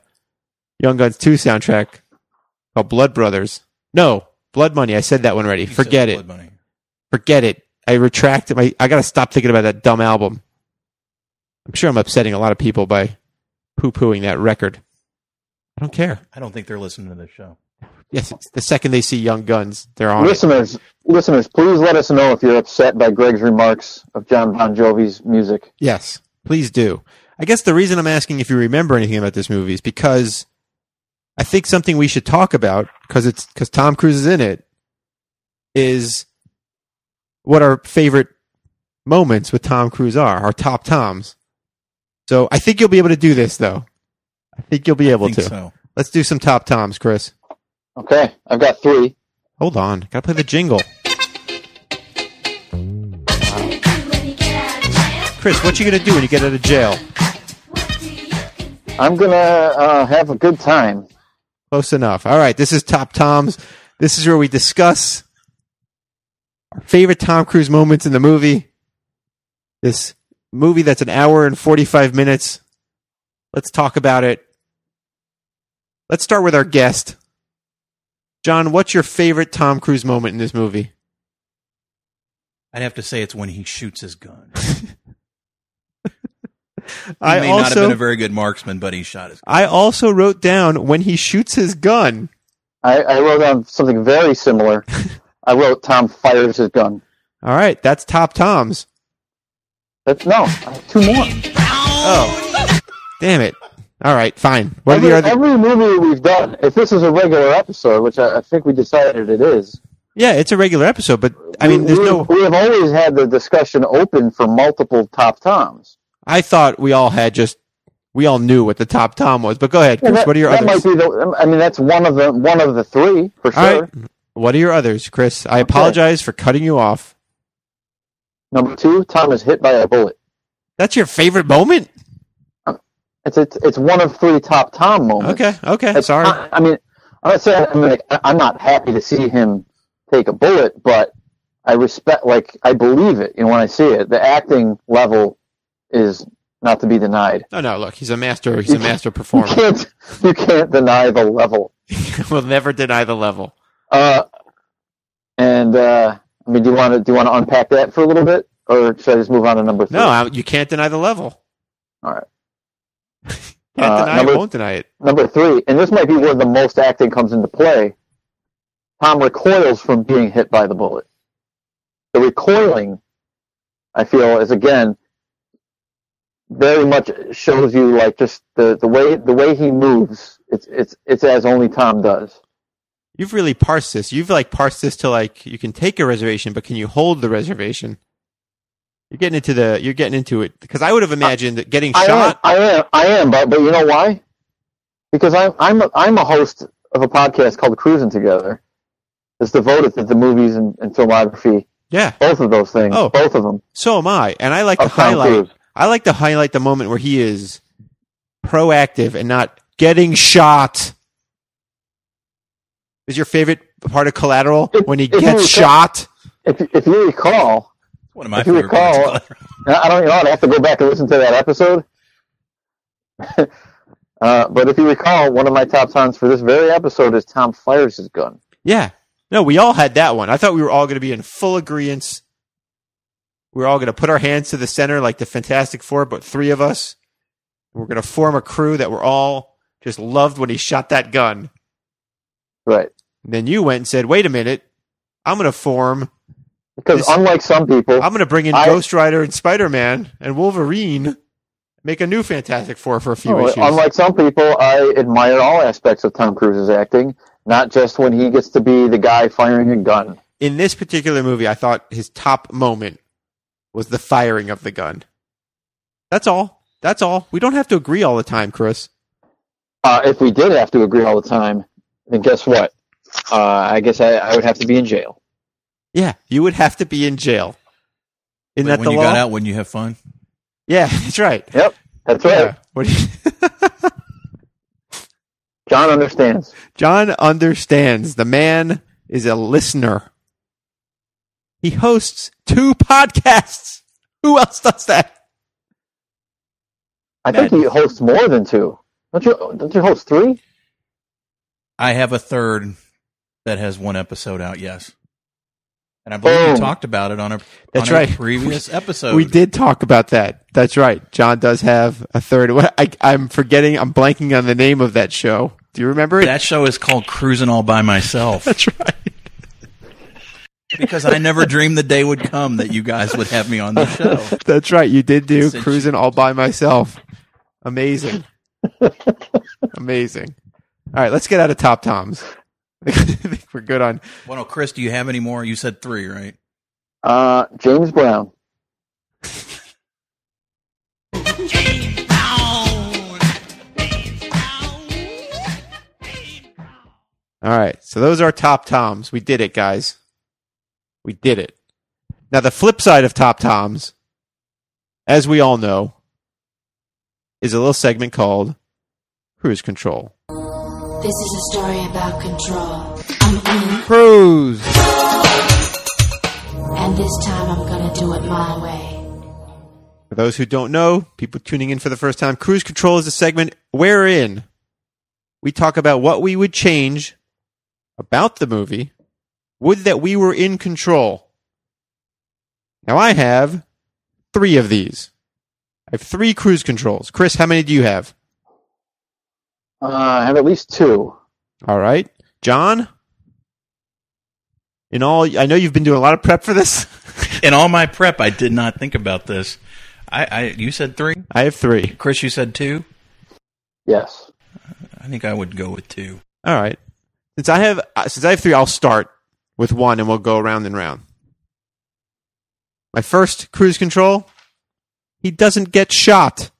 Speaker 3: Young Guns Two soundtrack called "Blood Brothers." No, "Blood Money." I said that one already.
Speaker 5: he said
Speaker 3: Forget it.
Speaker 5: Blood Money.
Speaker 3: Forget it. I retract my. I gotta stop thinking about that dumb album. I'm sure I'm upsetting a lot of people by poo-pooing that record. I don't care.
Speaker 5: I don't think they're listening to this show.
Speaker 3: Yes, it's the second they see Young Guns, they're on it.
Speaker 4: listeners, listeners, please let us know if you're upset by Greg's remarks of John Bon Jovi's music.
Speaker 3: Yes, please do. I guess the reason I'm asking if you remember anything about this movie is because I think something we should talk about because it's because Tom Cruise is in it is what our favorite moments with Tom Cruise are, our top toms. So I think you'll be able to do this though. I think you'll be able
Speaker 5: I think
Speaker 3: to.
Speaker 5: so.
Speaker 3: Let's do some top toms, Chris.
Speaker 4: Okay, I've got three.
Speaker 3: Hold on, gotta play the jingle. Chris, what you gonna do when you get out of jail?
Speaker 4: I'm gonna uh, have a good time.
Speaker 3: Close enough. All right, this is Top Toms. This is where we discuss our favorite Tom Cruise moments in the movie. This movie that's an hour and 45 minutes. Let's talk about it. Let's start with our guest. John, what's your favorite Tom Cruise moment in this movie?
Speaker 5: I'd have to say it's when he shoots his gun. He
Speaker 3: I
Speaker 5: may not have been a
Speaker 3: also
Speaker 5: very good marksman, but he shot his.
Speaker 3: I also wrote down when he shoots his gun.
Speaker 4: I, I wrote down something
Speaker 3: [LAUGHS]
Speaker 4: very similar. I wrote Tom fires his gun.
Speaker 3: All right, that's Top Toms.
Speaker 4: But no, I have two more.
Speaker 3: Oh. Damn it. All right, fine. What are
Speaker 4: Every,
Speaker 3: the other?
Speaker 4: every movie we've done, if this is a regular episode, which I, I think we decided it is,
Speaker 3: Yeah, it's a regular episode, but I
Speaker 4: we-
Speaker 3: mean, there's
Speaker 4: we,
Speaker 3: no.
Speaker 4: we have always had the discussion open for multiple top toms.
Speaker 3: I thought we all had just. We all knew what the top Tom was, but go ahead, Chris.
Speaker 4: Yeah, that,
Speaker 3: what are your
Speaker 4: that
Speaker 3: others?
Speaker 4: might be the. I mean, that's one of the one of the three for sure.
Speaker 3: all right. What are your others, Chris? I apologize for cutting you off.
Speaker 4: Number two, Tom is hit by a bullet.
Speaker 3: That's your favorite moment?
Speaker 4: It's it's, it's one of three top Tom moments.
Speaker 3: Okay, okay.
Speaker 4: It's-
Speaker 3: sorry.
Speaker 4: I, I mean, I'm not saying I'm like I- I'm not happy to see him take a bullet, but I respect, like I believe it. You know, when I see it, the acting level is not to be denied.
Speaker 3: No, no, look, he's a master. He's a
Speaker 4: You can't- [LAUGHS]
Speaker 3: master
Speaker 4: You
Speaker 3: performer.
Speaker 4: can't you can't deny the level.
Speaker 3: [LAUGHS] we'll never deny the level.
Speaker 4: Uh, and uh, I mean, do you want to do you want to unpack that for a little bit, or should I just move on to number three?
Speaker 3: No, I, you can't deny the level.
Speaker 4: All right.
Speaker 3: Can't
Speaker 4: Uh,
Speaker 3: deny it,
Speaker 4: number-
Speaker 3: won't deny it.
Speaker 4: Number three, and this might be where the most acting comes into play. Tom recoils from being hit by the bullet. The recoiling, I feel, is again very much shows you like just the, the way the way he moves. It's it's it's as only Tom does.
Speaker 3: You've really parsed this. You've like parsed this to like you can take a reservation, but can you hold the reservation? You're getting into the you're getting into it because I would have imagined that getting
Speaker 4: I am,
Speaker 3: shot.
Speaker 4: I am, I am, but but you know why? Because I'm I'm a, I'm a host of a podcast called Cruising Together, is devoted to the movies and, and filmography.
Speaker 3: Yeah,
Speaker 4: both of those things.
Speaker 3: Oh.
Speaker 4: both of them.
Speaker 3: So am I, and I like to
Speaker 4: Of Tom
Speaker 3: highlight.
Speaker 4: Cruise.
Speaker 3: I like to highlight the moment where he is proactive and not getting shot. Is your favorite part of Collateral when he
Speaker 4: if you
Speaker 3: gets
Speaker 4: recall-
Speaker 3: shot?
Speaker 4: If if you recall,
Speaker 5: One of my
Speaker 4: if you
Speaker 5: favorite
Speaker 4: recall,
Speaker 5: parts.
Speaker 4: I I don't you know. I'd have to go back and listen to that episode. [LAUGHS] uh, but if you recall, one of my top songs for this very episode is Tom fires his gun.
Speaker 3: Yeah. No, we all had that one. I thought we were all going to be in full agreement. We were all going to put our hands to the center like the Fantastic Four, but three of us. We're going to form a crew that we're all just loved when he shot that gun.
Speaker 4: Right.
Speaker 3: And then you went and said, wait a minute. I'm going to form,
Speaker 4: Because
Speaker 3: This-
Speaker 4: unlike some people,
Speaker 3: I'm going to bring in
Speaker 4: I-
Speaker 3: Ghost Rider and Spider Man and Wolverine, make a new Fantastic Four for a few
Speaker 4: No,
Speaker 3: issues.
Speaker 4: oh, Unlike some people, I admire all aspects of Tom Cruise's acting, not just when he gets to be the guy firing a gun.
Speaker 3: in this particular movie, I thought his top moment was the firing of the gun. That's all. That's all. We don't have to agree all the time, Chris.
Speaker 4: Uh, if we did have to agree all the time, then guess what? Uh, I guess I, I would have to be in jail.
Speaker 3: Yeah, you would have to be in jail. Isn't
Speaker 5: Wait,
Speaker 3: that
Speaker 5: when
Speaker 3: the
Speaker 5: you
Speaker 3: law?
Speaker 5: got out, when you have fun.
Speaker 3: Yeah, [LAUGHS] that's right.
Speaker 4: Yep, that's right.
Speaker 3: Yeah. What do you- [LAUGHS]
Speaker 4: John understands.
Speaker 3: John understands. The man is a listener. He hosts two podcasts. Who else does that?
Speaker 4: I think he hosts more than two. Don't you? Don't you host three?
Speaker 5: I have a third that has one episode out. Yes, and I believe
Speaker 4: Boom.
Speaker 5: we talked about it on a
Speaker 3: That's
Speaker 5: on a
Speaker 3: right.
Speaker 5: previous
Speaker 3: [LAUGHS]
Speaker 5: episode.
Speaker 3: We did talk about that. That's right. John does have a third. What- I, I'm forgetting. I'm blanking on the name of that show. Do you remember it?
Speaker 5: That show is called Cruising All by
Speaker 3: [LAUGHS]
Speaker 5: Myself
Speaker 3: That's right.
Speaker 5: because I never dreamed the day would come that you guys would have me on the show.
Speaker 3: [LAUGHS] That's right. You did do
Speaker 5: Since-
Speaker 3: cruising all by myself. Amazing. Amazing. All right, let's get out of top toms. [LAUGHS] I think we're good on.
Speaker 5: Well, no, Chris, do you have any more? You said three, right?
Speaker 4: Uh, James Brown.
Speaker 3: All right, so those are top toms. We did it, guys. We did it. Now the flip side of top toms, as we all know, is a little segment called cruise control.
Speaker 6: This is a story about control. I'm in,
Speaker 7: Cruise.
Speaker 6: and this time I'm gonna do it my way.
Speaker 3: For those who don't know, people tuning in for the first time, Cruise Control is a segment wherein we talk about what we would change about the movie. Would that we were in control. Now I have three of these. I have three cruise controls. Chris, how many do you have?
Speaker 4: Uh, I have at least two.
Speaker 3: All right. John? In all, I know you've been doing a lot of prep for this. [LAUGHS]
Speaker 5: In all my prep, I did not think about this. I, I you said three,
Speaker 3: I have three.
Speaker 5: Chris. You said two.
Speaker 4: Yes.
Speaker 5: I think I would go with two.
Speaker 3: All right. Since I have uh, since I have three, I'll start with one, and we'll go round and round. My first cruise control. He doesn't get shot.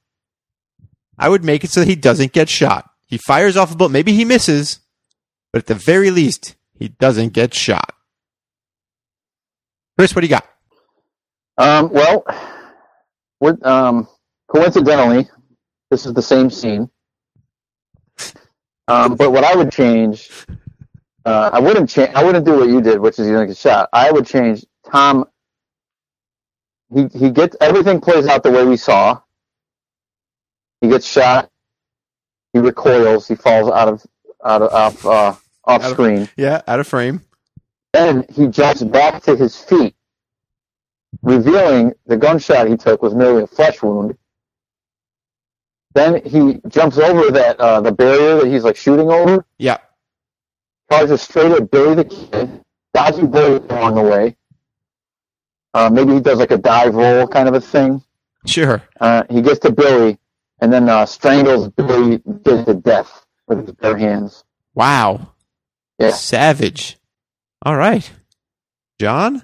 Speaker 3: I would make it so that he doesn't get shot. He fires off a bullet. Maybe he misses, but at the very least, he doesn't get shot. Chris, what do you got?
Speaker 4: Um, well, we're, um, coincidentally, this is the same scene. Um, but what I would change, uh, I wouldn't change. I wouldn't do what you did, which is you don't get shot. I would change Tom. He he gets everything plays out the way we saw. He gets shot. He recoils. He falls out of out of off uh, off
Speaker 3: of-
Speaker 4: screen.
Speaker 3: Yeah, out of frame.
Speaker 4: Then he jumps back to his feet, revealing the gunshot he took was merely a flesh wound. Then he jumps over that uh, the barrier that he's like shooting over,
Speaker 3: Yeah,
Speaker 4: charges straight at Billy the Kid, dodging Billy along the way. Uh, maybe he does like a dive roll kind of a thing.
Speaker 3: sure.
Speaker 4: Uh, he gets to Billy and then uh, strangles Billy Kid to death with his bare hands.
Speaker 3: Wow,
Speaker 4: Yeah.
Speaker 3: savage. All right, John.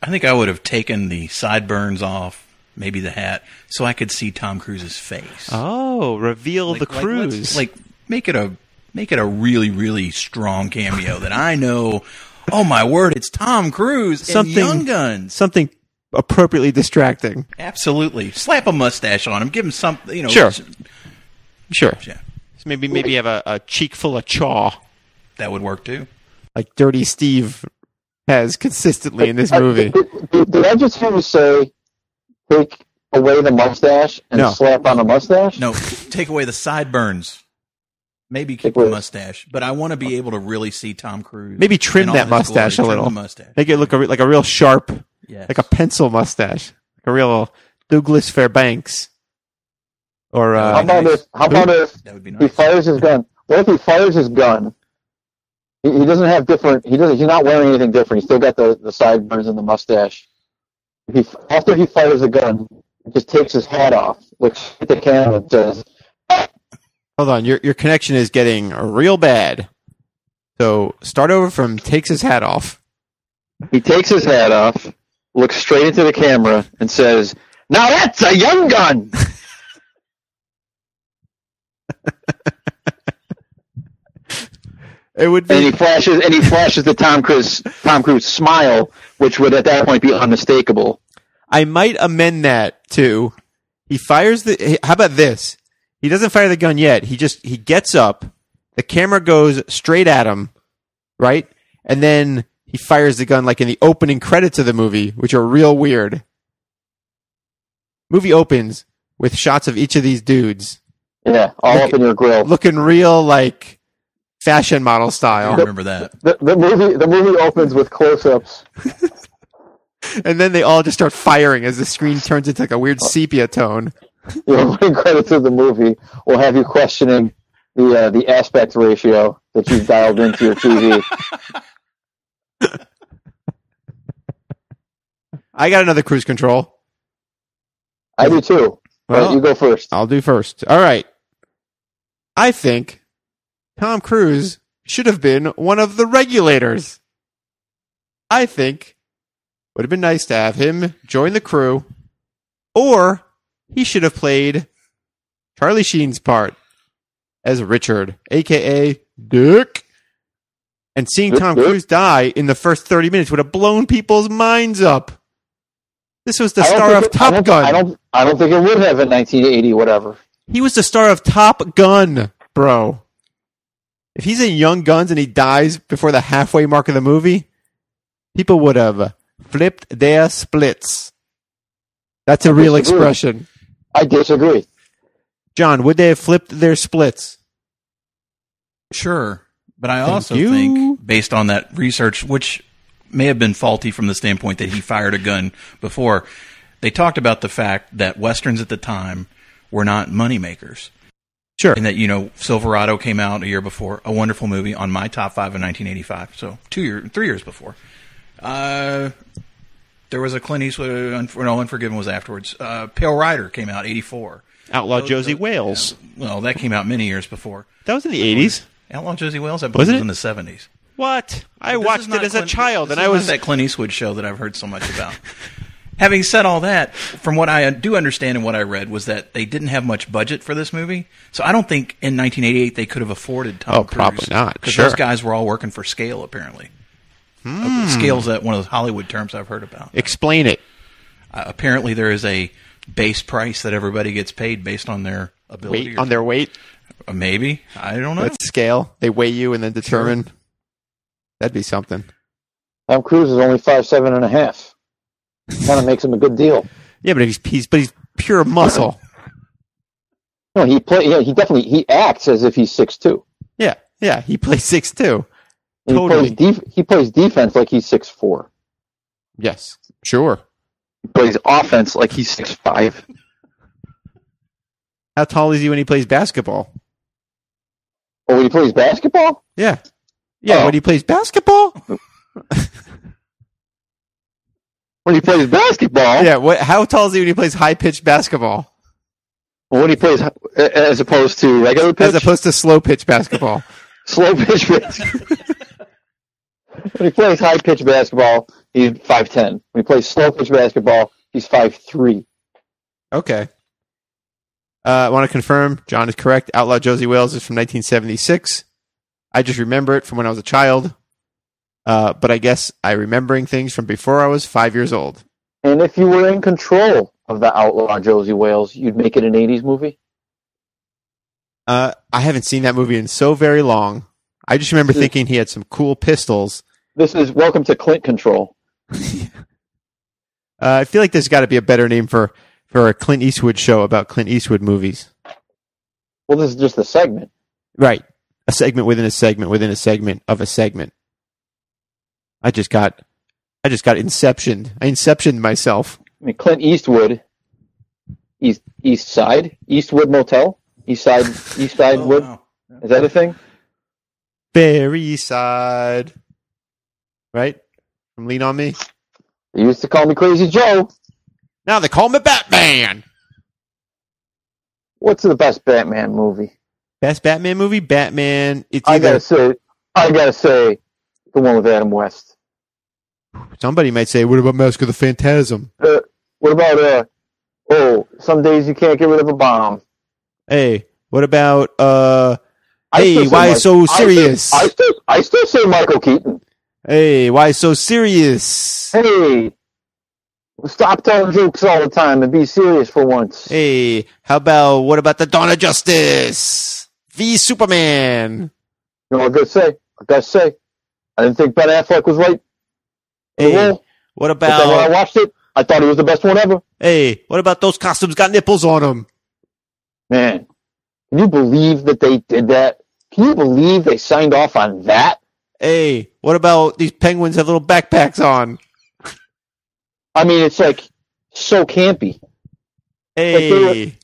Speaker 5: I think I would have taken the sideburns off, maybe the hat, so I could see Tom Cruise's face.
Speaker 3: Oh, reveal
Speaker 5: Like- like, let's- Like, make it a Make it a really, really strong cameo that I know. Oh my word! It's Tom Cruise
Speaker 3: Something-
Speaker 5: and Young Guns.
Speaker 3: Something appropriately distracting.
Speaker 5: Absolutely. Slap a mustache on him. Give him something. You know.
Speaker 3: Sure.
Speaker 5: s-
Speaker 3: Sure.
Speaker 5: Yeah.
Speaker 3: So maybe maybe have a, a cheek full of chaw,
Speaker 5: That would work too.
Speaker 3: like Dirty Steve has consistently in this movie.
Speaker 4: Did, did I just hear you say take away the mustache and
Speaker 3: No.
Speaker 4: slap on a mustache?
Speaker 5: No, take away the sideburns. Maybe keep the mustache, but I want to be able to really see Tom Cruise.
Speaker 3: Maybe trim
Speaker 5: in all
Speaker 3: that
Speaker 5: his glory.
Speaker 3: mustache
Speaker 5: Trim
Speaker 3: a little.
Speaker 5: The mustache.
Speaker 3: Make it look a re- like a real sharp,
Speaker 5: Yes.
Speaker 3: like a pencil mustache, like a real Douglas Fairbanks. Or uh,
Speaker 4: How about if, how about if
Speaker 5: That would be
Speaker 4: he
Speaker 5: nice.
Speaker 4: fires his gun? What if he fires his gun? He, he doesn't have different. He doesn't. He's not wearing anything different. He's still got the, the sideburns and the mustache. If He after he fires the gun, he just takes his hat off, looks at the camera, and says,
Speaker 3: Hold on, your your connection is getting real bad. So start over from takes his hat off.
Speaker 4: He takes his hat off, looks straight into the camera, and says, "Now that's a young gun."
Speaker 3: It would
Speaker 4: And he
Speaker 3: be
Speaker 4: flashes, and he flashes the Tom Cruise Tom Cruise smile, which would at that point be unmistakable.
Speaker 3: I might amend that too. He fires the he- how about this? He doesn't fire the gun yet. He just he gets up, the camera goes straight at him, right? And then he fires the gun like in the opening credits of the movie, which are real weird. Movie opens with shots of each of these dudes
Speaker 4: Yeah, all
Speaker 3: Look-
Speaker 4: up in your grill.
Speaker 3: looking real like fashion model
Speaker 5: I
Speaker 3: style.
Speaker 5: remember that.
Speaker 4: The, the movie the movie opens with close-ups.
Speaker 3: and then they all just start firing as the screen turns into like a weird sepia tone.
Speaker 4: The [LAUGHS] opening credits of the movie will have you questioning the uh, the aspect ratio that you've dialed into your TV.
Speaker 3: I got another cruise control.
Speaker 4: I do too. All right,
Speaker 3: Well-
Speaker 4: you go first.
Speaker 3: I'll do first. All right. I think Tom Cruise should have been one of the regulators. I think would have been nice to have him join the crew, or he should have played Charlie Sheen's part as Richard, aka Dick. And seeing Tom
Speaker 4: Dick.
Speaker 3: Cruise die in the first 30 minutes would have blown people's minds up. This was the
Speaker 4: I don't
Speaker 3: star
Speaker 4: think
Speaker 3: of
Speaker 4: it-
Speaker 3: Top
Speaker 4: I don't,
Speaker 3: Gun.
Speaker 4: I don't. I don't think it would have in 1980. Whatever.
Speaker 3: He was the star of Top Gun, bro. If he's in Young Guns and he dies before the halfway mark of the movie, people would have flipped their splits. That's a real
Speaker 4: disagree.
Speaker 3: expression.
Speaker 4: I disagree.
Speaker 3: John, would they have flipped their splits?
Speaker 5: Sure. But I
Speaker 3: Thank
Speaker 5: also
Speaker 3: you.
Speaker 5: think, based on that research, which may have been faulty from the standpoint that he fired a gun before, they talked about the fact that Westerns at the time were not moneymakers.
Speaker 3: Sure.
Speaker 5: And that, you know, Silverado came out a year before, a wonderful movie on my top five in 1985. So two year, three years before. Uh, there was a Clint Eastwood, Unf- no, Unforgiven was afterwards. Uh, Pale Rider came out, 84.
Speaker 3: Outlaw
Speaker 5: Those-
Speaker 3: Josie
Speaker 5: those-
Speaker 3: Wales.
Speaker 5: Well, that came out many years before.
Speaker 3: That was in the 80s.
Speaker 5: Outlaw Josie Wales, I believe,
Speaker 3: Wasn't
Speaker 5: was
Speaker 3: it?
Speaker 5: in the 70s.
Speaker 3: What? I
Speaker 5: This is
Speaker 3: watched it
Speaker 5: not
Speaker 3: as a
Speaker 5: Clint-
Speaker 3: child
Speaker 5: this
Speaker 3: and
Speaker 5: is
Speaker 3: I
Speaker 5: not
Speaker 3: was.
Speaker 5: that Clint Eastwood show that I've heard so much about. [LAUGHS] Having said all that, from what I do understand and what I read was that they didn't have much budget for this movie, so I don't think in 1988 they could have afforded Tom
Speaker 3: Oh,
Speaker 5: Cruise.
Speaker 3: probably not,
Speaker 5: Because
Speaker 3: sure.
Speaker 5: those guys were all working for scale apparently.
Speaker 3: Hmm.
Speaker 5: Uh, Scale's that one of those Hollywood terms I've heard about.
Speaker 3: Explain it.
Speaker 5: Uh, apparently, there is a base price that everybody gets paid based on their ability.
Speaker 3: Weight
Speaker 5: or-
Speaker 3: on their weight.
Speaker 5: Uh, maybe I don't know.
Speaker 3: Let's scale. They weigh you and then determine. That'd be something.
Speaker 4: Tom Cruise is only five seven and a half. Kind of makes him a good deal.
Speaker 3: Yeah, but he's, he's but he's pure muscle.
Speaker 4: No, he play. Yeah, he definitely he acts as if he's six two.
Speaker 3: Yeah, yeah, he [LAUGHS] plays six two.
Speaker 4: He
Speaker 3: Totally.
Speaker 4: plays def- he plays defense like he's six four.
Speaker 3: Yes, sure.
Speaker 4: He plays offense like he's six five.
Speaker 3: How tall is he when he plays basketball?
Speaker 4: Or Oh, when he plays basketball,
Speaker 3: Yeah, yeah.
Speaker 4: Oh.
Speaker 3: When he plays basketball,
Speaker 4: when he plays basketball,
Speaker 3: yeah. What? How tall is he when he plays high pitched basketball
Speaker 4: or when he plays as opposed to regular pitch,
Speaker 3: as opposed to slow pitch
Speaker 4: [LAUGHS]
Speaker 3: basketball? [LAUGHS]
Speaker 4: slow pitch basketball. when he plays high pitch basketball, he's five ten. When he plays slow pitch basketball, he's five three.
Speaker 3: Okay. Uh, I want to confirm John is correct. Outlaw Josie Wales is from 1976. I just remember it from when I was a child. Uh, but I guess I remembering things from before I was five years old.
Speaker 4: And if you were in control of the outlaw Josie Wales, you'd make it an 80s movie?
Speaker 3: Uh, I haven't seen that movie in so very long. I just remember
Speaker 4: Hmm.
Speaker 3: thinking he had some cool pistols.
Speaker 4: This is Welcome to Clint Control.
Speaker 3: Uh, I feel like there's got to be a better name for for a Clint Eastwood show about Clint Eastwood movies.
Speaker 4: Well, this is just a segment.
Speaker 3: Right. A segment within a segment within a segment of a segment. I just got I just got inceptioned. I inceptioned myself.
Speaker 4: I mean, Clint Eastwood, East East Side, Eastwood Motel, East Side, East Side
Speaker 3: Oh,
Speaker 4: Wood. Is that a thing?
Speaker 3: Very East Side. Right? From Lean On Me.
Speaker 4: They used to call me Crazy Joe.
Speaker 3: Now they call me Batman.
Speaker 4: What's the best Batman movie?
Speaker 3: Best Batman movie? Batman. It's
Speaker 4: I
Speaker 3: either
Speaker 4: gotta say, I gotta say, the one with Adam West.
Speaker 3: somebody might say, What about Mask of the Phantasm?
Speaker 4: Uh, what about uh? Oh, some days you can't get rid of a bomb.
Speaker 3: Hey, what about uh
Speaker 4: I still
Speaker 3: Hey,
Speaker 4: say
Speaker 3: why
Speaker 4: Mike-
Speaker 3: so
Speaker 4: I still-
Speaker 3: serious?
Speaker 4: I still, I still say Michael Keaton.
Speaker 3: Hey, why so serious?
Speaker 4: Hey, stop telling jokes all the time and be serious for once.
Speaker 3: Hey, how about what about the Dawn of Justice? V Superman.
Speaker 4: You know, I gotta say, I gotta say, I didn't think Ben Affleck was right. in the
Speaker 3: Hey,
Speaker 4: role,
Speaker 3: what
Speaker 4: but then when I
Speaker 3: about
Speaker 4: watched it, I thought he was the best one ever.
Speaker 3: hey, what about those costumes got nipples on them?
Speaker 4: Man, can you believe that they did that? Can you believe they signed off on that?
Speaker 3: Hey, what about these penguins have little backpacks on?
Speaker 4: I mean, it's like so campy.
Speaker 3: Hey,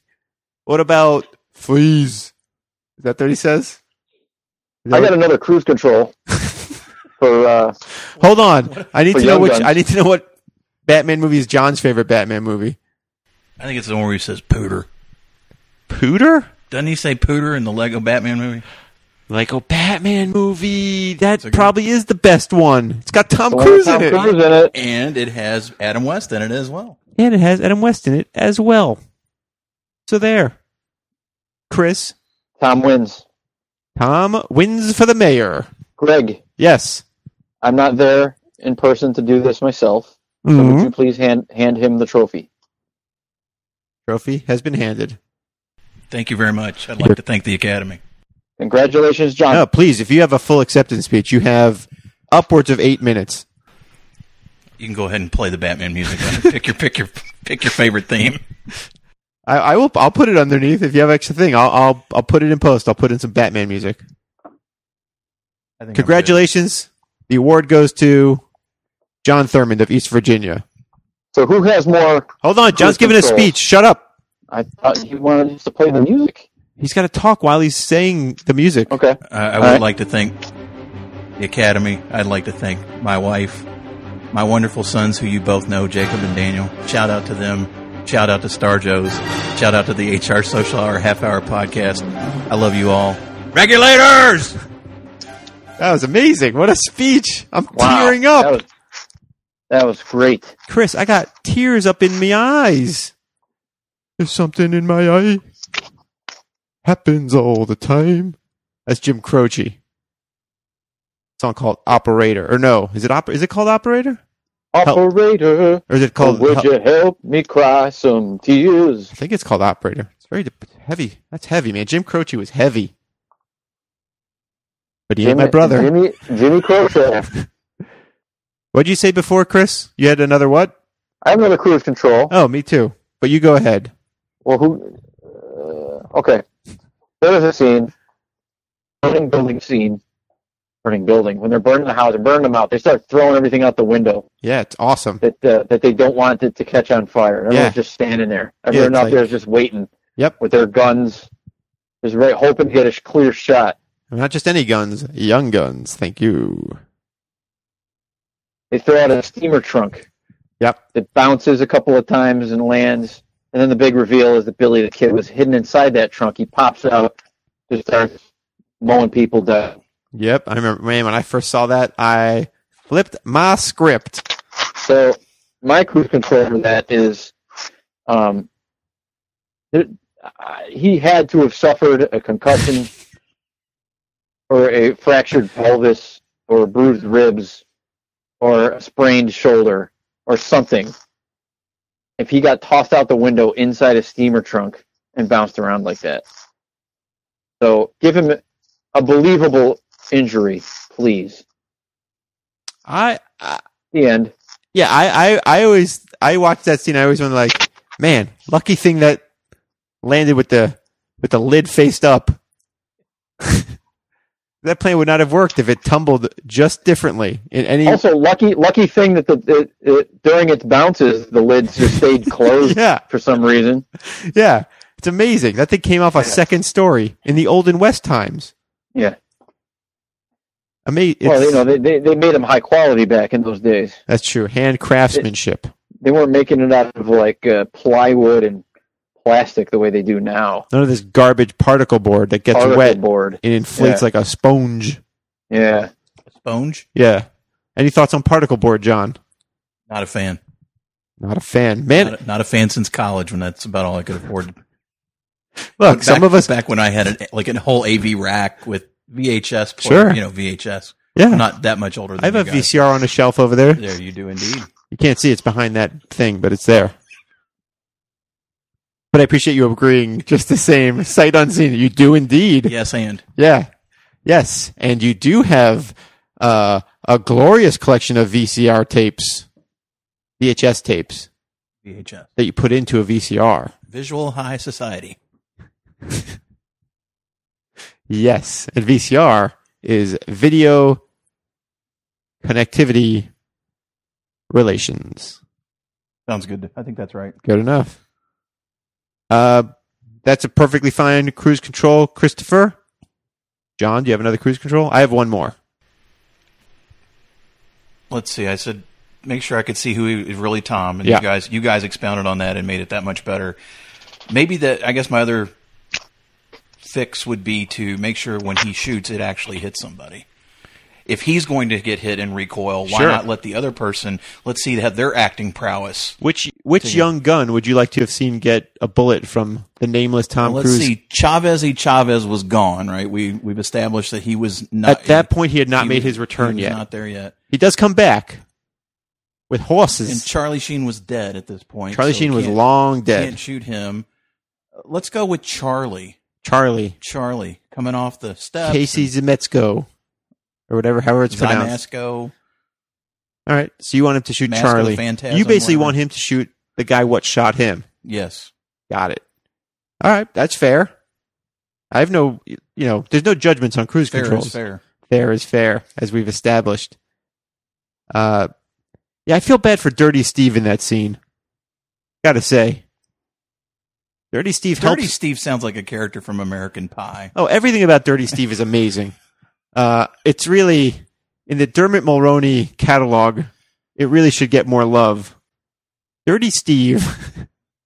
Speaker 3: what about freeze? Is that what he says? Is that
Speaker 4: I got
Speaker 3: what-
Speaker 4: another
Speaker 3: [LAUGHS]
Speaker 4: cruise control for uh,
Speaker 3: Hold on, I need
Speaker 4: For
Speaker 3: to know
Speaker 4: Young
Speaker 3: which.
Speaker 4: Guns.
Speaker 3: I need to know what Batman movie is John's favorite Batman movie.
Speaker 5: I think it's the one where he says pooter.
Speaker 3: Pooter.
Speaker 5: Doesn't he say pooter in the Lego Batman movie?
Speaker 3: Like a Batman movie. That
Speaker 5: a good-
Speaker 3: probably is the best one. It's got Tom
Speaker 4: the one with
Speaker 3: Cruise
Speaker 4: Tom
Speaker 3: in it.
Speaker 4: Cruise in it.
Speaker 5: And it has Adam West in it as well.
Speaker 3: And it has Adam West in it as well. So there. Chris,
Speaker 4: Tom wins.
Speaker 3: Tom wins for the mayor.
Speaker 4: Greg,
Speaker 3: Yes.
Speaker 4: I'm not there in person to do this myself. So
Speaker 3: Mm-hmm.
Speaker 4: would
Speaker 5: Mm-hmm.
Speaker 4: you please hand hand him the trophy?
Speaker 3: Trophy has been handed.
Speaker 5: Thank you very much. I'd like to thank the Academy.
Speaker 4: Congratulations, John.
Speaker 3: No, please, if you have a full acceptance speech, you have upwards of eight minutes.
Speaker 5: You can go ahead and play the Batman music. [LAUGHS] pick your pick your pick your favorite theme.
Speaker 3: I, I will. I'll put it underneath. If you have extra thing, I'll, I'll I'll put it in post. I'll put in some Batman music.
Speaker 5: I think I'm good.
Speaker 3: Congratulations! The award goes to John Thurmond of East Virginia.
Speaker 4: So who has more?
Speaker 3: Hold on, John's
Speaker 4: Cruise
Speaker 3: giving a
Speaker 4: control.
Speaker 3: speech. Shut up.
Speaker 4: I thought he wanted us to play the music.
Speaker 3: He's got to talk while he's saying the music.
Speaker 4: Okay.
Speaker 5: Uh, I, I would
Speaker 4: All right.
Speaker 5: like to thank the Academy. I'd like to thank my wife, my wonderful sons, who you both know, Jacob and Daniel. Shout out to them. Shout out to Star Joe's. Shout out to the HR Social Hour Half Hour Podcast. I love you all. Regulators!
Speaker 3: That was amazing. What a speech. I'm
Speaker 4: Wow.
Speaker 3: tearing up.
Speaker 4: That was, that was great.
Speaker 3: Chris, I got tears up in my eyes. There's something in my eye. Happens all the time. That's Jim Croce. Song called Operator. Or no, is it op- is it called Operator? Help.
Speaker 4: Operator,
Speaker 3: Or is it
Speaker 4: oh,
Speaker 3: called
Speaker 4: would you help me cry some tears?
Speaker 3: I think it's called Operator. It's very dep heavy. That's heavy, man. Jim Croce was heavy. But he ain't my brother.
Speaker 4: Jimmy, Jimmy Crochet.
Speaker 3: What'd you say before, Chris? You had another what?
Speaker 4: I have another cruise control.
Speaker 3: Oh, me too. But you go ahead.
Speaker 4: Well, who? Uh, okay. There was a scene, burning building scene, burning building. When they're burning the house and burning them out, they start throwing everything out the window.
Speaker 3: Yeah, it's awesome.
Speaker 4: that uh, that they don't want it to catch on fire. Everyone's
Speaker 3: Yeah.
Speaker 4: just standing there.
Speaker 3: it's
Speaker 4: Everyone out
Speaker 3: like-
Speaker 4: there is just waiting
Speaker 3: Yep.
Speaker 4: with their guns, just right, hoping to get a sh- clear shot.
Speaker 3: Not just any guns, young guns. Thank you.
Speaker 4: They throw out a steamer trunk
Speaker 3: Yep.
Speaker 4: that bounces a couple of times and lands, and then the big reveal is that Billy the Kid was hidden inside that trunk. He pops out, just starts mowing people down.
Speaker 3: Yep, I remember. Man, when I first saw that, I flipped my script.
Speaker 4: So my cruise control for that is, um, there, I- he had to have suffered a concussion or a fractured pelvis or bruised ribs or a sprained shoulder or something if he got tossed out the window inside a steamer trunk and bounced around like that. So give him a believable injury, please.
Speaker 3: I, I
Speaker 4: the end.
Speaker 3: Yeah, I, I, I always I watch that scene. I always went like, man, lucky thing that landed with the with the lid faced up. [LAUGHS] that plane would not have worked if it tumbled just differently in any.
Speaker 4: Also, lucky lucky thing that the it, it, during its bounces the lids
Speaker 3: [LAUGHS]
Speaker 4: just stayed closed
Speaker 3: Yeah.
Speaker 4: for some reason.
Speaker 3: yeah, it's amazing that thing came off a second story in the Olden West times.
Speaker 4: Yeah.
Speaker 3: Amazing.
Speaker 4: Well, you know they, they they made them high quality back in those days.
Speaker 3: that's true. Hand craftsmanship.
Speaker 4: They weren't making it out of like uh, plywood and plastic the way they do now.
Speaker 3: None of this garbage particle board that gets
Speaker 4: Particle
Speaker 3: wet
Speaker 4: board.
Speaker 3: and inflates
Speaker 4: Yeah.
Speaker 3: like a sponge.
Speaker 4: Yeah.
Speaker 5: Sponge?
Speaker 3: Yeah. Any thoughts on particle board, John?
Speaker 5: Not a fan.
Speaker 3: Not a fan, man.
Speaker 5: Not a, not a fan since college when that's about all I could afford.
Speaker 3: Look,
Speaker 5: Back-
Speaker 3: some of us.
Speaker 5: back when I had an, like a whole AV rack with VHS, player,
Speaker 3: Sure.
Speaker 5: you know VHS.
Speaker 3: Yeah.
Speaker 5: I'm not that much older. Than
Speaker 3: I have
Speaker 5: you
Speaker 3: a
Speaker 5: guys.
Speaker 3: VCR on a shelf over there.
Speaker 5: There you do indeed.
Speaker 3: You can't see it's behind that thing, but it's there. But I appreciate you agreeing [LAUGHS] just the same. Sight unseen. You do indeed.
Speaker 5: Yes, and
Speaker 3: Yeah. Yes. And you do have uh, a glorious collection of VCR tapes, VHS tapes
Speaker 5: VHS.
Speaker 3: that you put into a VCR.
Speaker 5: Visual High Society.
Speaker 3: Yes. And VCR is video connectivity relations.
Speaker 5: Sounds good. I think that's right.
Speaker 3: Good enough. Uh, that's a perfectly fine cruise control, Christopher. John, do you have another cruise control? I have one more.
Speaker 5: Let's see. I said make sure I could see who is really Tom, and
Speaker 3: Yeah.
Speaker 5: you guys you guys expounded on that and made it that much better. Maybe that I guess my other fix would be to make sure when he shoots, it actually hits somebody. If he's going to get hit and recoil, why
Speaker 3: Sure.
Speaker 5: not let the other person? Let's see have their acting prowess.
Speaker 3: Which which
Speaker 5: Continue.
Speaker 3: young gun would you like to have seen get a bullet from the nameless Tom
Speaker 5: Let's
Speaker 3: Cruise?
Speaker 5: see. Chavez e Chavez was gone, right? We we've established that he was not
Speaker 3: At that point, he had not
Speaker 5: he
Speaker 3: made
Speaker 5: was-
Speaker 3: his return
Speaker 5: he was
Speaker 3: yet.
Speaker 5: Not there yet.
Speaker 3: He does come back with horses.
Speaker 5: And Charlie Sheen was dead at this point.
Speaker 3: Charlie
Speaker 5: so
Speaker 3: Sheen
Speaker 5: we
Speaker 3: was
Speaker 5: can't-
Speaker 3: long
Speaker 5: Can't
Speaker 3: dead.
Speaker 5: shoot him. Uh, Let's go with Charlie.
Speaker 3: Charlie
Speaker 5: Charlie coming off the steps.
Speaker 3: Casey Zemetzko or whatever, however it's pronounced.
Speaker 5: Masco.
Speaker 3: All right, so you want him to shoot
Speaker 5: Masco the
Speaker 3: Charlie?
Speaker 5: Phantasm,
Speaker 3: you basically
Speaker 5: whatever.
Speaker 3: want him to shoot the guy what shot him.
Speaker 5: Yes.
Speaker 3: Got it. All right, that's fair. I have no, you know, there's no judgments on cruise
Speaker 5: Fair
Speaker 3: controls.
Speaker 5: is fair.
Speaker 3: fair is fair, as we've established. Uh, yeah, I feel bad for Dirty Steve in that scene. Gotta say, Dirty Steve
Speaker 5: Dirty
Speaker 3: helps.
Speaker 5: Steve sounds like a character from American Pie.
Speaker 3: Oh, everything about Dirty Steve is amazing. Uh, it's really in the Dermot Mulroney catalog. It really should get more love. Dirty Steve [LAUGHS]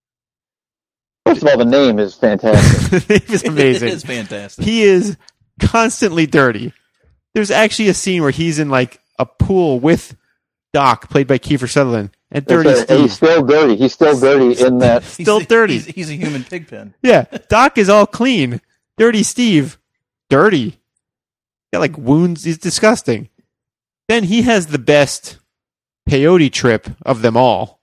Speaker 4: First of all, the name is fantastic.
Speaker 3: The name is [LAUGHS]
Speaker 5: [LAUGHS]
Speaker 3: amazing.
Speaker 5: it is fantastic.
Speaker 3: he is constantly dirty. There's actually a scene where he's in like a pool with Doc, played by Kiefer Sutherland, and [LAUGHS] Dirty
Speaker 4: That's right. uh, He's
Speaker 3: Steve.
Speaker 4: still dirty. He's still dirty in that
Speaker 5: He's
Speaker 3: still
Speaker 5: a-
Speaker 3: dirty.
Speaker 5: He's, he's a human pig pen.
Speaker 3: Yeah, Doc is all clean. Dirty Steve, dirty. Got like wounds. He's disgusting. Then he has the best peyote trip of them all.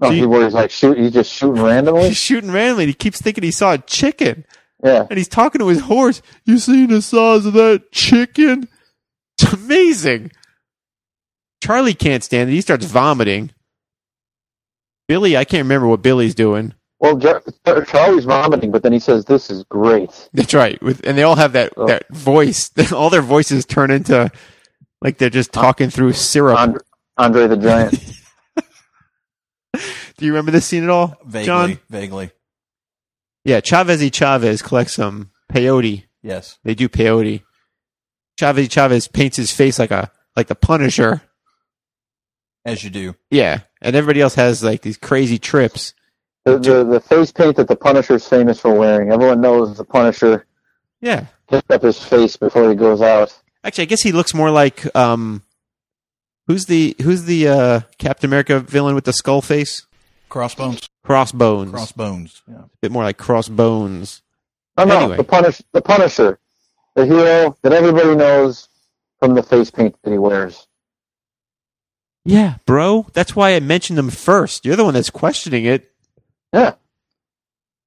Speaker 4: Oh,
Speaker 3: Do you-
Speaker 4: he where he's like shoot. He's just shooting randomly.
Speaker 3: He's shooting randomly. And he keeps thinking he saw a chicken,
Speaker 4: Yeah,
Speaker 3: and he's talking to his horse. You seen the size of that chicken? It's amazing. Charlie can't stand it. He starts vomiting. Billy, I can't remember what Billy's doing.
Speaker 4: Well, Jar- Charlie's vomiting, but then he says, "This is great."
Speaker 3: That's right. With and they all have that
Speaker 4: Oh.
Speaker 3: that voice. [LAUGHS] all their voices turn into like they're just talking through syrup.
Speaker 4: And- Andre the Giant.
Speaker 3: Do you remember this scene at all,
Speaker 5: Vaguely.
Speaker 3: John?
Speaker 5: Vaguely.
Speaker 3: Yeah, Chavez y Chavez collects some peyote.
Speaker 5: Yes.
Speaker 3: They do peyote. Chavez y Chavez paints his face like a like the Punisher.
Speaker 5: As you do.
Speaker 3: Yeah, and everybody else has like these crazy trips.
Speaker 4: the, the the face paint that the Punisher's famous for wearing. Everyone knows the Punisher
Speaker 3: Yeah,
Speaker 4: picks up his face before he goes out.
Speaker 3: actually, I guess he looks more like um, who's the who's the uh Captain America villain with the skull face?
Speaker 5: Crossbones.
Speaker 3: Crossbones.
Speaker 5: Crossbones. Yeah.
Speaker 3: bit more like crossbones.
Speaker 4: No, no,
Speaker 3: Anyway.
Speaker 4: the Punish the Punisher. the hero that everybody knows from the face paint that he wears.
Speaker 3: Yeah, bro. That's why I mentioned them first. You're the one that's questioning it.
Speaker 4: Yeah.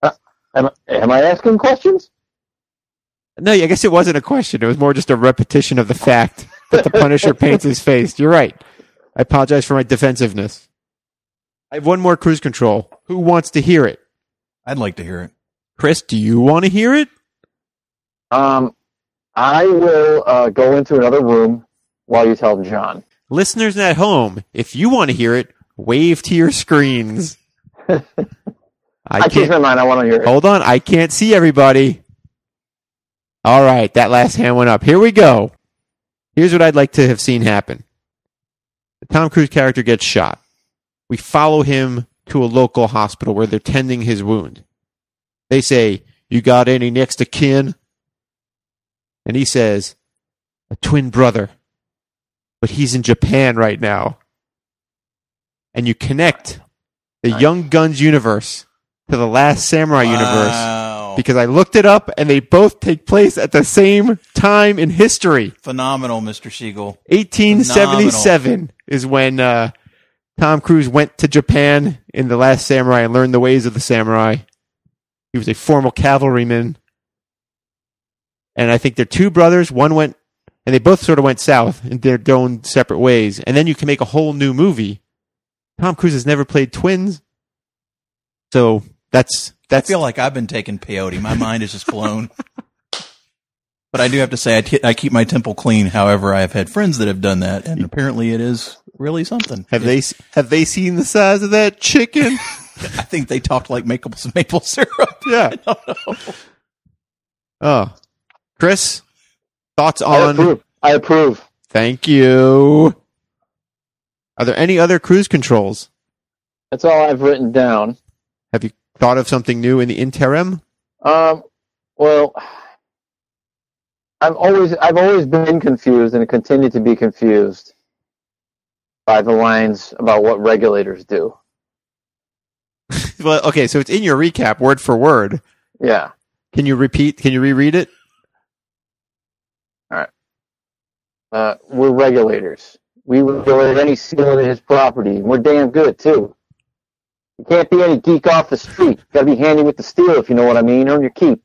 Speaker 4: Uh, am, am I asking questions?
Speaker 3: No, I guess it wasn't a question. It was more just a repetition of the fact that the Punisher paints his face. You're right. I apologize for my defensiveness. I have one more cruise control. Who wants to hear it?
Speaker 5: I'd like to hear it.
Speaker 3: Chris, do you want to hear it?
Speaker 4: Um, I will uh, go into another room while you tell John.
Speaker 3: Listeners at home, if you want to hear it, wave to your screens.
Speaker 4: I, changed my mind. I want to hear it.
Speaker 3: Hold on, I can't see everybody. All right, that last hand went up. Here we go. Here's what I'd like to have seen happen. The Tom Cruise character gets shot. We follow him to a local hospital where they're tending his wound. They say, "You got any next of kin?" And he says, "A twin brother." But he's in Japan right now. And you connect the Young Guns universe to the Last Samurai universe
Speaker 5: Wow.
Speaker 3: because I looked it up and they both take place at the same time in history.
Speaker 5: Phenomenal, Mr. Siegel.
Speaker 3: 1877 is when uh, Tom Cruise went to Japan in The Last Samurai and learned the ways of the samurai. He was a formal cavalryman. And I think they're two brothers. One went, and they both sort of went south in their own separate ways. And then you can make a whole new movie. Tom Cruise has never played twins. So that's,
Speaker 5: I
Speaker 3: that's,
Speaker 5: feel like I've been taking peyote. My mind is just blown. [LAUGHS] but I do have to say, I t- I keep my temple clean. However, I have had friends that have done that, and apparently it is really something.
Speaker 3: have they, have they seen the size of that [LAUGHS] chicken?
Speaker 5: I think they talked like maple, [LAUGHS] maple syrup.
Speaker 3: Yeah. Oh, Chris, thoughts
Speaker 4: I
Speaker 3: on?
Speaker 4: approve. I approve.
Speaker 3: Thank you. Are there any other cruise controls?
Speaker 4: That's all I've written down.
Speaker 3: Have you thought of something new in the interim?
Speaker 4: Um, well, I've always I've always been confused and continue to be confused by the lines about what regulators do.
Speaker 3: [LAUGHS] Well, okay, so it's in your recap, word for word.
Speaker 4: Yeah.
Speaker 3: Can you repeat? Can you reread it?
Speaker 4: Uh, we're regulators. We regulate any stealing of his property. and We're damn good too. You can't be any geek off the street. You gotta be handy with the steel if you know what I mean. Earn your keep.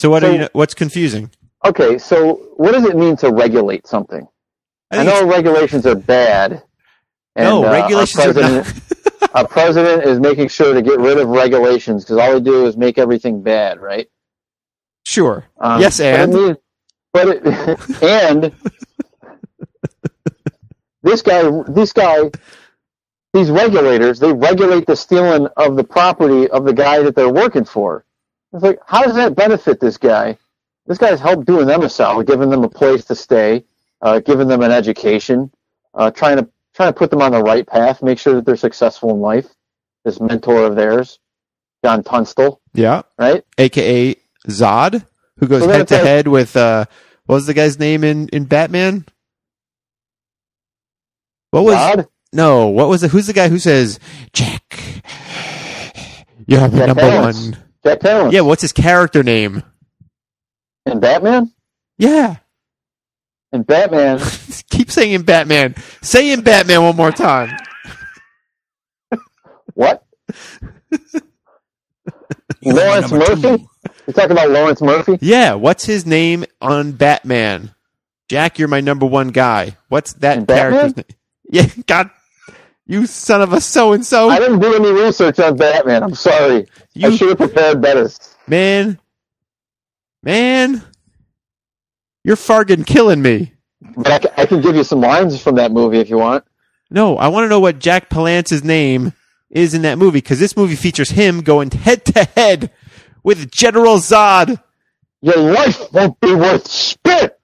Speaker 3: So what are
Speaker 4: So-
Speaker 3: you? What's confusing?
Speaker 4: Okay, so what does it mean to regulate something? I, know regulations are bad. And,
Speaker 3: No,
Speaker 4: uh, our
Speaker 3: regulations are not-
Speaker 4: president- our president is making sure to get rid of regulations because all they do is make everything bad, right?
Speaker 3: [LAUGHS] Sure.
Speaker 4: Um,
Speaker 3: yes,
Speaker 4: but it
Speaker 3: and
Speaker 4: means- but it, [LAUGHS] and this guy, this guy, these regulators, they regulate the stealing of the property of the guy that they're working for. It's like, how does that benefit this guy? This guy's helped doing them a solid, giving them a place to stay, uh, giving them an education, uh, trying to trying to put them on the right path, make sure that they're successful in life. This mentor of theirs, John Tunstall,
Speaker 3: yeah,
Speaker 4: right?
Speaker 3: aka Zod, who goes
Speaker 4: So then
Speaker 3: head
Speaker 4: it's
Speaker 3: to
Speaker 4: like-
Speaker 3: head with uh, what was the guy's name in in Batman? What was
Speaker 4: Rod?
Speaker 3: No, what was the who's the guy who says Jack? You're the
Speaker 4: Jack
Speaker 3: number
Speaker 4: Palance.
Speaker 3: one.
Speaker 4: Jack Palance.
Speaker 3: Yeah, what's his character name?
Speaker 4: And Batman?
Speaker 3: Yeah, [LAUGHS]
Speaker 4: And Batman,
Speaker 3: keep saying Batman. Say in Batman one more time.
Speaker 4: what? Lawrence
Speaker 5: Number two.
Speaker 4: Murphy? You talking about Lawrence Murphy?
Speaker 3: Yeah, what's his name on Batman? Jack, you're my number one guy. What's that
Speaker 4: In
Speaker 3: character's name? [LAUGHS] Yeah, God, you son of a so and
Speaker 4: I
Speaker 3: so,
Speaker 4: didn't do any research on Batman. I'm sorry. I
Speaker 3: Oh. You-
Speaker 4: should have prepared better.
Speaker 3: man, man, you're fargan killing me.
Speaker 4: But I, ca- I can give you some lines from that movie if you want.
Speaker 3: No, I want to know what Jack Palance's name is in that movie because this movie features him going head to head with General Zod.
Speaker 4: Your life won't be worth spit.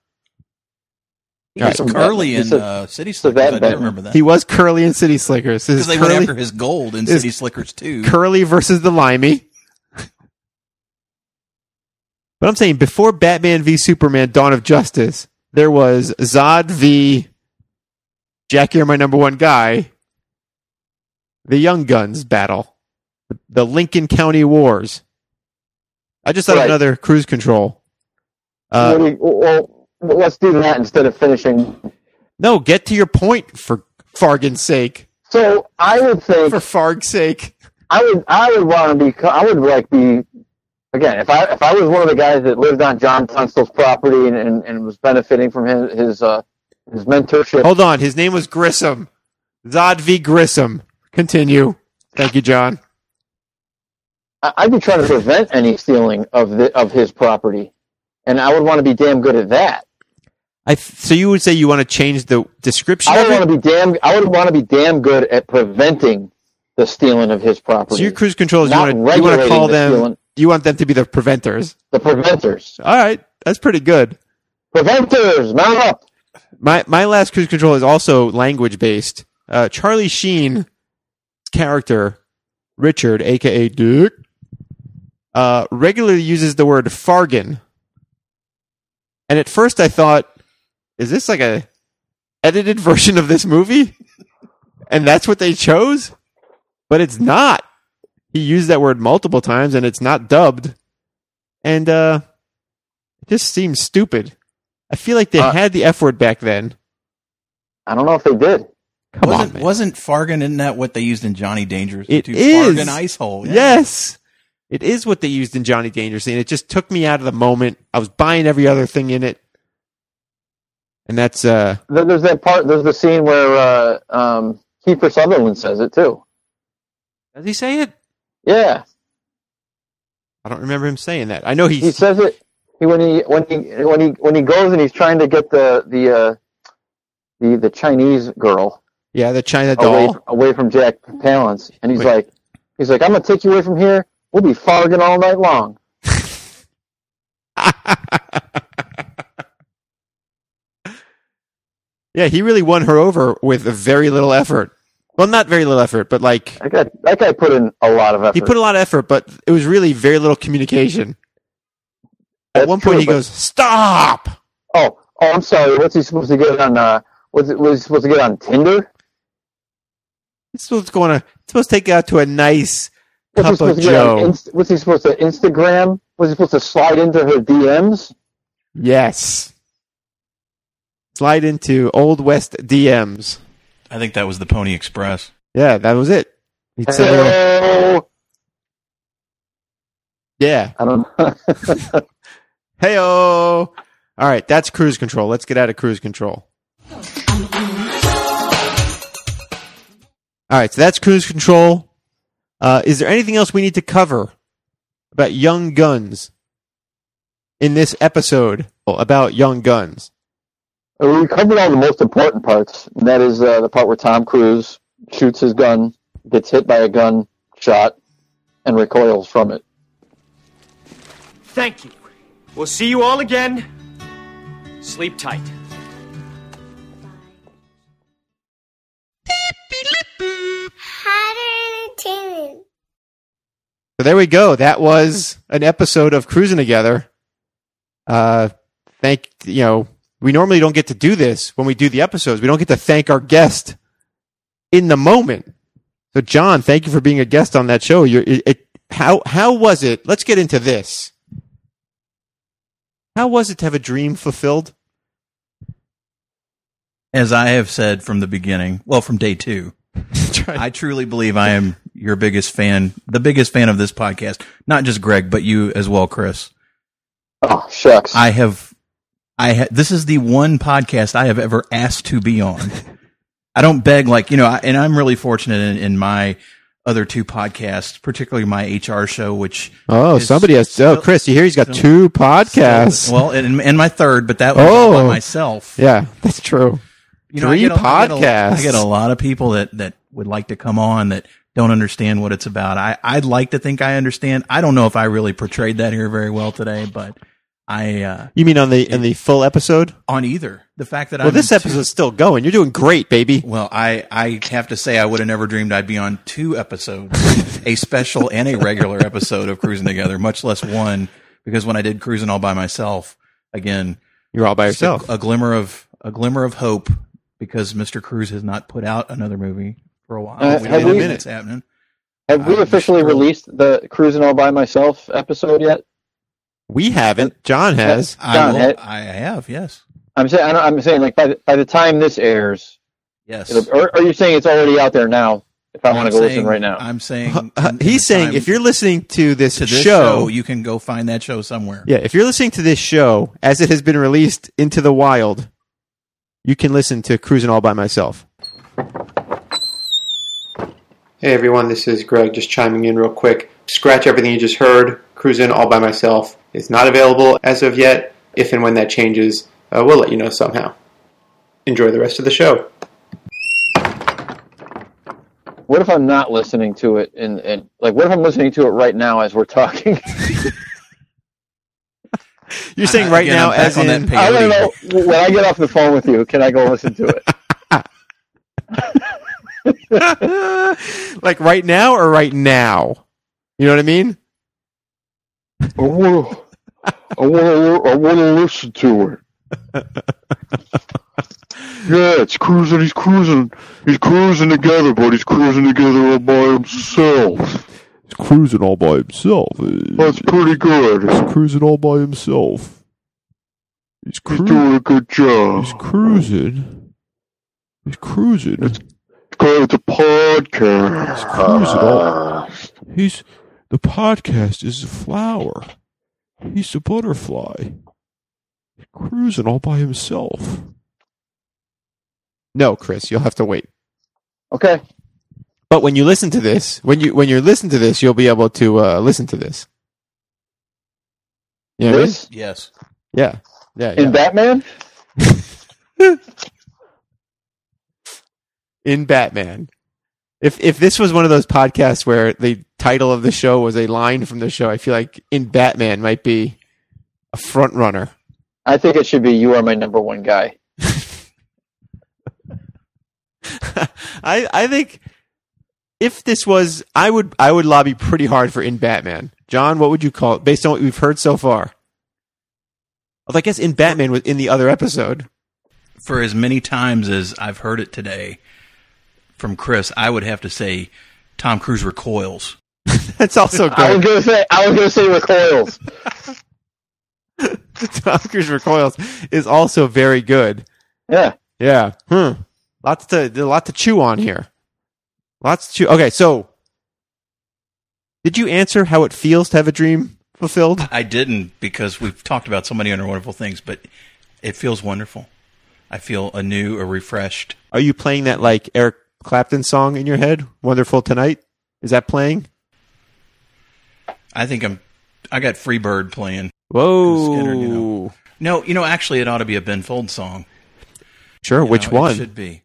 Speaker 5: He was
Speaker 4: Alright.
Speaker 5: curly
Speaker 4: It's
Speaker 5: in
Speaker 4: a-
Speaker 5: uh, City
Speaker 4: a
Speaker 5: Slickers. I
Speaker 4: bad bet.
Speaker 5: do remember that.
Speaker 3: He was Curly in City Slickers. This
Speaker 5: Because
Speaker 3: is
Speaker 5: they went
Speaker 3: Curly,
Speaker 5: after his gold in
Speaker 3: his-
Speaker 5: City Slickers too.
Speaker 3: Curly versus the Limey. But I'm saying before Batman v Superman: Dawn of Justice, there was Zod v Jack. You're my number one guy. The Young Guns battle, the Lincoln County Wars. I just thought
Speaker 4: Right.
Speaker 3: of another cruise control.
Speaker 4: What
Speaker 3: Uh,
Speaker 4: do you- well, let's do that instead of finishing.
Speaker 3: no, get to your point for Fargan's sake.
Speaker 4: So I would think
Speaker 3: For Farg's sake.
Speaker 4: I would I would want to be I would like be again if I if I was one of the guys that lived on John Tunstall's property and, and, and was benefiting from his his uh, his mentorship.
Speaker 3: Hold on. His name was Grissom. Zod v. Grissom. Continue. Thank you, John.
Speaker 4: I- I'd be trying to prevent any stealing of the of his property, and I would want to be damn good at that.
Speaker 3: I th- so you would say you want to change the description
Speaker 4: I
Speaker 3: of
Speaker 4: would
Speaker 3: it?
Speaker 4: want to be damn. I would want to be damn good at preventing the stealing of his property.
Speaker 3: so your cruise controls, you
Speaker 4: Not
Speaker 3: want to you want to
Speaker 4: regulating
Speaker 3: call
Speaker 4: the
Speaker 3: them.
Speaker 4: stealing.
Speaker 3: You want them to be the preventers.
Speaker 4: the preventers,
Speaker 3: All right, that's pretty good.
Speaker 4: preventers, mount up.
Speaker 3: My my last cruise control is also language based. Uh, Charlie Sheen character Richard, aka Duke, uh, regularly uses the word "fargan," and at first I thought, "Is this like a edited [LAUGHS] version of this movie?" And that's what they chose, but it's not. He used that word multiple times, and it's not dubbed, and uh, it just seems stupid. I feel like they
Speaker 4: Uh,
Speaker 3: had the F word back then.
Speaker 4: I don't know if they did.
Speaker 3: Come
Speaker 5: wasn't,
Speaker 3: on, man.
Speaker 5: wasn't Fargan? Isn't that what they used in Johnny Dangerous?
Speaker 3: It
Speaker 5: To
Speaker 3: is.
Speaker 5: Fargan ice hole. yeah.
Speaker 3: Yes. It is what they used in Johnny Dangerously, and it just took me out of the moment. I was buying every other thing in it. And that's uh
Speaker 4: There- There's that part. There's the scene where uh, um, Kiefer Sutherland says it too.
Speaker 3: Does he say it?
Speaker 4: Yeah,
Speaker 3: I don't remember him saying that. I know
Speaker 4: he
Speaker 3: he's
Speaker 4: says it. He when he when he when he when he goes and he's trying to get the the uh, the the Chinese girl
Speaker 3: Yeah, the China
Speaker 4: away,
Speaker 3: doll.
Speaker 4: away from Jack Palance, and he's
Speaker 3: Wait.
Speaker 4: like, he's like, I'm gonna take you away from here. We'll be farging all night long.
Speaker 3: yeah, he really won her over with very little effort. Well, not very little effort, but like
Speaker 4: That guy, that guy put in a lot of effort.
Speaker 3: he put a lot of effort, but it was really very little communication. At
Speaker 4: That's
Speaker 3: one point
Speaker 4: true,
Speaker 3: he
Speaker 4: but-
Speaker 3: goes, "Stop!"
Speaker 4: Oh, oh, I'm sorry. What's he supposed to get on? Uh, was it was he supposed to get on Tinder?
Speaker 3: It's supposed to go on a it's supposed to take you out to a nice
Speaker 4: What's he
Speaker 3: cup of
Speaker 4: supposed to get on?
Speaker 3: Joe.
Speaker 4: Inst- was he supposed to Instagram? Was he supposed to slide into her DMs?
Speaker 3: yes. Slide into Old West DMs.
Speaker 5: I think that was the Pony Express.
Speaker 3: Yeah, that was it. He'd send her a-
Speaker 4: Hello.
Speaker 3: yeah.
Speaker 4: I don't know. [LAUGHS]
Speaker 3: Hey All right, that's cruise control. Let's get out of cruise control. All right, so that's cruise control. Uh, is there anything else we need to cover about Young Guns in this episode about Young Guns?
Speaker 4: Uh, we covered all the most important parts, and that is uh, the part where Tom Cruise shoots his gun, gets hit by a gun shot, and recoils from it.
Speaker 2: Thank you. We'll see you all again. Sleep tight.
Speaker 3: So there we go. That was an episode of Cruising Together. Uh, thank you know we normally don't get to do this when we do the episodes. We don't get to thank our guest in the moment. So John, thank you for being a guest on that show. You're, it, it, how how was it? Let's get into this. How was it to have a dream fulfilled?
Speaker 5: As I have said from the beginning, well, from day two, [LAUGHS] I truly believe I am your biggest fan, the biggest fan of this podcast. Not just Greg, but you as well, Chris.
Speaker 4: Oh shucks!
Speaker 5: I have, I ha- this is the one podcast I have ever asked to be on. I don't beg like you know, I, and I'm really fortunate in, in my other two podcasts, particularly my HR show, which
Speaker 3: Oh,
Speaker 5: is
Speaker 3: somebody has. Oh,
Speaker 5: still-
Speaker 3: Chris, you hear he's got
Speaker 5: still-
Speaker 3: two podcasts.
Speaker 5: Well, and, and my third, but that was all
Speaker 3: Oh.
Speaker 5: by myself.
Speaker 3: yeah, that's true.
Speaker 5: you
Speaker 3: Three
Speaker 5: I get a- I get a-
Speaker 3: podcasts.
Speaker 5: I get, a, lot of people that that would like to come on that don't understand what it's about. I I'd like to think I understand. I don't know if I really portrayed that here very well today, but I uh
Speaker 3: You mean on the in the full episode?
Speaker 5: on either the fact that
Speaker 3: Well,
Speaker 5: I'm
Speaker 3: this
Speaker 5: in two-
Speaker 3: episode's still going. You're doing great, baby.
Speaker 5: well, I I have to say I would have never dreamed I'd be on two episodes, a special and a regular episode of Cruising Together, much less one because when I did Cruising all by myself again,
Speaker 3: You're all by
Speaker 5: just a-
Speaker 3: yourself.
Speaker 5: A, glimmer of a glimmer of hope because Mr. Cruz has not put out another movie for a while.
Speaker 4: Uh,
Speaker 5: we
Speaker 4: have
Speaker 5: know
Speaker 4: we-
Speaker 5: when it's happening.
Speaker 4: Have we
Speaker 5: I'm
Speaker 4: officially
Speaker 5: sure-
Speaker 4: released the cruising all by myself episode yet?
Speaker 3: We
Speaker 5: uh,
Speaker 3: haven't. John has.
Speaker 5: I,
Speaker 4: John,
Speaker 5: will,
Speaker 4: had-
Speaker 5: I have, yes.
Speaker 4: I'm saying I don't, I'm saying like by the, by the time this airs,
Speaker 5: Yes.
Speaker 4: it'll, or are you saying it's already out there now? If I want to go
Speaker 5: I'm
Speaker 4: listen
Speaker 5: saying-
Speaker 4: right now,
Speaker 5: I'm saying
Speaker 3: Uh,
Speaker 5: in- in
Speaker 3: He's
Speaker 5: the
Speaker 3: saying
Speaker 5: time
Speaker 3: if you're listening to this,
Speaker 5: to this
Speaker 3: show,
Speaker 5: you can go find that show somewhere.
Speaker 3: yeah, if you're listening to this show as it has been released into the wild, you can listen to Cruising All by Myself. Hey everyone, this is Greg just chiming in real quick. Scratch everything you just heard. Cruise in all by myself. It's not available as of yet. If and when that changes, uh, we'll let you know somehow. Enjoy the rest of the show.
Speaker 4: what if I'm not listening to it? And and like, what if I'm listening to it right now as we're talking? [LAUGHS]
Speaker 3: You're
Speaker 5: saying
Speaker 3: saying right
Speaker 5: I- right again,
Speaker 3: now,
Speaker 5: now I'm back
Speaker 3: as
Speaker 5: as on that
Speaker 3: in
Speaker 5: in- page.
Speaker 4: I don't know. When I get off the phone with you, can I go listen to it?
Speaker 3: [LAUGHS] like right now or right now? You know what I mean?
Speaker 4: I want to. I want to. I want to listen to it. yeah, it's cruising. He's cruising. He's cruising together, but he's cruising together all by himself.
Speaker 3: He's cruising all by himself. He's
Speaker 4: That's pretty good.
Speaker 3: cruising all by himself. He's
Speaker 4: He's doing a good job.
Speaker 3: cruising. He's cruising.
Speaker 4: Because it's a podcast.
Speaker 3: cruising all. He's the podcast is a flower. He's a butterfly. Cruising all by himself. No, Chris, you'll have to wait.
Speaker 4: Okay.
Speaker 3: But when you listen to this, when you when you listen to this, you'll be able to uh, listen to this. Yeah,
Speaker 4: This
Speaker 5: Yes.
Speaker 3: yeah, yeah. yeah.
Speaker 4: in Batman.
Speaker 3: in Batman. If if this was one of those podcasts where the title of the show was a line from the show, I feel like in Batman might be a front runner. [LAUGHS]
Speaker 4: I think it should be you are my number one guy.
Speaker 3: I I think if this was I would I would lobby pretty hard for in Batman. John, what would you call it based on what we've heard so far? Although I guess in Batman was in the other episode.
Speaker 5: For as many times as I've heard it today from Chris, I would have to say Tom Cruise recoils.
Speaker 3: That's [LAUGHS] also good.
Speaker 4: I was gonna say. I was gonna say recoils.
Speaker 3: [LAUGHS] Tom Cruise recoils is also very good.
Speaker 4: Yeah.
Speaker 3: Yeah. Hmm. Lots to a lot to chew on here. Lots to chew. Okay, so did you answer how it feels to have a dream fulfilled?
Speaker 5: I didn't because we've talked about so many other wonderful things, but it feels wonderful. I feel anew, a refreshed.
Speaker 3: Are you playing that like Eric Clapton song in your head? Wonderful tonight. Is that playing?
Speaker 5: I think I'm. I got Freebird playing.
Speaker 3: Whoa.
Speaker 5: Skinner, you know. No, you know, actually, it ought to be a Ben Folds song.
Speaker 3: Sure.
Speaker 5: You
Speaker 3: which
Speaker 5: know, it
Speaker 3: one?
Speaker 5: should be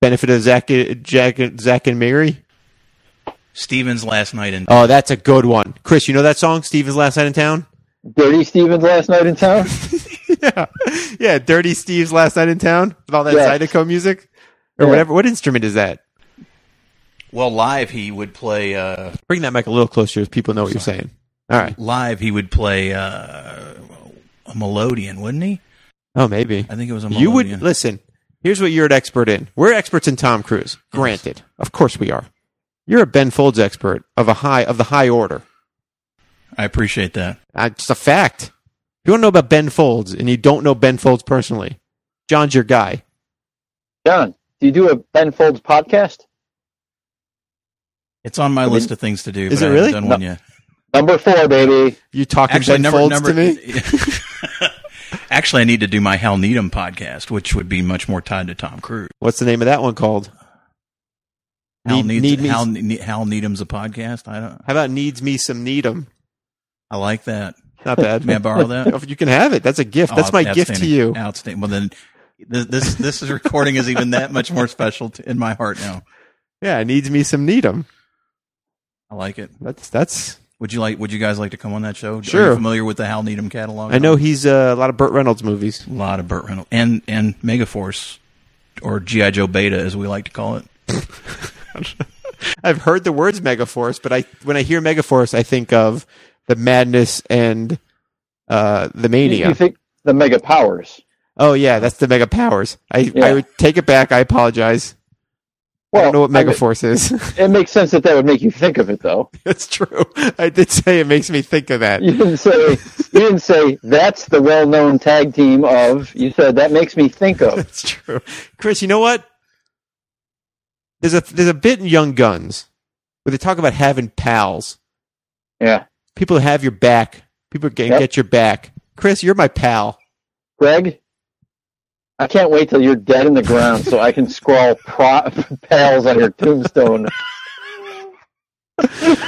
Speaker 3: Benefit of Zach, Jack, Zach and Mary.
Speaker 5: Steven's last night in.
Speaker 3: Oh, that's a good one, Chris. You know that song? Steven's last night in town.
Speaker 4: Dirty Stevens last night in town.
Speaker 3: yeah, [LAUGHS] yeah. Dirty Steve's last night in town with all that
Speaker 4: Yeah.
Speaker 3: Zydeco music or
Speaker 4: Yeah.
Speaker 3: whatever. What instrument is that?
Speaker 5: Well, live he would play. Uh,
Speaker 3: Bring that mic a little closer so people know what you're saying. All right.
Speaker 5: live he would play uh, a melodeon, wouldn't he?
Speaker 3: Oh, maybe.
Speaker 5: I think it was a melodeon.
Speaker 3: You would listen. Here's what you're an expert in. We're experts in Tom Cruise. Granted, of course we are. You're a Ben Folds expert of a high of the high order.
Speaker 5: I appreciate that.
Speaker 3: Uh, it's a fact. If you want to know about Ben Folds and you don't know Ben Folds personally, John's your guy.
Speaker 4: John, do you do a Ben Folds podcast?
Speaker 5: It's on my
Speaker 4: mean,
Speaker 5: list of things to do.
Speaker 3: is it
Speaker 5: but I haven't
Speaker 3: really?
Speaker 5: Done
Speaker 4: No.
Speaker 5: one yet.
Speaker 4: Number four, baby.
Speaker 3: You talking
Speaker 5: Actually,
Speaker 3: Ben
Speaker 5: number
Speaker 3: Folds
Speaker 5: number.
Speaker 3: to me?
Speaker 5: [LAUGHS] actually, I need to do my Hal Needham podcast, which would be much more tied to Tom Cruise.
Speaker 3: What's the name of that one called?
Speaker 5: Hal,
Speaker 3: Need-
Speaker 5: needs,
Speaker 3: need me-
Speaker 5: Hal, Ne- Hal Needham's a podcast. I don't.
Speaker 3: How about needs me some Needham?
Speaker 5: I like that.
Speaker 3: Not bad. [LAUGHS]
Speaker 5: May I borrow that?
Speaker 3: you can have it. That's a gift. That's
Speaker 5: Oh,
Speaker 3: my gift to
Speaker 5: outstanding.
Speaker 3: you.
Speaker 5: Outstanding. Well, then this this, this is recording is even that much more special to, in my heart now.
Speaker 3: Yeah, needs me some Needham.
Speaker 5: I like it.
Speaker 3: That's that's.
Speaker 5: Would you like? Would you guys like to come on that show? Are
Speaker 3: Sure.
Speaker 5: you familiar with the Hal Needham catalog?
Speaker 3: I know he's uh, a lot of Burt Reynolds movies.
Speaker 5: a lot of Burt Reynolds and and Megaforce or GI Joe Beta, as we like to call it.
Speaker 3: I've heard the words Megaforce, but I when I hear Megaforce, I think of the madness and uh, the
Speaker 4: You-
Speaker 3: mania.
Speaker 4: You think the mega powers?
Speaker 3: oh yeah, that's the Mega Powers. I
Speaker 4: Yeah.
Speaker 3: I would take it back. I apologize. I don't know what Megaforce is. [LAUGHS]
Speaker 4: It makes sense that that would make you think of it, though.
Speaker 3: That's true. I did say it makes me think of that.
Speaker 4: You didn't say you didn't say that's the well-known tag team of. You said that makes me think
Speaker 3: [LAUGHS]
Speaker 4: of.
Speaker 3: That's true. Chris, you know what? There's a there's a bit in Young Guns where they talk about having pals.
Speaker 4: Yeah.
Speaker 3: People that have your back. People can
Speaker 4: Yep.
Speaker 3: get your back. Chris, you're my pal.
Speaker 4: Greg, I can't wait till you're dead in the ground so I can scrawl pro- pals on your tombstone. [LAUGHS]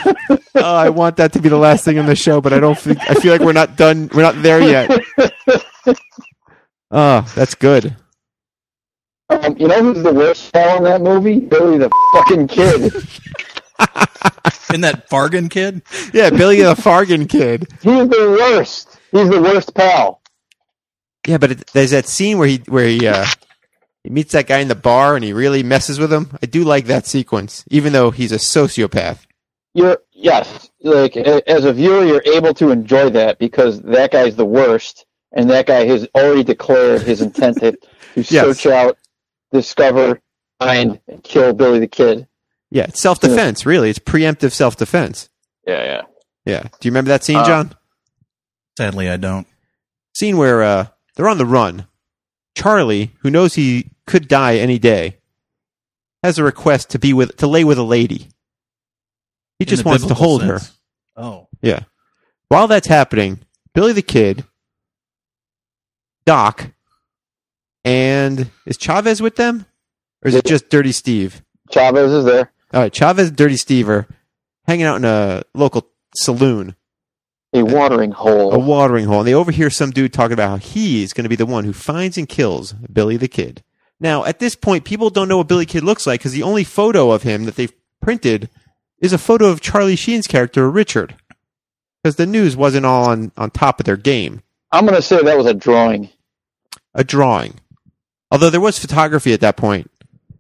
Speaker 3: Oh, I
Speaker 4: [LAUGHS]
Speaker 3: want that to be the last thing on the show, but I don't think I feel like we're not done. We're not there yet. Oh, that's good.
Speaker 4: Um, you know who's the worst pal in that movie? Billy the fucking kid.
Speaker 5: Isn't that Fargan kid?
Speaker 3: Yeah, Billy the Fargan kid.
Speaker 4: He's the worst. He's the worst pal.
Speaker 3: Yeah, but it, there's that scene where he where he uh, he meets that guy in the bar and he really messes with him. I do like that sequence, even though he's a sociopath.
Speaker 4: You're yes, like a- as a viewer, you're able to enjoy that because that guy's the worst, and that guy has already declared his intent
Speaker 3: [LAUGHS]
Speaker 4: to, to search out, discover, find, and kill Billy the Kid.
Speaker 3: Yeah, it's self defense. Really, it's preemptive self defense.
Speaker 4: Yeah, yeah.
Speaker 3: Yeah. Do you remember that scene,
Speaker 4: Uh,
Speaker 3: John?
Speaker 5: Sadly, I don't.
Speaker 3: Scene where uh, they're on the run. Charlie, who knows he could die any day, has a request to be with to lay with a lady. He
Speaker 5: In
Speaker 3: just
Speaker 5: the
Speaker 3: wants to
Speaker 5: biblical
Speaker 3: hold her.
Speaker 5: sense. Oh,
Speaker 3: Yeah. While that's happening, Billy the Kid, Doc, and is Chavez with them? Or is it just Dirty Steve?
Speaker 4: Chavez is there.
Speaker 3: All right, Chavez and Dirty Steve are hanging out in a local saloon,
Speaker 4: A watering hole.
Speaker 3: a watering hole, and they overhear some dude talking about how he is going to be the one who finds and kills Billy the Kid. Now, at this point, people don't know what Billy Kid looks like because the only photo of him that they've printed is a photo of Charlie Sheen's character, Richard, because the news wasn't all on, on top of their game.
Speaker 4: I'm gonna say that was a drawing.
Speaker 3: a drawing. Although there was photography at that point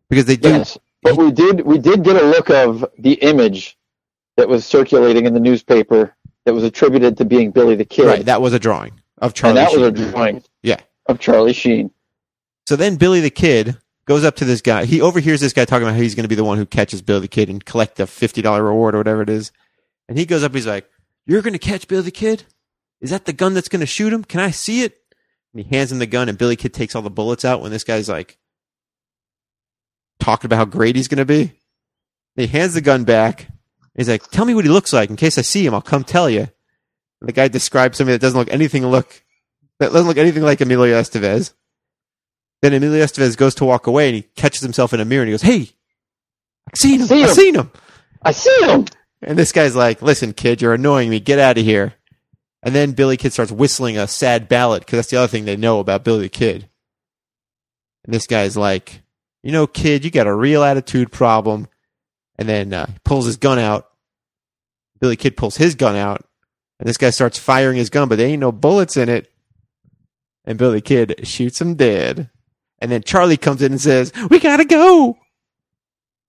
Speaker 3: because they do.
Speaker 4: Yes, but we did we did get a look of the image that was circulating in the newspaper that was attributed to being Billy the Kid,
Speaker 3: Right, that was a drawing of
Speaker 4: and
Speaker 3: Charlie.
Speaker 4: that was a
Speaker 3: Sheen.
Speaker 4: drawing
Speaker 3: yeah.
Speaker 4: of Charlie Sheen.
Speaker 3: So then Billy the Kid goes up to this guy. He overhears this guy talking about how he's going to be the one who catches Billy the Kid and collect the fifty dollar reward or whatever it is. And he goes up. He's like, "You're going to catch Billy the Kid? Is that the gun that's going to shoot him? Can I see it?" And he hands him the gun, and Billy Kid takes all the bullets out. When this guy's like talking about how great he's going to be, he hands the gun back. He's like, "Tell me what he looks like in case I see him. I'll come tell you." And the guy describes somebody that doesn't look anything look that doesn't look anything like Emilio Estevez. Then Emilio Estevez goes to walk away, and he catches himself in a mirror, and he goes, "Hey, I've seen him.
Speaker 4: See
Speaker 3: I've
Speaker 4: him."
Speaker 3: seen him."
Speaker 4: I see him.
Speaker 3: And this guy's like, listen, kid, you're annoying me. Get out of here. And then Billy Kid starts whistling a sad ballad because that's the other thing they know about Billy the Kid. And this guy's like, you know, kid, you got a real attitude problem. And then uh, he pulls his gun out. Billy Kid pulls his gun out. And this guy starts firing his gun, but there ain't no bullets in it. And Billy Kid shoots him dead. And then Charlie comes in and says, we got to go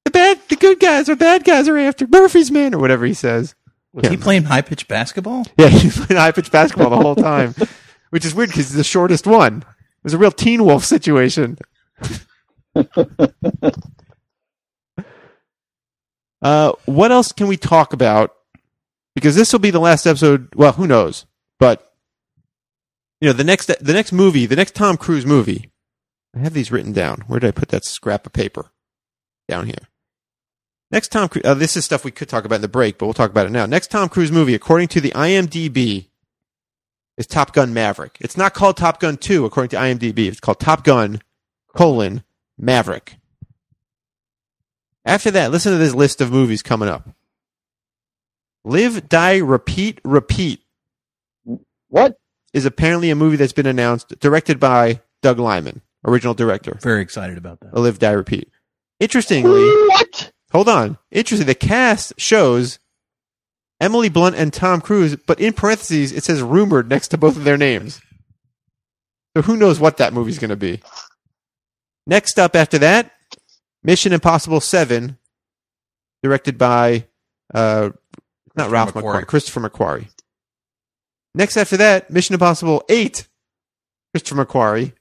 Speaker 3: the bad, the good guys or bad guys are after Murphy's men or whatever he says.
Speaker 5: was he playing high pitched basketball?
Speaker 3: Yeah, [LAUGHS] he's playing high pitched basketball the whole time, which is weird because he's the shortest one. It was a real Teen Wolf situation. [LAUGHS] uh, what else can we talk about? Because this will be the last episode. Well, who knows? But you know, the next the next movie, the next Tom Cruise movie. I have these written down. Where did I put that scrap of paper? Down here. Next Tom Cruise. Uh, this is stuff we could talk about in the break, but we'll talk about it now. Next Tom Cruise movie, according to the IMDb, is Top Gun Maverick. It's not called Top Gun Two, according to IMDb. It's called Top Gun colon Maverick. After that, listen to this list of movies coming up. Live, Die, Repeat, Repeat
Speaker 4: What?
Speaker 3: is apparently a movie that's been announced, directed by Doug Lyman, original director.
Speaker 5: Very excited about that.
Speaker 3: A Live, Die, Repeat. Interestingly.
Speaker 4: What?
Speaker 3: Hold on. Interesting. The cast shows Emily Blunt and Tom Cruise, but in parentheses it says rumored next to both of their names. So who knows what that movie's going to be? Next up after that, Mission Impossible 7 directed by uh not
Speaker 5: Christopher
Speaker 3: Ralph
Speaker 5: McQuarrie.
Speaker 3: McQuarrie, Christopher McQuarrie. Next after that, Mission Impossible 8 Christopher McQuarrie.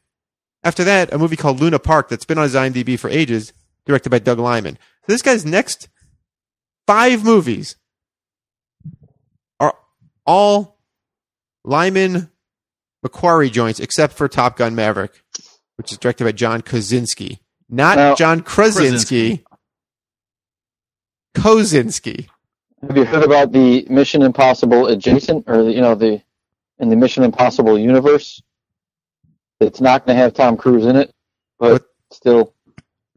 Speaker 3: After that, a movie called Luna Park that's been on his IMDb for ages, directed by Doug Lyman. So this guy's next five movies are all Lyman Macquarie joints, except for Top Gun Maverick, which is directed by John Kozinski, not
Speaker 4: Now-
Speaker 3: John Krasinski. Kozinski.
Speaker 4: Have you heard about the Mission Impossible adjacent, or the, you know the in the Mission Impossible universe? It's not going to have Tom Cruise in it, but still,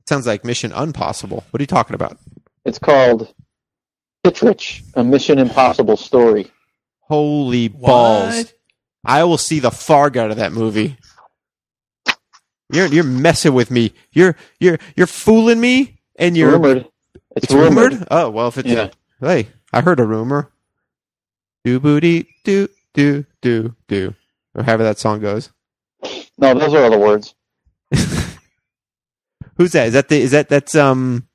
Speaker 3: Sounds like Mission Impossible. What are you talking about?
Speaker 4: it's called Kittredge, a Mission Impossible story.
Speaker 3: Holy balls! I will see the farg out of that movie. You're you're messing with me. You're you're you're fooling me, and you're
Speaker 4: Rumored. It's,
Speaker 3: It's
Speaker 4: rumored.
Speaker 3: rumored? Oh well, if it's
Speaker 4: Yeah.
Speaker 3: hey, I heard a rumor. Do booty do do do do, or however that song goes.
Speaker 4: No, those are all the words.
Speaker 3: Who's that? Is that the is that that's um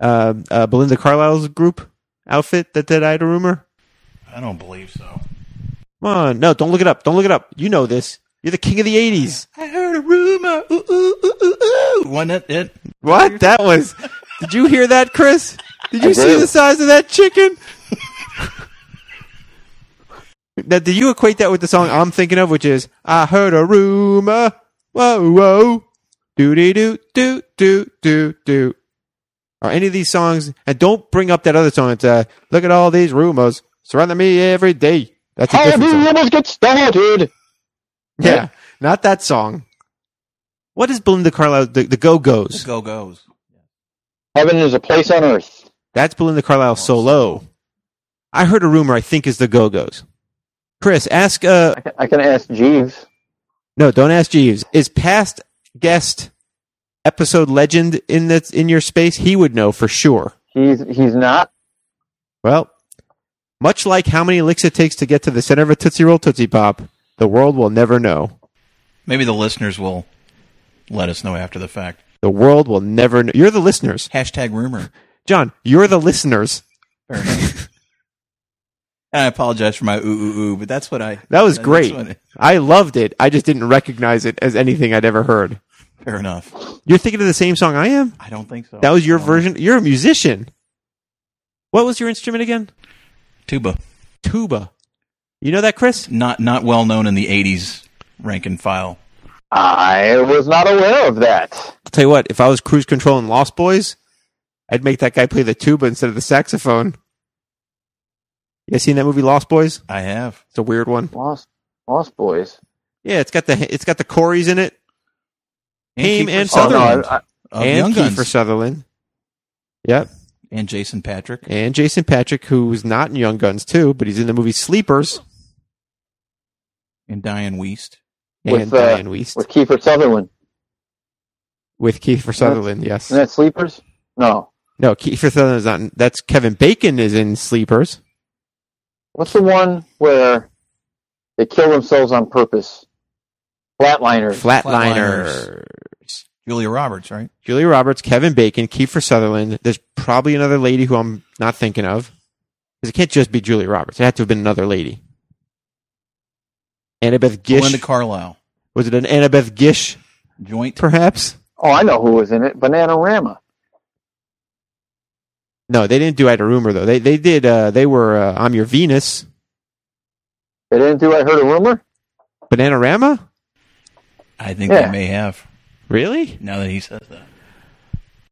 Speaker 3: uh, uh Belinda Carlisle's group outfit that that I had a rumor?
Speaker 5: I don't believe so.
Speaker 3: Come on, no, don't look it up. Don't look it up. You know this. You're the king of the '80s.
Speaker 5: I heard a rumor. Ooh, ooh, ooh, ooh, ooh. Wasn't it? it?
Speaker 3: What that was? Did you hear that, Chris? Did you
Speaker 4: I
Speaker 3: see
Speaker 4: did.
Speaker 3: the size of that chicken? now, do you equate that with the song I'm thinking of, which is "I heard a rumor"? Whoa, whoa, doo doo doo doo doo doo doo. Are any of these songs? And don't bring up that other song. It's uh, "Look at all these rumors surrounding me every day." That's a
Speaker 4: How do
Speaker 3: different song.
Speaker 4: rumors get started?
Speaker 3: Yeah, not that song. What is Belinda Carlisle? The, the Go Go's.
Speaker 5: Go goes.
Speaker 4: Heaven is a place on earth.
Speaker 3: That's Belinda Carlisle solo. I heard a rumor. I think is the Go Go's. Chris, ask. Uh,
Speaker 4: I can, I can ask Jeeves.
Speaker 3: no, don't ask Jeeves. Is past guest episode legend in the in your space? He would know for sure.
Speaker 4: He's he's not.
Speaker 3: Well, much like how many licks it takes to get to the center of a tootsie roll tootsie pop, the world will never know.
Speaker 5: Maybe the listeners will let us know after the fact.
Speaker 3: The world will never know. You're the listeners,
Speaker 5: Hashtag rumor.
Speaker 3: John. You're the listeners.
Speaker 5: Fair enough. and I apologize for my ooh ooh ooh, but that's what I.
Speaker 3: That was
Speaker 5: that's
Speaker 3: great.
Speaker 5: what-
Speaker 3: I loved it. I just didn't recognize it as anything I'd ever heard.
Speaker 5: fair enough.
Speaker 3: You're thinking of the same song I am?
Speaker 5: I don't think so. Uh,
Speaker 3: That was your
Speaker 5: No.
Speaker 3: version. You're a musician. What was your instrument again?
Speaker 5: Tuba,
Speaker 3: Tuba. You know that, Chris?
Speaker 5: not not well known in the '80s rank and file.
Speaker 4: I was not aware of that.
Speaker 3: I'll tell you what, if I was cruise control in Lost Boys, I'd make that guy play the tuba instead of the saxophone. You guys seen that movie Lost Boys?
Speaker 5: I have.
Speaker 3: It's a weird one.
Speaker 4: Lost Lost Boys.
Speaker 3: Yeah, it's got the it's got the Corys in it. Haim
Speaker 5: Kiefer
Speaker 3: and
Speaker 4: Oh, no,
Speaker 5: Sutherland
Speaker 3: Sutherland.
Speaker 4: I, I,
Speaker 5: of Young
Speaker 3: and
Speaker 5: Guns
Speaker 3: Kiefer Sutherland. Yep.
Speaker 5: and Jason Patrick.
Speaker 3: And Jason Patrick, who was not in Young Guns too, but he's in the movie Sleepers
Speaker 5: and Diane Weist.
Speaker 4: With,
Speaker 3: and
Speaker 4: uh,
Speaker 3: Diane Weist.
Speaker 4: with Kiefer Sutherland.
Speaker 3: With Kiefer Sutherland, yes.
Speaker 4: Isn't that Sleepers? No.
Speaker 3: No, Kiefer Sutherland is not. in- That's Kevin Bacon is in Sleepers.
Speaker 4: What's the one where they kill themselves on purpose? Flatliners.
Speaker 3: Flatliners.
Speaker 5: Julia Roberts, right?
Speaker 3: Julia Roberts, Kevin Bacon, Kiefer Sutherland. There's probably another lady who I'm not thinking of. Because it can't just be Julia Roberts. It had to have been another lady. Annabeth Gish.
Speaker 5: Belinda Carlisle.
Speaker 3: was it an Annabeth Gish,
Speaker 5: Joint.
Speaker 3: perhaps?
Speaker 4: oh, I know who was in it. Bananarama.
Speaker 3: No, they didn't do I Had a Rumor, though. They, they did, uh, they were uh, I'm Your Venus.
Speaker 4: They didn't do I Heard a Rumor?
Speaker 3: Bananarama?
Speaker 5: I think
Speaker 4: Yeah.
Speaker 5: they may have.
Speaker 3: Really?
Speaker 5: Now that he says that,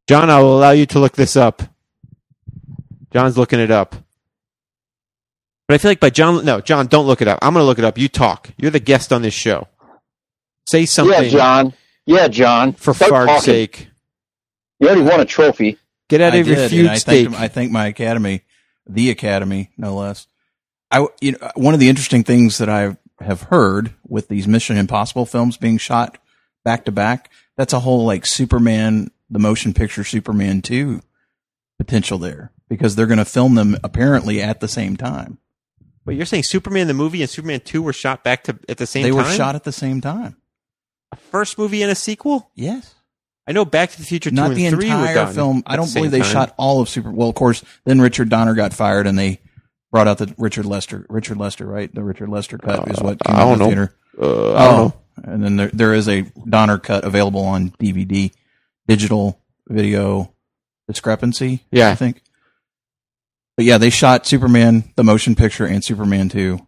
Speaker 3: John, I will allow you to look this up. John's looking it up. But I feel like by John, no, John, don't look it up. I'm going to look it up. You talk. You're the guest on this show. Say something.
Speaker 4: Yeah, John. Yeah, John.
Speaker 3: For
Speaker 4: Start
Speaker 3: fart's
Speaker 4: talking.
Speaker 3: sake.
Speaker 4: You already won a trophy.
Speaker 3: Get out
Speaker 5: I
Speaker 3: of your
Speaker 5: did,
Speaker 3: feud
Speaker 5: and I
Speaker 3: steak.
Speaker 5: thanked him- I thank my academy, the academy, no less. I w- you know, one of the interesting things that I have heard with these Mission Impossible films being shot back to back, that's a whole like Superman, the motion picture Superman two potential there because they're going to film them apparently at the same time.
Speaker 3: Wait, you're saying Superman the movie and Superman 2 were shot back to at the same
Speaker 5: they
Speaker 3: time?
Speaker 5: were shot at the same time.
Speaker 3: a first movie and a sequel?
Speaker 5: Yes.
Speaker 3: I know Back to the Future 2
Speaker 5: not
Speaker 3: and
Speaker 5: the
Speaker 3: 3 were
Speaker 5: entire
Speaker 3: done
Speaker 5: film.
Speaker 3: at
Speaker 5: I don't
Speaker 3: the
Speaker 5: believe
Speaker 3: same
Speaker 5: they
Speaker 3: time.
Speaker 5: shot all of Super. Well, of course, then Richard Donner got fired, and they brought out the Richard Lester, Richard Lester, right? The Richard Lester cut is what came
Speaker 3: I
Speaker 5: out
Speaker 3: don't
Speaker 5: in the
Speaker 3: know.
Speaker 5: theater. Oh,
Speaker 3: Uh, I don't know.
Speaker 5: And then there there is a Donner cut available on DVD, digital video, discrepancy.
Speaker 3: Yeah.
Speaker 5: I think. But yeah, they shot Superman, the motion picture, and Superman 2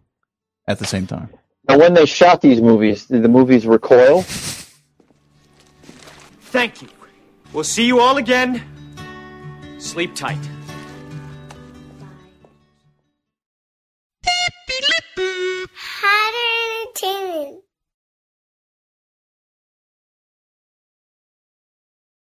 Speaker 5: at the same time.
Speaker 4: Now, when they shot these movies, did the movies recoil?
Speaker 8: Thank you. We'll see you all again. Sleep tight.